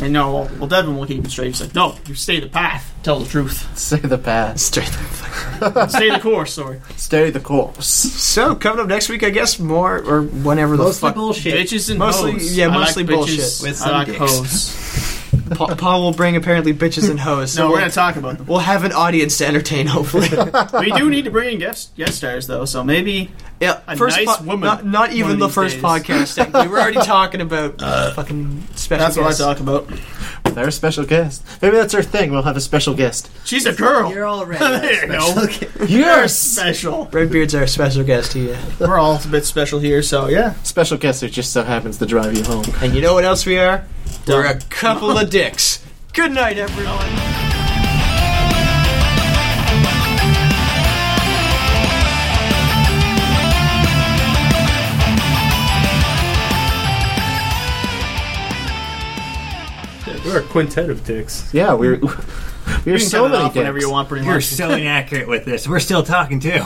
Speaker 1: And no, well, well, Devin will keep it straight. He's like, no, you stay the path, tell the truth.
Speaker 4: Say the past.
Speaker 2: Straight the fuck.
Speaker 1: Stay the course,
Speaker 4: [laughs]
Speaker 1: sorry.
Speaker 4: Stay the course.
Speaker 2: So coming up next week, I guess more or whenever the
Speaker 6: Mostly
Speaker 2: fuck.
Speaker 6: bullshit.
Speaker 1: Bitches and
Speaker 2: Mostly-
Speaker 1: hoes.
Speaker 2: yeah,
Speaker 1: I like
Speaker 2: mostly
Speaker 1: bitches.
Speaker 2: bullshit.
Speaker 6: With
Speaker 1: I
Speaker 6: some
Speaker 1: like
Speaker 6: dicks.
Speaker 1: hoes.
Speaker 2: Pa- Paul will bring apparently bitches and
Speaker 1: [laughs]
Speaker 2: hoes. So
Speaker 1: No, we're
Speaker 2: we'll,
Speaker 1: gonna talk about them.
Speaker 2: we'll have an audience to entertain. Hopefully,
Speaker 1: [laughs] We do need to bring in guest guest stars though, so maybe
Speaker 2: yeah.
Speaker 1: A
Speaker 2: first,
Speaker 1: nice
Speaker 2: po-
Speaker 1: woman
Speaker 2: Not, not even
Speaker 1: one of
Speaker 2: the
Speaker 1: these
Speaker 2: first
Speaker 1: days. [laughs]
Speaker 2: podcast. we were already talking about fucking special.
Speaker 1: that's what I
Speaker 2: guests.
Speaker 1: talk about.
Speaker 4: With our special guest. Maybe that's our thing. We'll have a
Speaker 1: [laughs]
Speaker 4: special guest.
Speaker 1: She's a girl.
Speaker 6: You're
Speaker 1: [laughs]
Speaker 6: already
Speaker 1: there you go.
Speaker 4: Yes!
Speaker 1: Special.
Speaker 2: Redbeard's our special guest here,
Speaker 1: We're all a bit special here, so yeah.
Speaker 4: special guest who just so happens to drive you home.
Speaker 2: and you know what else we are? We're a couple of dicks. Good night, everyone.
Speaker 5: We're a quintet of dicks.
Speaker 4: Yeah, we're [laughs] we're
Speaker 1: You can
Speaker 4: so
Speaker 1: cut it
Speaker 4: many
Speaker 1: off whenever
Speaker 4: dicks.
Speaker 1: you want, pretty
Speaker 6: You're
Speaker 1: much.
Speaker 6: so inaccurate with this. We're still talking too.